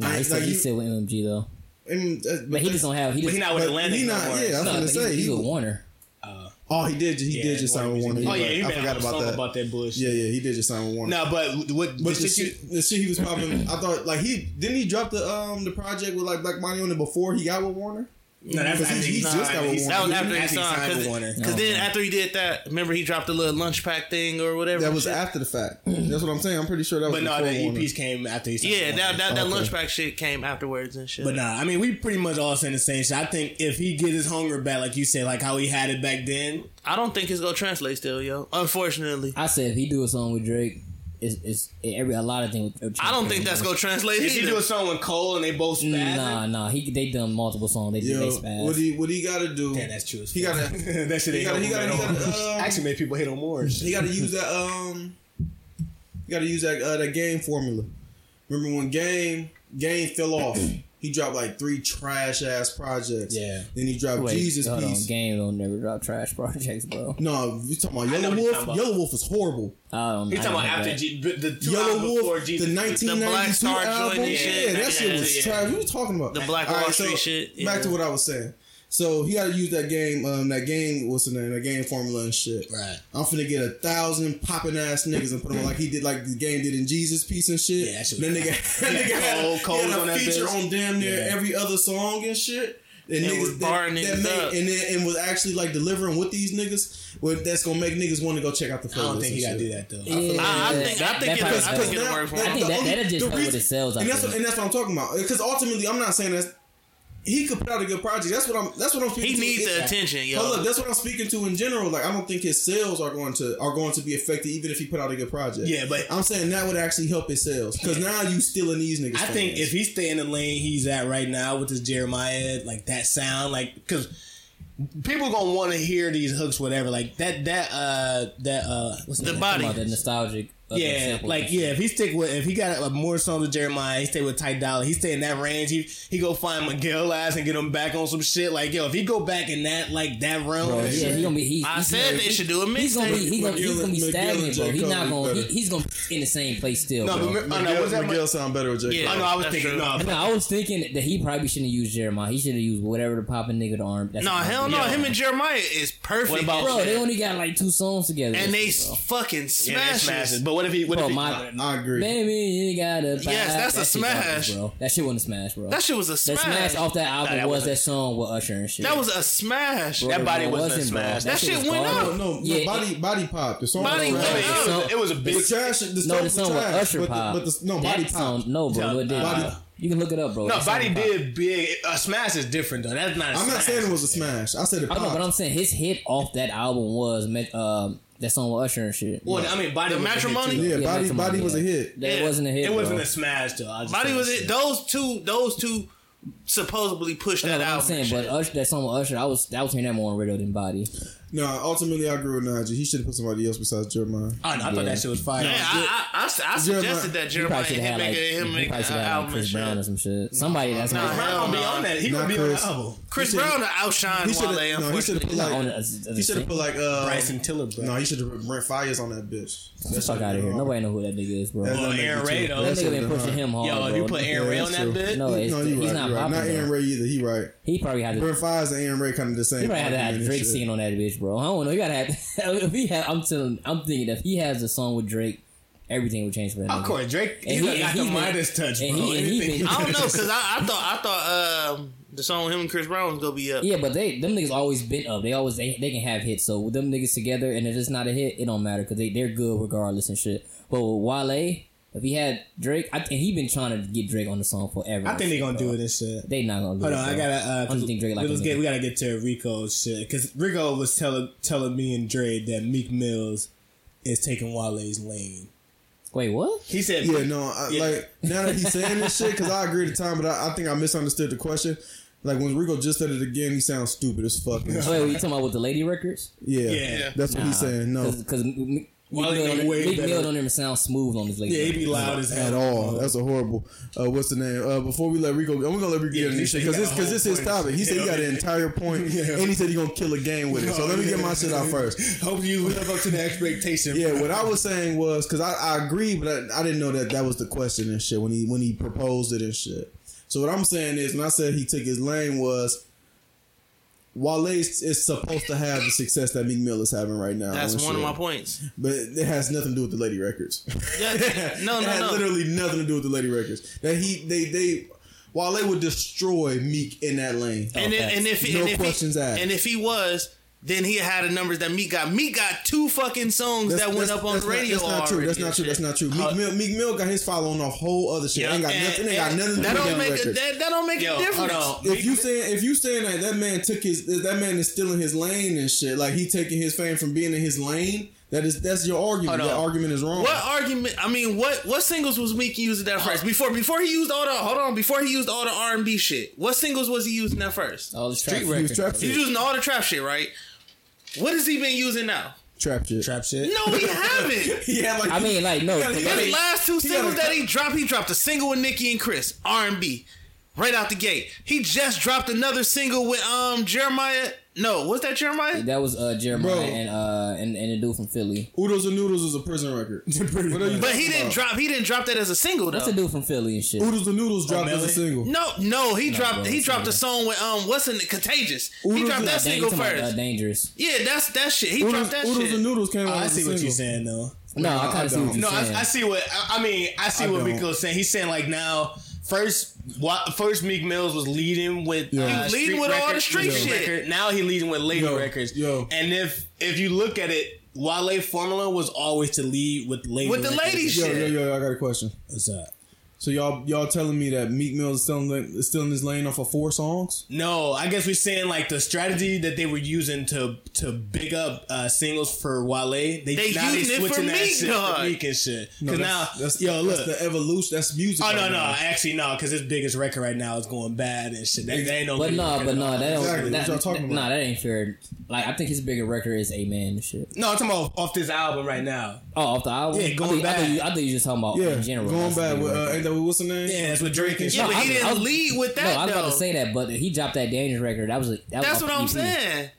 S2: Nah,
S4: I-
S2: he still,
S4: like,
S2: he
S4: you-
S2: still with MMG though.
S4: and, uh,
S2: But he just don't have. He
S3: but
S2: just
S3: he not
S4: but
S3: with Atlantic.
S4: he
S3: no
S4: not-
S3: more.
S4: yeah, I'm
S2: nah,
S4: gonna
S2: but
S4: say,
S2: he,
S4: he
S2: he's with
S4: was-
S2: Warner.
S4: Oh, he did. He
S3: Yeah,
S4: did just sign with Warner.
S3: Warner Music. Oh yeah,
S4: You're
S3: he
S4: right.
S3: been
S4: I
S3: on
S4: forgot
S3: a
S4: about
S3: song
S4: that.
S3: about that bullshit.
S4: Yeah, yeah, he did just sign with Warner.
S3: No, but what?
S4: but
S3: But
S4: the
S3: did you,
S4: shit, the shit he was popping, I thought like he didn't he drop the um the project with like Black Money on it before he got with Warner.
S3: no, that's
S4: Because he- he just got with
S5: That was
S4: Warner.
S5: after he
S3: signed with
S5: signed
S3: Warner.
S5: because then after he did that, remember he dropped the little lunch pack thing or whatever.
S4: That was
S5: shit?
S4: after the fact. That's what I'm saying. I'm pretty sure that was
S3: But no,
S4: before
S3: the
S4: Warner.
S3: EPs came after he signed.
S5: yeah,
S3: with
S5: that
S3: Warner.
S5: that, that
S4: Okay.
S5: lunch pack shit came afterwards and shit.
S3: But nah, I mean, we pretty much all saying the same shit. I think if he get his hunger back, like you said, like how he had it back then,
S5: I don't think it's gonna translate still, yo. Unfortunately,
S2: I said if he do a song with Drake, it's, it's every a lot of things. With,
S5: I don't think that's gonna translate.
S3: if he
S5: either.
S3: do a song with Cole and they both spaz,
S2: Nah, nah. He they done multiple songs. They
S4: Yo,
S2: they spaz.
S4: what he what he got to do?
S3: yeah, that's true.
S4: He got to
S3: that shit.
S4: he
S3: Ain't
S4: got
S3: help
S4: he
S3: him
S4: got
S3: at all.
S4: to
S3: Actually, made people hate him more.
S4: he got to use that um he got to use that uh, that game formula. Remember when game game fell off? He dropped like three trash ass projects.
S3: Yeah.
S4: Then he dropped
S2: Wait,
S4: Jesus
S2: hold
S4: piece.
S2: on. Game don't never drop trash projects, bro.
S4: No, you talking about
S3: know
S4: Yellow
S3: what you're
S4: Wolf?
S3: talking about.
S4: Yellow Wolf is horrible.
S2: I don't.
S3: He talking
S2: I
S3: about
S2: don't
S3: after
S2: know that.
S3: G, the two
S4: Yellow
S3: albums before
S4: Wolf,
S3: Jesus.
S4: the
S5: The Black
S4: 1992
S5: Star
S4: album.
S5: joint,
S4: Yeah,
S5: yeah,
S4: that
S5: yeah,
S4: shit was
S5: yeah.
S4: trash. What you talking about?
S5: The Black
S4: All
S5: Wall
S4: so
S5: Street shit,
S4: Back
S5: yeah.
S4: to what I was saying. So he got to use that game, um, that game, what's the name, that game formula and shit.
S3: Right.
S4: I'm finna get a thousand popping ass niggas and put them on like he did, like the game did in Jesus piece and shit.
S3: Yeah, that shit
S4: that
S3: was-
S4: nigga, that nigga had,
S3: Cole-
S4: a-
S3: Cole's
S4: he had
S3: on
S4: a
S3: that
S4: feature
S3: bitch.
S4: on damn near
S3: Yeah.
S4: every other song and shit. And,
S5: was barring
S4: that,
S5: niggas
S4: that
S5: up.
S4: made, and, then, and was actually like delivering with these niggas. Well, that's gonna make niggas want to go check out the.
S3: I don't
S4: playlist
S3: think he
S4: and
S3: got to
S4: shit.
S3: do that though.
S2: Yeah,
S5: I- I think- I
S2: that-
S5: think
S2: that
S5: it- I
S2: probably
S5: think
S2: does.
S5: it- it'll work for him.
S2: I think that- that'll just help with
S4: reason-
S2: his sales, I
S4: And that's,
S2: think.
S4: what, and that's what I'm talking about. Because ultimately, I'm not saying that's he could put out a good project. That's what I'm. That's what I'm. Speaking
S5: He
S4: to.
S5: needs the
S4: It-
S5: attention, yo.
S4: But look, that's what I'm speaking to in general. Like, I don't think his sales are going to are going to be affected, even if he put out a good project.
S3: Yeah, but-
S4: I'm saying that would actually help his sales because now you stealing these niggas.
S3: I think if he stay in the lane he's at right now with this Jeremiah, like that sound, like because people gonna want to hear these hooks, whatever, like that that uh that uh what's
S5: The
S3: name?
S2: Talking
S5: body.
S2: about the nostalgic. uh,
S3: Yeah,
S2: sample.
S3: like yeah. If he stick with, if he got uh, more songs with Jeremiah, he stay with Ty Dolla. He stay in that range. He he go find Miguel ass and get him back on some shit. Like yo, if he go back in that like that realm,
S2: Bro,
S3: and
S2: yeah,
S3: shit,
S2: he gonna be. He,
S5: I
S2: he's
S5: said
S2: gonna-
S5: they should do a
S2: He's gonna be. He gonna, he's gonna be
S4: McGill and
S2: stagnant, bro.
S4: J.
S2: He's
S4: Cole
S2: not
S4: is
S2: gonna. He,
S4: better.
S2: he's gonna be in the same place still,
S3: no,
S2: bro.
S3: but, oh, no,
S4: Miguel,
S3: what's that?
S4: Miguel sound better with J.
S5: Yeah.
S4: Cole.
S3: oh, no, I was
S5: That's
S3: thinking
S5: true.
S3: no.
S2: No, I was thinking that he probably shouldn't have used Jeremiah. He should have used whatever the popping nigga to arm. That's
S5: No,
S2: what I'm
S5: hell no.
S2: thinking.
S5: Him and Jeremiah is perfect.
S3: What about-
S5: and
S2: bro,
S5: shit.
S2: they only got like two songs together.
S5: and they
S2: That's it,
S5: s- fucking
S3: Yeah, they
S5: smash
S3: smash
S5: it.
S3: it. But what what if he? What
S2: Bro,
S3: if he?
S2: Oh, my
S4: I agree.
S2: baby, you gotta. Buy.
S5: Yes, that's a
S2: shit garbage,
S5: smash.
S2: bro. That shit wasn't a smash, bro.
S5: That shit was a
S2: That
S5: smash.
S2: smash off that album
S3: that
S2: was
S3: wasn't-
S2: that song with Usher and shit.
S5: That was a smash.
S2: Bro,
S3: that body
S2: it
S3: wasn't a
S2: bro.
S3: smash.
S5: That shit
S2: was
S5: went
S2: garbage.
S5: up.
S4: No, no,
S2: Yeah,
S4: body body pop. The song
S5: Body
S4: was
S5: went up.
S4: trash.
S3: it, was, it was a
S4: It
S3: big.
S4: was trash. The song
S2: No, the song
S4: was
S2: with
S4: trash,
S2: Usher
S4: but the-
S2: pop.
S4: But the, no,
S2: That
S4: body pop.
S2: song- No, bro. It did.
S4: Body-
S2: You can look it up, bro.
S3: No,
S2: That song
S3: body
S2: pop.
S3: did big. A smash is different though. That's not. i
S4: I'm not saying it was a smash. I said it
S2: I know, but I'm
S4: popped.
S2: saying his hit off that album was met- um, that song with Usher and shit.
S3: Well, I mean, body
S5: The
S3: was a hit,
S5: matrimony?
S3: too.
S4: Yeah,
S2: Yeah,
S4: body
S2: Metro
S4: body
S2: Mania.
S4: was a hit.
S2: That
S5: Yeah.
S2: wasn't a hit.
S3: It wasn't
S2: bro.
S3: a smash though. I just
S5: Body
S3: don't
S5: was
S3: see
S5: it. Those two. Those two supposedly pushed
S2: No,
S5: that
S2: but I'm
S5: album.
S2: saying, but Usher, that song with Usher, I was I was hearing that more on radio than Body.
S4: No, ultimately I agree with Najee. He should have put somebody else besides Jeremiah.
S3: Oh, no, I thought
S2: Yeah.
S3: that shit was fire.
S5: yeah, I, I, I, I suggested that
S2: uh, He
S5: Jeremiah
S2: probably should have
S5: hit
S2: had like,
S5: make a- him
S2: he
S5: make
S2: probably
S5: an
S2: should have had like
S5: album and
S2: Chris Brown or
S5: shit.
S2: some shit. Somebody that's
S5: nah,
S2: not
S3: Brown gonna be
S5: Hell no.
S3: on that. He gonna
S4: Not
S3: be on
S4: Chris.
S3: the album.
S5: Chris
S4: He should've-
S5: Brown outshined
S4: He should
S5: Wale.
S4: have. No, he should
S5: unfortunately.
S4: have put
S2: on
S4: like.
S2: it as- as
S4: He
S2: a
S4: should have put
S2: thing.
S4: like. Uh,
S3: Bryson Tiller, bro.
S4: No, he should have put Brent Fires on that bitch.
S2: Get the fuck out of here. Nobody know who that nigga is, bro.
S4: That's
S2: That
S4: not making
S3: Aaron
S4: it
S3: Ray,
S4: to-
S3: though.
S4: that
S2: nigga
S4: should've
S2: been
S4: been
S2: pushing
S4: hard.
S2: him hard.
S3: Yo, if
S2: bro.
S3: you put Aaron
S4: Yeah,
S3: Ray on that
S4: that's true.
S3: bit,
S2: no, it's,
S4: No, you
S2: he's
S4: right.
S2: not
S4: you right.
S2: popping.
S4: Not
S2: bro.
S4: Aaron Ray either. He right.
S2: He probably had
S4: Brent
S2: to.
S4: Fires and Aaron Ray kind of the same.
S2: He probably had to
S4: argument
S2: have
S4: and
S2: Drake
S4: shit.
S2: singing on that bitch, bro. I don't know. He gotta have. if he had, I'm telling. I'm thinking if he has a song with Drake, everything would change for that.
S3: of
S2: nigga.
S3: course, Drake. He,
S2: And he-
S3: got
S2: and
S3: the
S2: he been-
S3: Midas touch, bro.
S2: and he- and he
S3: Anything-
S2: been-
S5: I don't know because I, I thought I thought um, the song with him and Chris Brown was gonna be up.
S2: Yeah, but they them niggas always been up. They always they, they can have hits. So with them niggas together, and if it's not a hit, it don't matter because they they're good regardless and shit. But with Wale, if he had Drake, I think he been trying to get Drake on the song forever.
S3: I think they gonna do it and shit.
S2: They not gonna do
S3: Hold
S2: it.
S3: on, I
S2: bro.
S3: gotta. Uh,
S2: I don't think Drake like
S3: let's
S2: that
S3: get,
S2: nigga.
S3: we gotta get to Rico's shit because Rico was telling telling me and Dre that Meek Mills is taking Wale's lane.
S2: Wait, what?
S3: He said,
S4: Yeah, no, I,
S3: Yeah.
S4: like now that he's saying this shit, because I agree at the time, but I, I think I misunderstood the question. Like when Rico just said it again, he sounds stupid as fuck. and shit.
S2: Wait, you talking about with the lady records?
S4: Yeah,
S3: Yeah.
S4: that's what he's saying. No,
S2: because Meek
S3: Wale
S2: Mill
S3: done
S2: don't-
S3: way
S2: Meek
S3: better.
S2: Mill don't even sound smooth on this lady.
S3: "Yeah, he be
S2: record.
S3: loud as hell
S4: at all. That's a horrible. Uh, what's the name? Uh, before we let Rico, go, I'm gonna let Rico
S3: Yeah,
S4: get in
S3: he
S4: this
S3: said
S4: shit
S3: he
S4: because
S3: got
S4: this
S3: a
S4: because
S3: whole
S4: this his
S3: point.
S4: topic. He said he got an entire point,
S3: Yeah.
S4: and he said he gonna kill a game with it. So let me get my shit out first.
S3: Hope you live up to the expectation.
S4: Yeah, what I was saying was because I, I agree, but I, I didn't know that that was the question and shit when he when he proposed it and shit. So what I'm saying is, when I said he took his lane was. Wale is is supposed to have the success that Meek Mill is having right now.
S5: That's
S2: Oh,
S4: and
S5: one of
S4: shit.
S5: my points.
S4: But it has nothing to do with the Lady Records.
S5: Yeah, no,
S4: it
S5: no,
S4: had
S5: no.
S4: literally nothing to do with the Lady Records. That he they they Wale would destroy Meek in that lane.
S5: and, if, and if
S4: No
S5: and if
S4: questions
S5: he,
S4: asked.
S5: And if he was, then he had the numbers that Meek got. Meek got two fucking songs that went up on the radio.
S4: Not, that's not true.
S5: already
S4: That's not
S5: and
S4: true.
S5: shit.
S4: That's not true. Meek, Mill, Meek Mill got his following a whole other shit.
S5: Yeah,
S4: ain't got
S5: and-
S4: nothing. Ain't got
S5: and
S4: nothing to
S5: That
S4: do
S5: don't
S4: with
S5: make a,
S4: records.
S5: that, that don't make
S3: Yo,
S5: a difference.
S3: hold on.
S4: If you saying if you saying that that man took his that man is still in his lane and shit like he taking his fame from being in his lane that is that's your argument
S5: Hold
S4: that
S5: on.
S4: argument is wrong
S5: What argument? I mean, what what singles was Meek using that first? Before before he used all the hold on before he used all the R and B shit. What singles was he using that first?
S2: All the street
S4: He was trap
S2: records.
S5: He's
S4: Oh, shit
S5: using all the trap shit, right? What has he been using now?
S4: trap shit
S3: trap shit.
S5: No, he haven't.
S4: yeah like
S2: I mean, like no,
S4: You gotta- you gotta-
S5: His last two
S4: He got a
S5: singles that
S4: cou-
S5: he dropped, he dropped a single with Nicki and Chris, R and B, right out the gate. He just dropped another single with um Jeremiah. No, was that Jeremiah?
S2: that was uh, Jeremiah
S4: Bro.
S2: and uh and, and the dude from Philly.
S4: Oodles and Noodles is a prison record What are you
S5: But he
S4: talking
S5: didn't
S4: about?
S5: drop. He didn't drop that as a single
S2: That's a
S5: though.
S2: dude from Philly and shit.
S4: Oodles and Noodles dropped as a
S3: O'Malley?
S4: single
S5: No, no, he dropped.
S2: bro,
S5: he
S2: it's
S5: dropped
S2: not.
S5: a song with um what's in the Contagious. He
S4: Oodles
S5: dropped
S4: is
S5: that
S4: not
S2: Dang,
S5: single
S2: you talking about,
S5: first.
S2: uh, dangerous.
S5: Yeah, that's that shit. He
S4: Oodles,
S5: dropped that
S4: Oodles
S5: shit.
S4: and Noodles came out
S3: I
S4: as a
S3: see what
S4: single.
S3: you're saying though.
S2: No, I
S4: I
S2: kind of see
S4: don't.
S2: what you're
S4: No,
S3: No,
S2: saying.
S3: I, I see what I, I mean. I see
S4: I
S3: what
S4: don't.
S3: Rico's saying. He's saying like now, first, wa- first Meek Mills was leading with uh,
S4: Yeah. He
S5: was leading with all the street shit.
S3: record. Now he leading with lady
S4: Yo,
S3: records.
S4: yo.
S3: and if if you look at it, Wale formula was always to lead with lady
S5: With the
S3: records.
S5: lady
S4: Yo,
S5: shit.
S4: yo, yo, I got a question.
S3: What's up?
S4: So y'all, y'all telling me that Meek Mill is still in, is still in his lane off of four songs?
S3: No, I guess we're saying like the strategy that they were using to to big up uh, singles for Wale. They,
S5: They
S3: now they
S5: using it for
S3: switching that
S5: Meek,
S3: shit
S5: dog.
S3: for Meek and shit. Cause
S4: that's,
S3: now,
S4: that's,
S3: yo, look,
S4: that's the evolution. That's music.
S3: Oh
S4: right
S3: no no
S4: now.
S3: actually no because his biggest record right now is going bad and shit. That, that ain't no.
S2: But
S3: good
S2: no,
S3: record
S2: but
S3: at
S2: no,
S3: all.
S2: that don't.
S4: Exactly,
S2: That,
S4: what y'all talking
S2: that-
S4: about.
S2: Nah, that ain't fair. Like I think his bigger record is A Man and shit.
S3: No, I'm talking about off this album right now.
S2: Oh, off the album.
S3: Yeah,
S2: I
S3: going
S2: think, I
S3: back.
S2: think, you- I think you just talking about
S4: yeah,
S2: in general.
S4: going
S2: That's
S4: back
S2: the
S4: with uh,
S2: record.
S4: ain't that what's the name?
S3: Yeah, that's what Drake and shit.
S5: Yeah, but
S2: No,
S5: he
S2: I-
S5: didn't
S2: I was-
S5: lead with
S2: No, I
S5: that
S2: was about to
S5: though.
S2: say that, but he dropped that Dangerous record. That was a, that was
S5: That's
S2: off E
S5: what I'm
S2: EP.
S5: saying.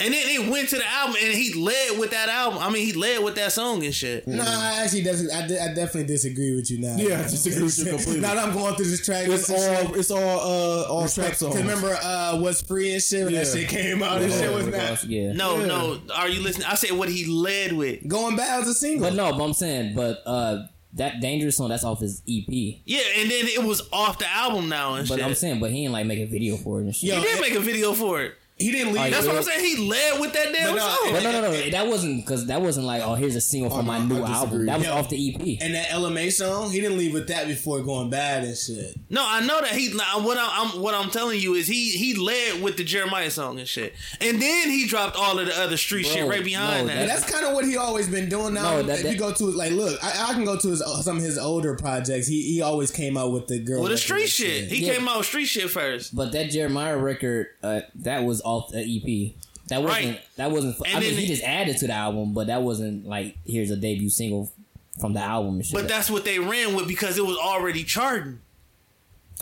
S5: And then it went to the album, and he led with that album. I mean, he led with that song and shit.
S3: No, I actually doesn't. I, di- I definitely disagree with you now.
S4: Yeah, I disagree with you completely.
S3: now that I'm going through this track,
S4: It's
S3: this is shit.
S4: all it's all uh all trap
S3: Respect-
S4: songs.
S3: Remember, uh, what's free and shit when that
S4: Yeah.
S3: shit came out and
S4: Yeah.
S3: shit was
S4: Oh my
S3: not
S2: Gosh, E yeah.
S5: No,
S4: Yeah.
S5: no. Are you listening? I said what he led with.
S3: going bad as a single.
S2: But no, but I'm saying, but uh, that dangerous song that's off his EP.
S5: Yeah, and then it was off the album now and
S2: But
S5: shit.
S2: I'm saying, but he ain't like make a video for it and shit.
S3: Yo,
S5: he did make a video for it.
S3: He didn't leave.
S2: Oh,
S5: That's
S2: yeah.
S5: what I'm saying. He led with that damn
S3: But no,
S5: song.
S2: But no, no, no, that wasn't because that wasn't like, oh, here's a single
S4: Oh,
S2: from my
S4: no,
S2: new
S4: I
S2: album.
S4: disagree.
S2: That was
S3: Yeah.
S2: off the E EP.
S3: And that LMA song, he didn't leave with that before going bad and shit.
S5: No, I know that he. nah, What I, am what I'm telling you is he he led with the Jeremiah song and shit, and then he dropped all of the other street
S2: Bro,
S5: shit right behind
S2: no,
S5: that.
S3: And that's kind of what he always been doing. Now,
S2: No, that-
S3: if you
S2: that-
S3: go to his, like, look, I, I can go to his uh, some of his older projects. He he always came out with the girl
S5: with the
S3: record
S5: street
S3: and
S5: shit. He
S2: Yeah.
S5: came out with street shit first.
S2: But that Jeremiah record, uh, that was off the EP. That wasn't.
S5: Right.
S2: That wasn't. I
S5: And
S2: mean,
S5: then
S2: he
S5: it-
S2: just added to the album, but that wasn't like here's a debut single from the album and shit.
S5: But that's what they ran with because it was already charting.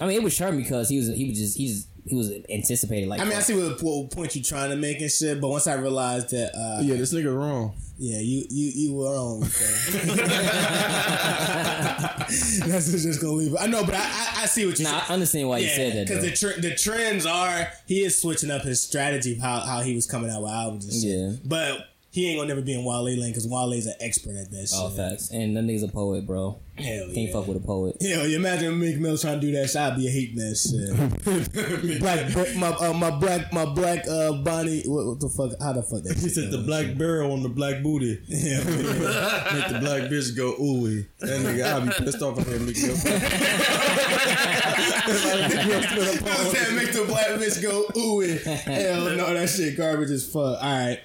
S2: I mean, it was charming because he was. He was just. He's. He was anticipated. Like
S3: I mean, I
S2: fuck.
S3: see what, what point you're trying to make and shit, but once I realized that, uh, yeah.
S4: Yeah, this nigga wrong.
S3: you you you were wrong. With that. That's just gonna leave. it. I know, but I I, I see what you.
S2: Nah, I understand why you said that.
S3: because
S2: though.
S3: the tr- the trends are he is switching up his strategy of how, how he was coming out with albums and shit.
S2: Yeah.
S3: But he ain't gonna never be in Wale lane because Wale's an expert at that shit.
S2: All facts. And that nigga's a poet, bro.
S3: Hell
S2: Oh, Can't
S3: yeah.
S2: fuck with a poet.
S3: Yo, you imagine Meek Mill trying to do that shit. I'd be hating that shit. black, my uh, my black, my black uh, Bonnie. What, what the fuck? How the fuck that?
S4: He
S3: shit
S4: said
S3: go?
S4: the black barrel on the black booty.
S3: Yeah,
S4: Make the black bitch go ooey. That nigga, I'll be pissed off at him. nigga.
S3: that make the black bitch go ooh. and- Hell no, that shit garbage as fuck. All right,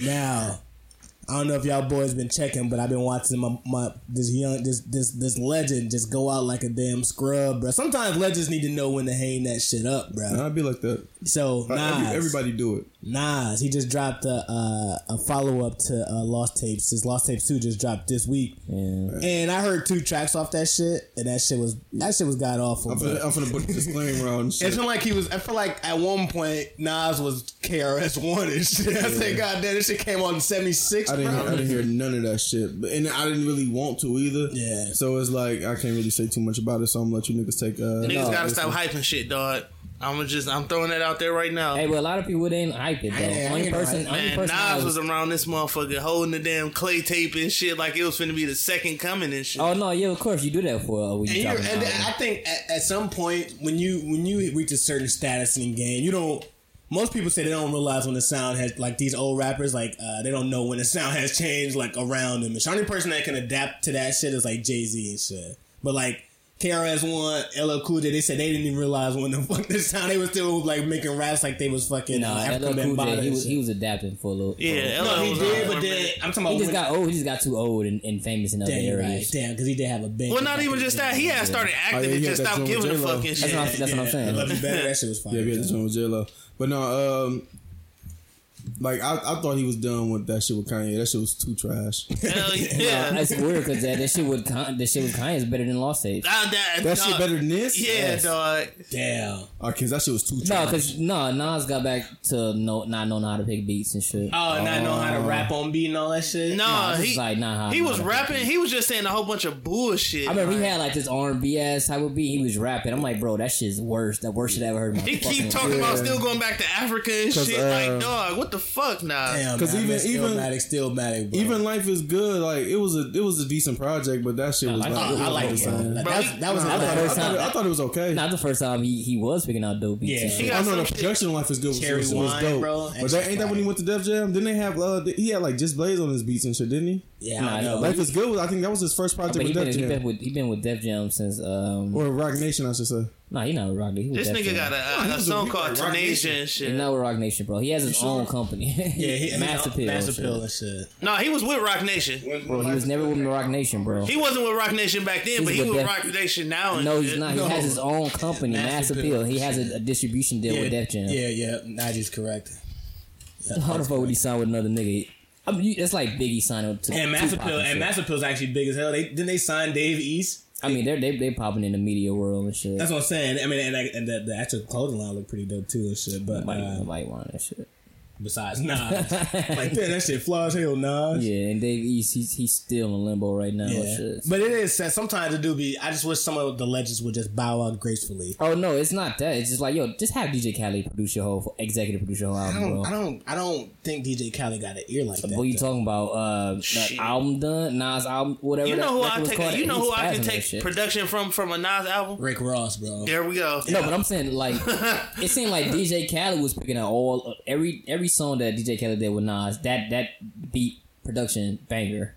S3: now I don't know if y'all boys been checking, but I've been watching my, my this young this this this legend just go out like a damn scrub, bro. Sometimes legends need to know when to hang that shit up, bro.
S4: I'd be like that.
S3: So
S4: Every-
S3: Nas,
S4: everybody do it.
S3: Nas, he just dropped a uh, a follow up to uh, Lost Tapes. His Lost Tapes two just dropped this week,
S2: Yeah.
S3: and I heard two tracks off that shit, and that shit was that shit was god awful.
S4: I'm
S3: bro.
S4: finna, I'm finna put a disclaimer on and
S3: It
S4: shit.
S3: felt like he was. I feel like at one point Nas was KRS One and shit. I said, God damn, this shit came on in '76.
S4: I didn't, hear, I
S3: bro."
S4: didn't hear none of that shit, but and I didn't really want to either.
S3: Yeah.
S4: So it's like I can't really say too much about it. So I'm gonna let you niggas take. Uh,
S5: Niggas gotta
S4: listen.
S5: stop hyping shit, dog. I'm just I'm throwing that out there right now.
S2: Hey, but a lot of people they ain't hype it though.
S3: ain't- I
S2: only
S3: ain't
S2: person,
S3: hype.
S2: only
S5: Man,
S2: person. I
S5: Nas
S2: was-
S5: was around this motherfucker holding the damn clay tape and shit like it was finna be the second coming and shit.
S2: oh no, yeah, of course you do that for uh,
S3: And,
S2: when you
S3: you're,
S2: drop an
S3: and
S2: album.
S3: I think at, at some point when you when you reach a certain status in the game, you don't. Most people say they don't realize when the sound has like these old rappers like uh, they don't know when the sound has changed like around them. It's the only person that can adapt to that shit is like Jay Z and shit. But like KRS One, LL Cool J, they said they didn't even realize when the fuck this sound they was still like making raps like they was fucking
S2: Nah,
S3: uh,
S2: LL
S3: African
S2: Cool
S3: Bambaataa
S2: J,
S3: and
S2: he was
S3: shit.
S2: he was adapting for a little. for a little-
S5: yeah,
S3: No,
S5: LL
S3: he
S5: was
S3: did,
S5: on
S3: but
S5: for a
S3: then
S5: minute.
S3: I'm talking about
S2: He just
S3: when-
S2: got old. He just got too old and, and famous in other
S3: Damn, you're right.
S2: areas.
S3: Damn, because he did have a band.
S5: Well, not even just that. He had started acting
S4: yeah,
S5: and
S4: he
S5: just
S4: had that
S5: stopped
S4: joint with
S5: giving a
S4: J-Lo.
S5: fucking
S2: That's
S5: shit.
S2: what I'm, that's what I'm saying.
S3: Love you better. That shit was fire.
S4: Yeah, we had this one with J Lo, but no. Um, like I, I thought he was done with that shit with Kanye. That shit was too trash.
S5: Hell yeah.
S2: Nah, That's weird because that, that shit with Con- that shit with Kanye is better than Lost Tapes.
S5: Ah, that
S4: That
S5: dog.
S4: shit better than this.
S5: Yeah, dog.
S3: Damn.
S4: Our kids, that shit was too
S2: No,
S4: trash.
S2: because no, Nas got back to no, not knowing how to pick beats and shit.
S3: Oh, and I know how to rap on beat and all that shit.
S5: No,
S2: Nah, this
S5: Uh, he
S2: is like not how
S5: he
S2: I'm
S5: was
S2: not
S5: rapping. He was just saying a whole bunch of bullshit.
S2: I remember he had like this R and B ass type of beat. He was rapping. I'm like, bro, that shit's worse. That worst shit I ever heard. in my
S5: He
S2: fucking
S5: keep talking
S2: life.
S5: about still going back to Africa and
S4: 'Cause,
S5: shit.
S4: uh,
S5: like, dog, what the fuck, nah?
S3: Damn,
S4: 'Cause
S3: because
S4: even-
S3: even
S4: even-
S3: Stillmatic, Stillmatic, bro.
S4: Even life is good. Like it was a it was a decent project, but that shit was.
S2: I
S4: like,
S2: thought-
S3: I like
S4: the
S3: it.
S4: same.
S3: That,
S5: Bro,
S3: that,
S5: he-
S3: that was
S2: I thought it
S4: I
S2: was-
S3: another.
S4: thought, it- I thought it was okay.
S2: Not the first time he, he was picking out dope beats.
S3: Yeah.
S2: and
S3: He
S2: shit.
S5: got
S4: I know
S5: some
S4: the
S5: shit.
S4: production of life is good. Was,
S3: Cherry
S4: was,
S3: Wine,
S4: dope.
S3: bro.
S4: But that ain't that when he went to Def Jam? Didn't they have uh he had like Just Blaze on his beats and shit, didn't he?
S3: Yeah,
S2: Nah,
S3: I
S2: I
S3: know.
S2: know.
S4: Life is good. was- I think that was his first project
S2: But he
S4: with Def
S2: been, he
S4: Jam
S2: been with he been with Def Jam since um
S4: or Rock Nation, I should say.
S2: nah he not with Rock Nation. He with
S5: This
S2: Def
S5: nigga got
S2: Jam.
S4: Nah, he
S5: a, a,
S4: was a
S5: song
S4: big
S5: called
S4: like Rock
S5: Tenacious
S4: Nation.
S5: and
S2: He
S5: shit.
S2: not with Rock Nation, bro. He has his own company.
S3: Yeah, he,
S2: Mass Appeal.
S3: Mass
S2: and shit.
S3: appeal and shit.
S5: No, he was with Rock Nation.
S2: Bro, he was never with Rock Nation, bro.
S5: He wasn't with Rock Nation back then,
S2: He's
S5: but he
S2: with
S5: with
S2: Def-
S5: Rock Nation now. And
S2: No, he's
S5: shit.
S2: not. He has his own company, Mass,
S3: Mass
S2: Appeal.
S3: Appeal.
S2: He has a, a distribution deal with Def Jam.
S3: Yeah, yeah. Najee's correct.
S2: How the fuck would he sign with another nigga? I mean, you, it's like Biggie signing to
S3: And Mass
S2: Tupac
S3: Appeal,
S2: shit.
S3: and Mass Appeal's actually big as hell. They didn't they sign Dave East?
S2: I mean, they're they, they popping in the media world and shit.
S3: That's what I'm saying. I mean, and, I, and the, the actual clothing line looked pretty dope too and shit. But
S2: Nobody,
S3: uh,
S2: nobody want that shit.
S3: Besides Nas, like damn, that shit flaws hell, Nas.
S2: Yeah, and Dave East, he's, he's still in limbo right now.
S3: Yeah.
S2: Shit.
S3: But it is sad. Sometimes it do be. I just wish some of the legends would just bow out gracefully.
S2: Oh no, it's not that. It's just like yo, just have DJ Khaled produce your whole executive produce your whole
S3: I
S2: album,
S3: don't.
S2: bro.
S3: I don't. I don't think DJ Khaled got an ear like that.
S2: What you
S3: though.
S2: talking about? Uh, that
S5: Shit.
S2: album done, Nas album, whatever.
S5: You know who
S2: that
S5: I
S2: record was
S5: take.
S2: called,
S5: You know
S2: he's
S5: who I can
S2: spazzing that
S5: take
S2: shit.
S5: production from from a Nas album.
S3: Rick Ross, bro.
S5: There we go.
S2: No, but I'm saying like it seemed like DJ Khaled was picking up all every every song that DJ Khaled did with Nas. That that beat production banger.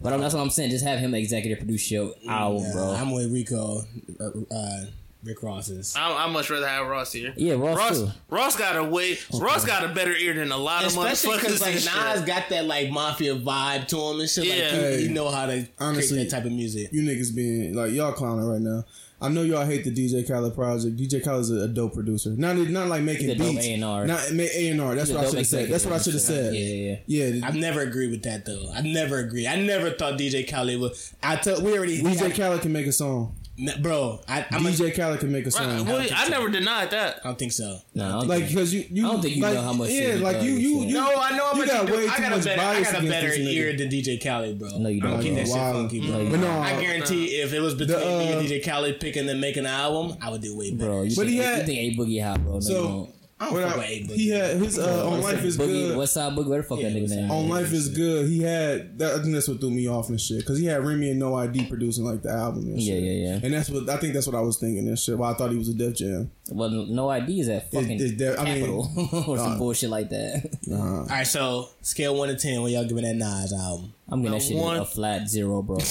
S2: But I'm, that's what I'm saying. Just have him executive produce your album,
S3: Yeah,
S2: bro.
S3: I'm with Rico. Uh, uh, Rick Ross is.
S5: I, I much rather have Ross here.
S2: yeah, Ross,
S5: Ross,
S2: too.
S5: Ross got a way. Ross got a better ear than a lot of
S3: Especially
S5: motherfuckers.
S3: because like
S5: and
S3: Nas
S5: shit.
S3: got that like mafia vibe to him and shit.
S5: Yeah.
S3: Like
S4: Hey,
S3: you, you know how to
S4: honestly,
S3: create that type of music.
S4: You niggas being like y'all clowning right now. I know y'all hate the DJ Khaled project. DJ Khaled's a, a dope producer. Not not like making
S2: He's a dope
S4: beats.
S2: A&R.
S4: Not A and R. That's
S2: He's a
S4: what I
S2: dope
S4: should have said. That's what I should have
S2: executive
S4: said.
S2: producer. Yeah, yeah,
S4: yeah. the-
S3: I've never agreed with that though. I never agree. I never thought DJ Khaled would. I tell we already
S4: DJ Khaled can make a song.
S3: N- bro. I, I'm a,
S4: DJ Khaled can make a
S5: Right,
S4: song.
S5: well, I never denied that.
S3: I don't think so.
S2: No, I don't
S4: Like
S2: think-
S4: because you, you,
S2: I don't think you
S4: like,
S2: know how much
S4: Yeah,
S2: he
S4: like
S2: does
S4: you,
S2: and
S4: you,
S2: shit.
S4: you.
S3: No, I know.
S4: you
S3: but
S4: got
S3: do-
S4: way
S3: I
S4: too
S3: got
S4: much
S3: a better, I
S4: bias
S3: got a
S4: against
S3: better
S4: this nigga.
S3: ear than DJ Khaled, bro.
S2: No, you
S3: I
S2: don't.
S3: don't keep that shit
S4: Wow.
S3: funky, bro.
S2: No,
S4: But no, uh,
S3: I guarantee if it was between
S4: The,
S3: me
S4: uh,
S3: and DJ Khaled picking and making an album, I would do way better.
S2: bro. You
S4: But
S2: think,
S4: he
S2: you
S4: had-
S2: think a boogie hot, bro? No, you
S4: So
S2: don't.
S3: I don't
S4: when
S3: fuck
S4: I,
S3: with A Boogie.
S4: he had his uh, on life is
S2: boogie,
S4: good.
S2: what's up, boogie? Where the fuck
S3: Yeah,
S2: that nigga
S3: West Side
S2: name?
S4: On
S2: is?
S4: life is good. He had that. I think that's what threw me off and shit. Because he had Remy and No ID producing like the album. And
S2: Yeah,
S4: shit.
S2: yeah, yeah.
S4: And that's what I think. That's what I was thinking and shit. Why I thought he was a Def Jam.
S2: Well, no ID is at fucking
S4: It- it def- I mean,
S2: capital or some bullshit like that.
S4: Nah.
S3: All right, so scale one to ten, what y'all giving that Nas album?
S2: I'm gonna that shit
S5: one-
S2: a flat zero, bro. I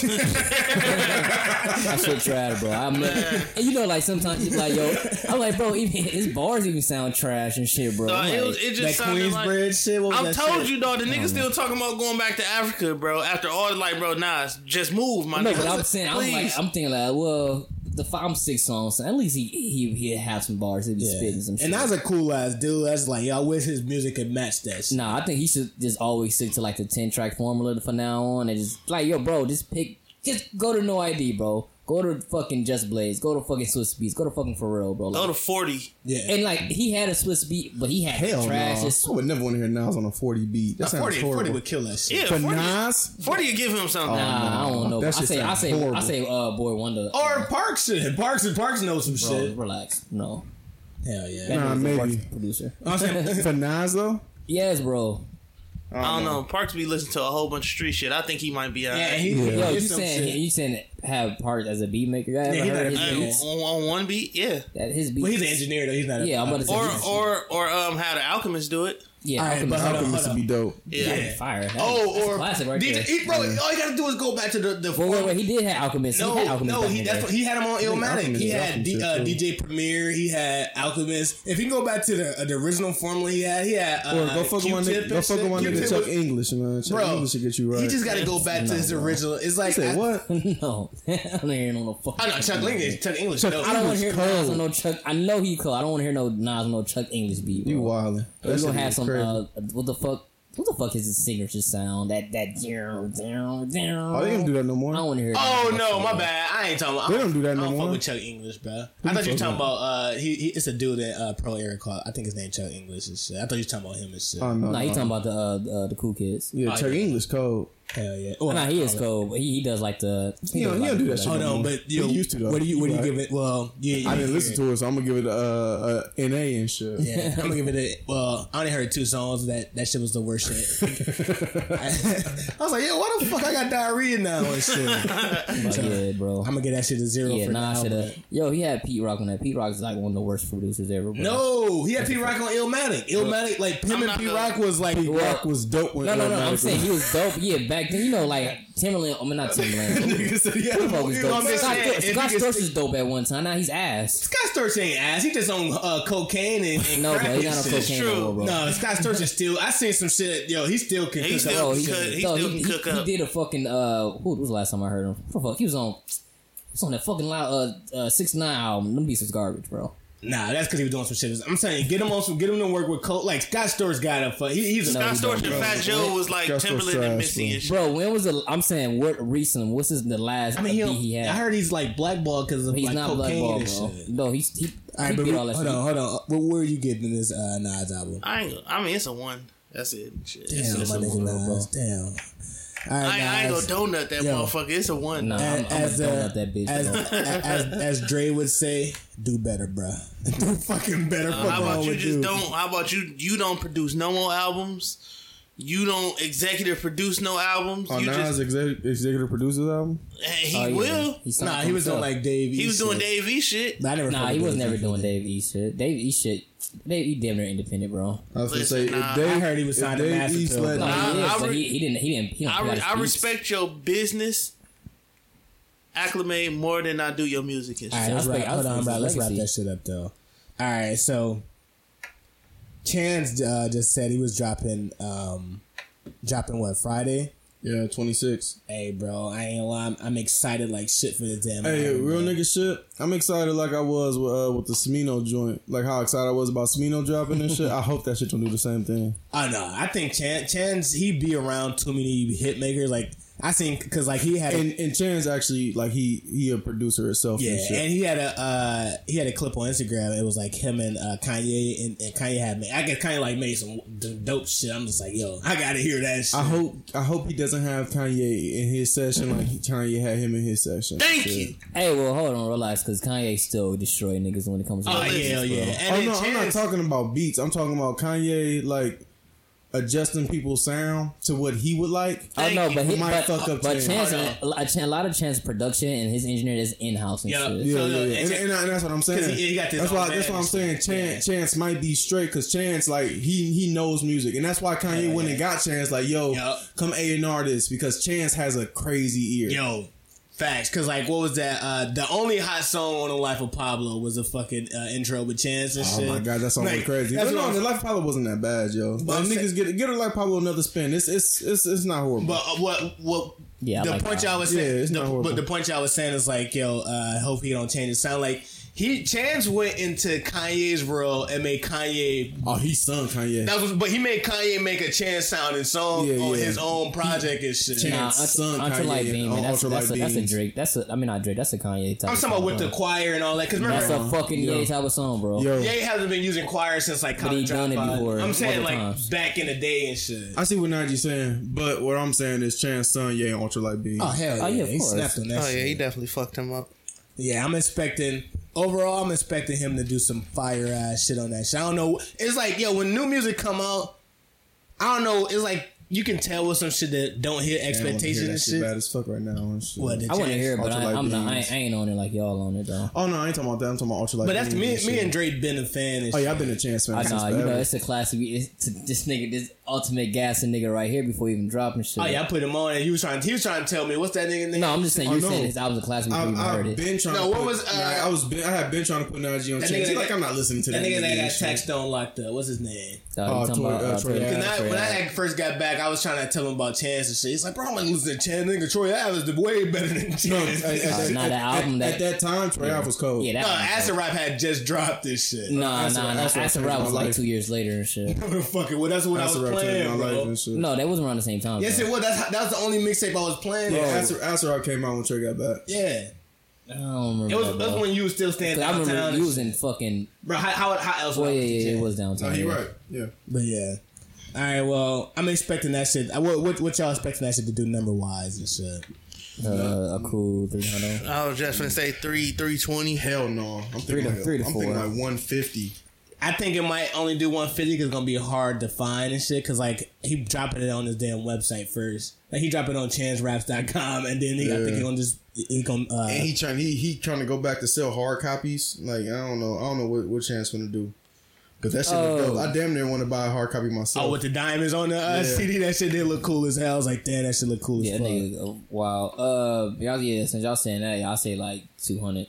S2: shit trash, bro. I'm like, and you know, like sometimes it's like, yo, I'm like, bro, even his bars even sound trash and shit, bro.
S5: Uh,
S2: I'm
S5: it,
S2: like,
S5: was, it
S3: That
S5: just sounded like.
S3: Queensbridge shit. What was
S5: I
S3: that
S5: told
S3: shit?
S5: you, dog. The niggas still talking about going back to Africa, bro. After all, like, bro, Nas, just move, my
S2: no,
S5: nigga.
S2: but I'm saying, I'm like, I'm thinking like, well, the five, I'm six songs, so at least he he he have some bars, he be spitting some shit.
S3: And Nas a cool ass dude. That's like, yo, I wish his music could match that. Shit.
S2: Nah, I think he should just always stick to like the ten track formula for now on, and just like yo, bro, just pick, just go to No ID, bro. Go to fucking Just Blaze. Go to fucking Swiss Beats. Go to fucking Pharrell, bro. Like,
S5: Go to forty.
S3: Yeah,
S2: and like he had a Swiss beat, but he had
S4: Hell
S2: trash.
S4: no.
S2: as-
S4: I would never want to hear Nas on a 40 beat. That sounds
S3: 40, 40
S4: horrible.
S3: would kill that shit.
S5: Yeah,
S4: For
S5: 40,
S4: Nas?
S5: 40 you give him something.
S2: Nah, I don't know. I
S4: That shit
S2: say, I
S4: sounds
S2: say, I
S4: horrible.
S2: say, uh, boy wonder.
S3: Or Parks shit. Parks and Parks knows some
S2: Bro,
S3: shit.
S2: relax. No,
S3: Hell yeah.
S2: That
S4: Nah,
S2: nigga's the
S4: maybe.
S2: worst producer.
S3: I'm saying,
S4: For Nas though,
S2: Yes, bro.
S5: I don't know. Parks be listening to a whole bunch of street shit. I think he might be uh, out.
S3: yeah, he,
S4: Yeah.
S3: he
S2: Yo,
S3: did
S2: you
S3: some
S2: saying
S3: shit.
S2: you saying have part as a beat maker? Yeah,
S3: Yeah, he not
S2: his
S3: a-
S2: beats.
S5: on, on one beat, yeah.
S2: That his beats.
S3: Well, he's an engineer though. He's not.
S2: Yeah,
S3: a,
S2: I'm about to say.
S5: Or
S2: he's-
S5: or or um, how the Alchemists do it.
S2: yeah,
S3: All right,
S2: Alchemist-
S3: but hold on,
S4: Alchemist
S3: hold
S4: would
S3: on.
S4: be dope.
S5: Yeah.
S2: That'd be fire. That-
S3: Oh,
S2: that's a
S3: or
S2: classic right
S3: DJ,
S2: there.
S3: he- bro, all you gotta do is go back to the the.
S2: Wait, wait, wait. He did have Alchemist. he had
S3: No,
S2: Alchemist
S3: no,
S2: back
S3: he
S2: in
S3: that's
S2: there.
S3: what, he had him on Illmatic.
S4: Alchemist
S3: He
S4: is
S3: had D,
S4: Alchemist,
S3: uh,
S4: too.
S3: DJ Premier. He had Alchemist. If you can go back to the, uh, the original formula, he had he had uh,
S4: Or go fuck with my
S3: Q-Tip
S4: nigga.
S3: and
S4: Go fuck
S3: shit.
S4: with my nigga
S3: Q-Tip
S4: Chuck
S3: was-
S4: English, man. Chuck
S3: Bro,
S4: English should get you right.
S3: He just got to go back to his original. It's like
S4: said
S3: I-
S4: what?
S2: no, I don't hear no fuck.
S3: I know Chuck English. Chuck English.
S4: Chuck
S3: no.
S2: I don't want to hear Nas
S4: cold.
S2: on no Chuck. I know he cold. I don't want to hear no Nas on no Chuck English beat. Bro.
S4: You wildin'.
S2: We're
S4: That shit
S2: gonna have
S4: is
S2: some.
S4: crazy.
S2: Uh, what the fuck? What the fuck is his signature sound? That that down down down.
S4: Oh, they don't do that no
S2: I don't
S4: more.
S2: want to hear.
S3: Oh
S2: that.
S3: no, my bad. I ain't talking. About,
S4: They don't do that
S3: I
S4: no
S3: don't fuck
S4: more.
S3: with Chuck English, bro. I thought you were
S4: fuck
S3: talking
S4: with?
S3: about uh, he, he. It's a dude that uh, Pro Era called. I think his name Chuck English and shit. I thought you were talking about him and shit.
S4: Oh, no, no.
S2: Nah, he talking about the uh, uh, the cool kids.
S4: Yeah, Chuck English cold.
S3: Hell yeah. Oh,
S2: Nah, he is cold. But he, he does like the.
S4: He don't-
S2: does
S4: he
S2: like
S4: don't
S2: the-
S4: do that shit.
S3: Hold on, but you
S4: He used to, though.
S3: What do you? What do you
S4: He
S3: give it? Well, yeah, yeah,
S4: I didn't
S3: yeah.
S4: listen to it, so I'm gonna give it a, uh, a NA and shit.
S3: Yeah, I'm gonna give it a. Well, I only heard two songs. That that shit was the worst shit. I, was like, yo, why the fuck I got diarrhea now and shit? I'm
S2: Like, yeah, bro.
S3: gonna get that shit a zero
S2: yeah,
S3: for
S2: nah,
S3: now.
S2: should have. Yo, he had Pete Rock on that. Pete Rock is like one of the worst producers ever. Bro.
S3: No, he had P Rock on Illmatic. Illmatic, like him
S5: I'm
S3: and
S5: not
S3: P
S5: gonna-
S3: Rock was like
S4: Pete Rock was dope when
S2: No, no, no.
S4: Illmatic
S2: I'm
S4: was-
S2: saying he was dope. Yeah, back then, you know, like Timberland. I mean, not Timberland.
S4: Nigga said he had a
S2: Tupac was dope.
S3: I'm just
S2: Scott,
S3: saying, if you
S2: Scott
S3: can
S2: Storch was dope at one time. Now he's ass.
S3: Scott Storch ain't ass. He just on uh, cocaine and, and
S2: No,
S3: crack
S2: bro, he's
S3: and
S2: not on
S3: shit.
S2: cocaine
S5: true.
S2: no more, bro.
S3: No, Scott Storch is still. I seen some shit. Yo, he still can.
S5: He
S3: cook
S5: still
S3: up
S5: can
S3: shit.
S5: cook. He
S2: No,
S5: still can cook up.
S2: He did a fucking uh, who was the last time I heard him? What the fuck? He was on, he was on that fucking loud uh, uh six nine album. Them beats was garbage, bro.
S3: Nah, that's because he was doing some shit. I'm saying get him on some, get him to work with Cole. Like Scott Storch got up. for- He, he's a
S2: No,
S5: Scott
S2: he
S5: Storch
S2: don't,
S5: and
S2: bro.
S5: Fat Joe was like
S4: Scott Storch
S5: Timberland
S4: trash,
S5: and Missy and shit.
S2: Bro, when was the? I'm saying what recent? What's his the last
S3: I mean, he,
S2: beat he
S3: I
S2: had?
S3: heard he's like blackballed because of
S2: He's
S3: like
S2: not
S3: cocaine
S2: blackball,
S3: and
S2: bro.
S3: shit.
S2: No, he's he,
S3: All
S2: he
S3: right, but
S2: beat all that
S3: hold
S2: shit.
S3: on, hold on. Where, where are you getting this uh, Nas album?
S5: I ain't, I mean, it's a one. That's it. Shit.
S3: Damn, my nigga Nas. Damn. All
S5: I,
S3: right,
S5: I ain't
S3: guys.
S5: gonna donut that
S3: Yo.
S5: motherfucker. It's a one.
S2: Nah, I'm, I'm
S3: as,
S2: gonna
S3: uh,
S2: donut that bitch.
S3: as,
S2: bro.
S3: as, as Dre would say, do better, bruh. do fucking better. Fuck
S5: How
S3: wrong
S5: about you
S3: with
S5: just don't? How about you? You don't produce no more albums. You don't executive produce no albums.
S4: On
S5: you
S4: Nas
S5: just
S4: exec- executive producer's album?
S5: he
S2: Oh, yeah.
S5: will.
S2: He signed
S3: Nah, he was
S2: himself.
S3: doing like Dave.
S5: He was
S3: East
S5: doing
S3: shit.
S5: Dave E shit.
S3: I never
S2: Nah,
S3: fucking
S2: he was
S3: did
S2: never
S3: that.
S2: doing Dave E shit. Dave E shit. Dave E damn near independent, bro.
S4: I was
S5: Listen,
S4: gonna say,
S5: nah,
S4: if they,
S3: I heard he was
S4: if
S3: signed to
S4: they
S3: Massive
S4: East
S3: Pill.
S4: let-
S2: No,
S5: Nah,
S2: he is,
S5: I
S2: but
S5: re-
S2: he, he didn't. He didn't. He don't
S5: I,
S2: put out
S5: re-
S2: his
S5: I
S2: beats.
S5: respect your business acclimate more than I do your music and shit.
S3: All right,
S2: I
S3: let's
S2: was
S3: wrap,
S2: like- I
S3: hold
S2: was
S3: on,
S2: thinking
S3: bro. Let's wrap
S2: legacy.
S3: that shit up, though. All right, so Chance uh, just said he was dropping, um, dropping what Friday.
S4: yeah, 26.
S3: Hey, bro, I ain't gonna lie. I'm, I'm excited like shit for this damn.
S4: Hey,
S3: album,
S4: real
S3: bro.
S4: nigga shit. I'm excited like I was with, uh, with the Smino joint. Like how excited I was about Smino dropping and shit. I hope that shit don't do the same thing.
S3: Oh no, I think Chan Chan's he be around too many hit makers. Like I seen because like he had a,
S4: And and Chan's actually like he he a producer himself.
S3: yeah,
S4: and shit.
S3: and he had a uh, he had a clip on Instagram. It was like him and uh, Kanye and, and Kanye had made. I guess Kanye like made some d- dope shit. I'm just like yo, I gotta hear that. shit.
S4: I hope I hope he doesn't have Kanye in his session like he- Kanye had him in his session.
S5: Thank
S4: Shit.
S5: you.
S2: Hey, well, hold on, relax, because Kanye still destroy niggas when it comes to.
S3: Oh,
S2: rap.
S3: hell yeah. And
S4: Oh
S3: then
S4: no, I'm not
S3: Chance-
S4: talking about beats. I'm talking about Kanye like adjusting people's sound to what he would like.
S2: I know, but he,
S4: Might
S2: but,
S4: fuck up
S2: but
S4: Chance.
S2: Chance,
S3: Hold
S2: a, Chan- a lot of Chance production and his engineer is in house and
S3: Yeah.
S2: shit.
S4: Yeah,
S3: So,
S4: yeah,
S3: no,
S4: yeah.
S3: and
S4: And, and, and that's what I'm saying.
S3: 'cause he- he got this
S4: that's
S3: own
S4: why. That's why I'm
S3: band
S4: saying
S3: and shit.
S4: Chance, Chance might be straight because Chance, like he he knows music, and that's why Kanye went and got Chance. Like, yo,
S3: Yup.
S4: come A and R this because Chance has a crazy ear.
S3: Yo, facts. Cause like, what was that? Uh, the only hot song on the life of Pablo was a fucking uh, intro with Chance and
S4: Oh
S3: shit.
S4: my god, that's almost
S3: Like,
S4: crazy.
S3: That's
S4: But
S3: what
S4: no,
S3: I'm-
S4: the Life of Pablo wasn't that bad, yo. Like,
S3: I'm
S4: niggas get get a Life of Pablo another spin. It's it's it's it's not horrible.
S3: but uh, what what?
S2: Yeah, I
S3: the
S2: like
S3: point
S2: that.
S3: y'all was
S4: Yeah,
S3: saying.
S4: it's not
S3: the,
S4: horrible.
S3: but the point y'all was saying is like, yo, uh, hope he don't change his sound. Like he Chance went into Kanye's world and made Kanye.
S4: oh, he sung Kanye.
S3: That was, but he made Kanye make a Chance sounding song
S4: Yeah,
S3: on
S4: yeah.
S3: his own project and shit.
S2: Nah,
S4: Chance
S2: Ultra-
S4: sung
S2: ultralight
S4: Kanye
S2: beam,
S4: on
S2: man. That's, that's, a,
S4: Ultralight
S2: that's a
S4: Beams.
S2: Drake. That's a. I mean, not Drake. That's a Kanye type.
S3: I'm
S2: of
S3: talking about
S2: song,
S3: with the
S2: bro.
S3: choir and all that. Cause remember,
S2: That's a fucking
S4: Yo.
S2: Ye type of song, bro.
S4: Yo,
S3: Ye hasn't been using choir since like
S2: he
S3: college
S2: done it
S3: dropout.
S2: before,
S3: I'm saying
S2: other
S3: like
S2: times.
S3: back in the day and shit.
S4: I see what Najee's saying, but what I'm saying is Chance sung yeah on Ultralight Beam.
S3: Oh hell yeah!
S2: Oh, yeah, of
S3: he
S2: course.
S3: snapped on that.
S5: Oh yeah,
S3: shit.
S5: he definitely fucked him up.
S3: Yeah, I'm expecting. Overall, I'm expecting him to do some fire ass shit on that shit. I don't know. It's like yo, when new music come out, I don't know. It's like you can tell with some shit that don't hit
S4: Man, I wanna hear
S3: expectations
S4: that
S3: and
S4: shit
S3: shit.
S4: bad as fuck right now. and shit.
S3: What, the
S2: I want to
S3: Chance-
S2: hear it, but I,
S4: Ultralight
S2: I'm not. I,
S4: Beams.
S2: I ain't on it like y'all on it though.
S4: Oh no, I ain't talking about that. I'm talking about Ultralight.
S3: But that's
S4: Beam
S3: me. Me
S4: shit.
S3: and Dre been a fan. And
S4: Oh
S3: shit.
S4: yeah, I've been a Chance fan.
S2: I
S4: since
S2: know, you know,
S4: forever.
S2: it's a classic. It's to, this nigga, this ultimate gassing nigga right here before he even dropping shit.
S3: Oh yeah, I put him on, and he was trying. He was trying to tell me what's that nigga name.
S2: No, I'm just saying.
S4: Oh,
S2: You're
S4: no.
S2: saying his album's a classic before you even
S4: I,
S2: heard
S4: I've
S2: it.
S4: been trying.
S3: No,
S4: to
S3: what
S4: put,
S3: was, uh,
S4: Nah, I was. Been, I had been trying to put Najee on
S3: That
S4: Chance.
S3: nigga
S4: He
S3: that-
S4: like I'm not listening to
S3: that
S4: that
S3: nigga that got
S4: and shit.
S3: taxed on like the what's his name.
S2: Uh,
S4: Oh,
S2: you talking
S4: Troy-
S2: about,
S4: uh,
S2: uh,
S4: Troy
S2: Troy
S4: Ave.
S3: And I,
S2: Ave.
S3: when I had first got back, I was trying to tell him about Chance and shit. He's like, bro, I'm gonna listen to Chance. Nigga, Troy Ave is way better than Chance. No,
S4: No, at, at,
S2: Uh,
S4: at,
S2: nah,
S4: at,
S2: that album
S4: at,
S2: that-
S4: that time, Trey Alf was cold.
S2: Yeah, that.
S3: Acid Rap had just dropped this shit.
S2: No,
S4: That's what-
S2: no, no.
S4: that's what
S2: Acid
S4: changed
S2: Rap
S4: my
S2: was like
S4: life.
S2: two years later and shit.
S3: What the fuck? Well, that's what
S4: That's
S3: I was
S4: what changed my
S3: playing,
S4: life
S3: bro.
S4: and shit.
S2: No, that wasn't around the same time.
S3: Yes,
S2: bro.
S3: it was. That's, that was the only mixtape I was playing.
S4: Yeah,
S3: bro.
S4: Acer, Acer Rock came out when Trey got back.
S3: yeah.
S2: I don't remember.
S3: It was,
S2: that,
S3: that's
S2: bro.
S3: when you was still standing
S2: 'Cause I remember
S3: downtown.
S2: you was in fucking.
S3: bro, how, how, how else?
S2: Oh
S3: would I
S2: yeah,
S3: listen to
S2: yeah, yeah,
S3: Chance?
S2: it was downtown.
S4: No, he
S2: yeah.
S4: right. Yeah.
S3: But yeah. All right, well, I'm expecting that shit. I- What, what, what y'all expecting that shit to do number wise and shit?
S2: Uh, a cool three hundred.
S5: I was just gonna say three three twenty.
S4: Hell no. I'm
S2: Three
S4: thinking
S2: to-
S4: like,
S2: three to
S4: I'm thinking
S2: four.
S4: like 150.
S3: I think it might only do 150 because it's gonna be hard to find and shit. Because like he dropping it on his damn website first. Like he dropping it on chanceraps.com and then he, I think he gonna just he gonna uh,
S4: And he trying he he trying to go back to sell hard copies. Like I don't know. I don't know what, what chance gonna do. Cause that shit look
S2: Oh.
S4: dope. I damn near want to buy a hard copy myself.
S3: oh with the diamonds on the uh,
S4: Yeah.
S3: CD. That shit did look cool as hell. I was like, damn, that shit look cool
S2: Yeah,
S3: as
S2: that
S3: fuck.
S2: nigga. uh, Wow. Uh, y'all. Yeah, since y'all saying that, y'all say like two hundred.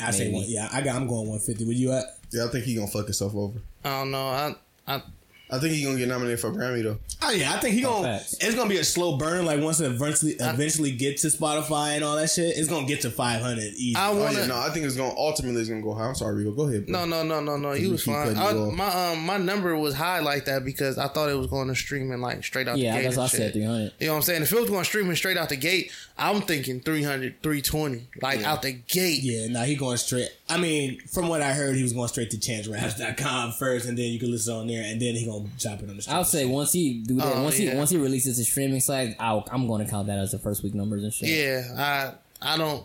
S3: I say
S2: Maybe.
S3: one. Yeah, I got. I'm going 150. Where you at?
S4: yeah, I think he gonna fuck himself over.
S5: I don't know. I I
S8: I think he's gonna get nominated for a Grammy though.
S3: Oh yeah, I think he gonna.
S2: facts.
S3: It's gonna be a slow burn. Like once it eventually eventually get to Spotify and all that shit, it's gonna get to five hundred easy.
S5: I
S8: Oh
S5: want
S8: yeah,
S5: to.
S8: no, I think it's gonna ultimately it's gonna go high. I'm sorry, Rico. Go ahead. bro.
S5: No, no, no, no, no. You
S8: You
S5: was
S8: keep
S5: fine.
S8: cutting
S5: I,
S8: you off.
S5: my um, my number was high like that because I thought it was going to stream and like straight out.
S2: Yeah,
S5: the gate
S2: that's
S5: and
S2: what I
S5: shit.
S2: said 300.
S5: You know what I'm saying? If it was going streaming straight out the gate, I'm thinking 300, 320, like out the gate.
S3: yeah, nah, he going straight. I mean, from what I heard, he was going straight to chancerap.com first, and then you can listen on there, and then he gonna drop it on the street.
S2: I'll say once he do that,
S5: Oh,
S2: once
S5: yeah.
S2: he once he releases his streaming site, I'll, I'm going to count that as the first week numbers and shit.
S5: Yeah, I I don't.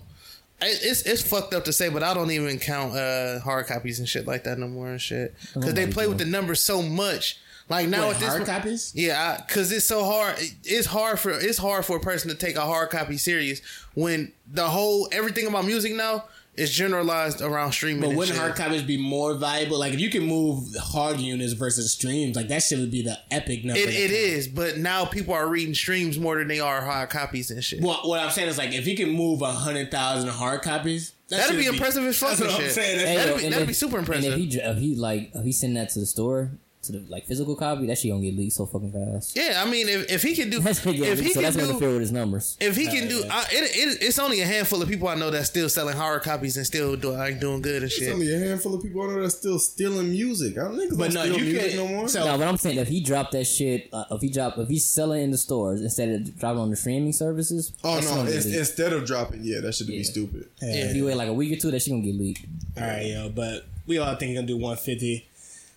S5: it- It's it's fucked up to say, but I don't even count uh, hard copies and shit like that no more and shit because they play with the numbers so much. Like now
S3: Wait,
S5: at this
S3: hard
S5: mo-
S3: copies?
S5: yeah, I, cause it's so hard. it- It's hard for it's hard for a person to take a hard copy serious when the whole everything about music now is generalized around streaming.
S3: But
S5: and
S3: wouldn't
S5: shit.
S3: hard copies be more valuable? Like if you can move hard units versus streams, like that shit would be the epic number.
S5: It,
S3: that
S5: it
S3: counts.
S5: is, but now people are reading streams more than they are hard copies and shit.
S3: Well, what I'm saying is like if you can move hundred thousand hard copies, that
S5: That'd
S3: shit'd
S5: be impressive as fuck
S3: That's
S5: and
S3: what I'm
S5: shit.
S3: saying. That's-
S2: Hey,
S5: That'd
S2: yo,
S5: be-
S2: and
S5: that'd
S2: if-
S5: be super impressive.
S2: And if he, dr- if he like if he send that to the store to the like physical copy, that shit gonna get leaked so fucking fast.
S5: Yeah, I mean, if, if he can do,
S2: That's gonna get
S5: if he
S2: leaked, so
S5: can
S2: that's gonna
S5: do,
S2: interfere with his numbers.
S5: If he can do, I, it, it, it's only a handful of people I know that's still selling horror copies and still doing like doing good and
S8: It's
S5: shit.
S8: only a handful of people I know that's still stealing music. I don't think
S3: But
S8: it's
S3: no,
S8: steal
S3: you
S8: music
S3: can't-
S8: no more.
S3: so-
S2: No, but I'm saying if he dropped that shit, uh, if he drop, if he's selling in the stores instead of dropping on the streaming services,
S8: oh
S2: that's
S8: no,
S2: gonna get
S8: it's,
S2: leaked.
S8: instead of dropping, yeah, that should be
S2: Yeah.
S8: stupid.
S2: if you wait like a week or two, that shit gonna get leaked.
S3: All right, yo, but we all think we're gonna do 150.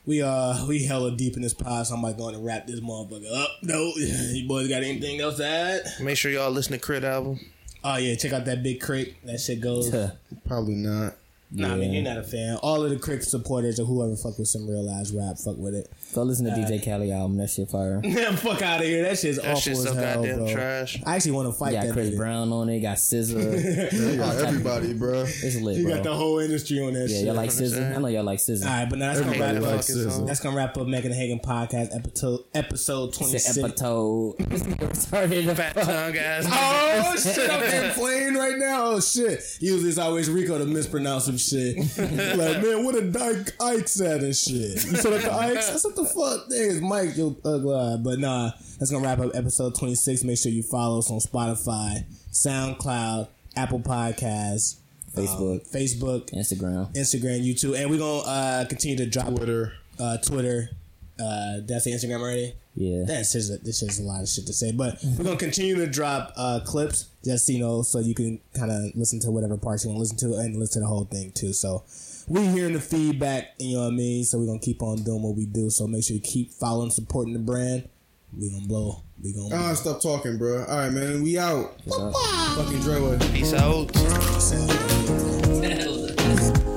S3: We uh we hella deep in this pod, so I'm like going to wrap this motherfucker up. No, you boys got anything else to add?
S5: Make sure y'all listen to Crit album.
S3: Oh yeah, check out that big crick. That shit goes.
S2: Huh.
S8: Probably not.
S3: Nah, I mean you're not a fan. All of the crick supporters or whoever fuck with some real life rap, fuck with it.
S2: Go listen to
S3: Uh,
S2: DJ Khaled album. That shit fire.
S3: Man, fuck out of here. That shit's
S5: That
S3: awful
S5: shit's so
S3: as hell,
S5: goddamn
S3: bro.
S5: trash.
S3: I actually want to fight
S2: Got
S3: that.
S2: Chris
S3: nigga.
S2: Brown on it. Got Scissor.
S8: They got everybody, bro.
S2: It's lit,
S3: You
S2: bro.
S3: got the whole industry on that
S2: yeah,
S3: shit.
S2: y'all like Scissor. I know y'all like Scissor.
S3: All right, but now that's gonna
S5: Everybody
S3: wrap up.
S5: likes
S8: SZA.
S5: song.
S3: That's gonna wrap up Megan the Hagen podcast episode episode twenty
S2: It's
S3: six.
S2: an episode. Sorry, the
S5: Fat
S2: fuck.
S5: tongue guys.
S3: Oh shit! I'm getting playing right now. Oh shit! Usually it's always Rico to mispronounce some shit. like man, what a Dyke Ike said and shit. You said up the Ikes. I said the fuck thing is Mike. Yo, uh, uh, but nah, that's gonna wrap up episode 26. Make sure you follow us on Spotify, SoundCloud, Apple Podcasts,
S2: Facebook,
S3: Facebook,
S2: Instagram.
S3: Instagram, YouTube, and we're gonna uh, continue to drop Twitter. Uh, Twitter. Uh, that's the Instagram already.
S2: Yeah.
S3: That's just a, this is a lot of shit to say, but we're gonna continue to drop uh, clips, just you know, so you can kind of listen to whatever parts you want to listen to and listen to the whole thing too. So we hearing the feedback, you know what I mean. So we're gonna keep on doing what we do. So make sure you keep following, supporting the brand. We gonna blow. We gonna.
S8: Ah, stop talking, bro. All right, man, we out.
S2: What's up?
S8: Fucking Dre.
S5: Peace out.
S3: blow.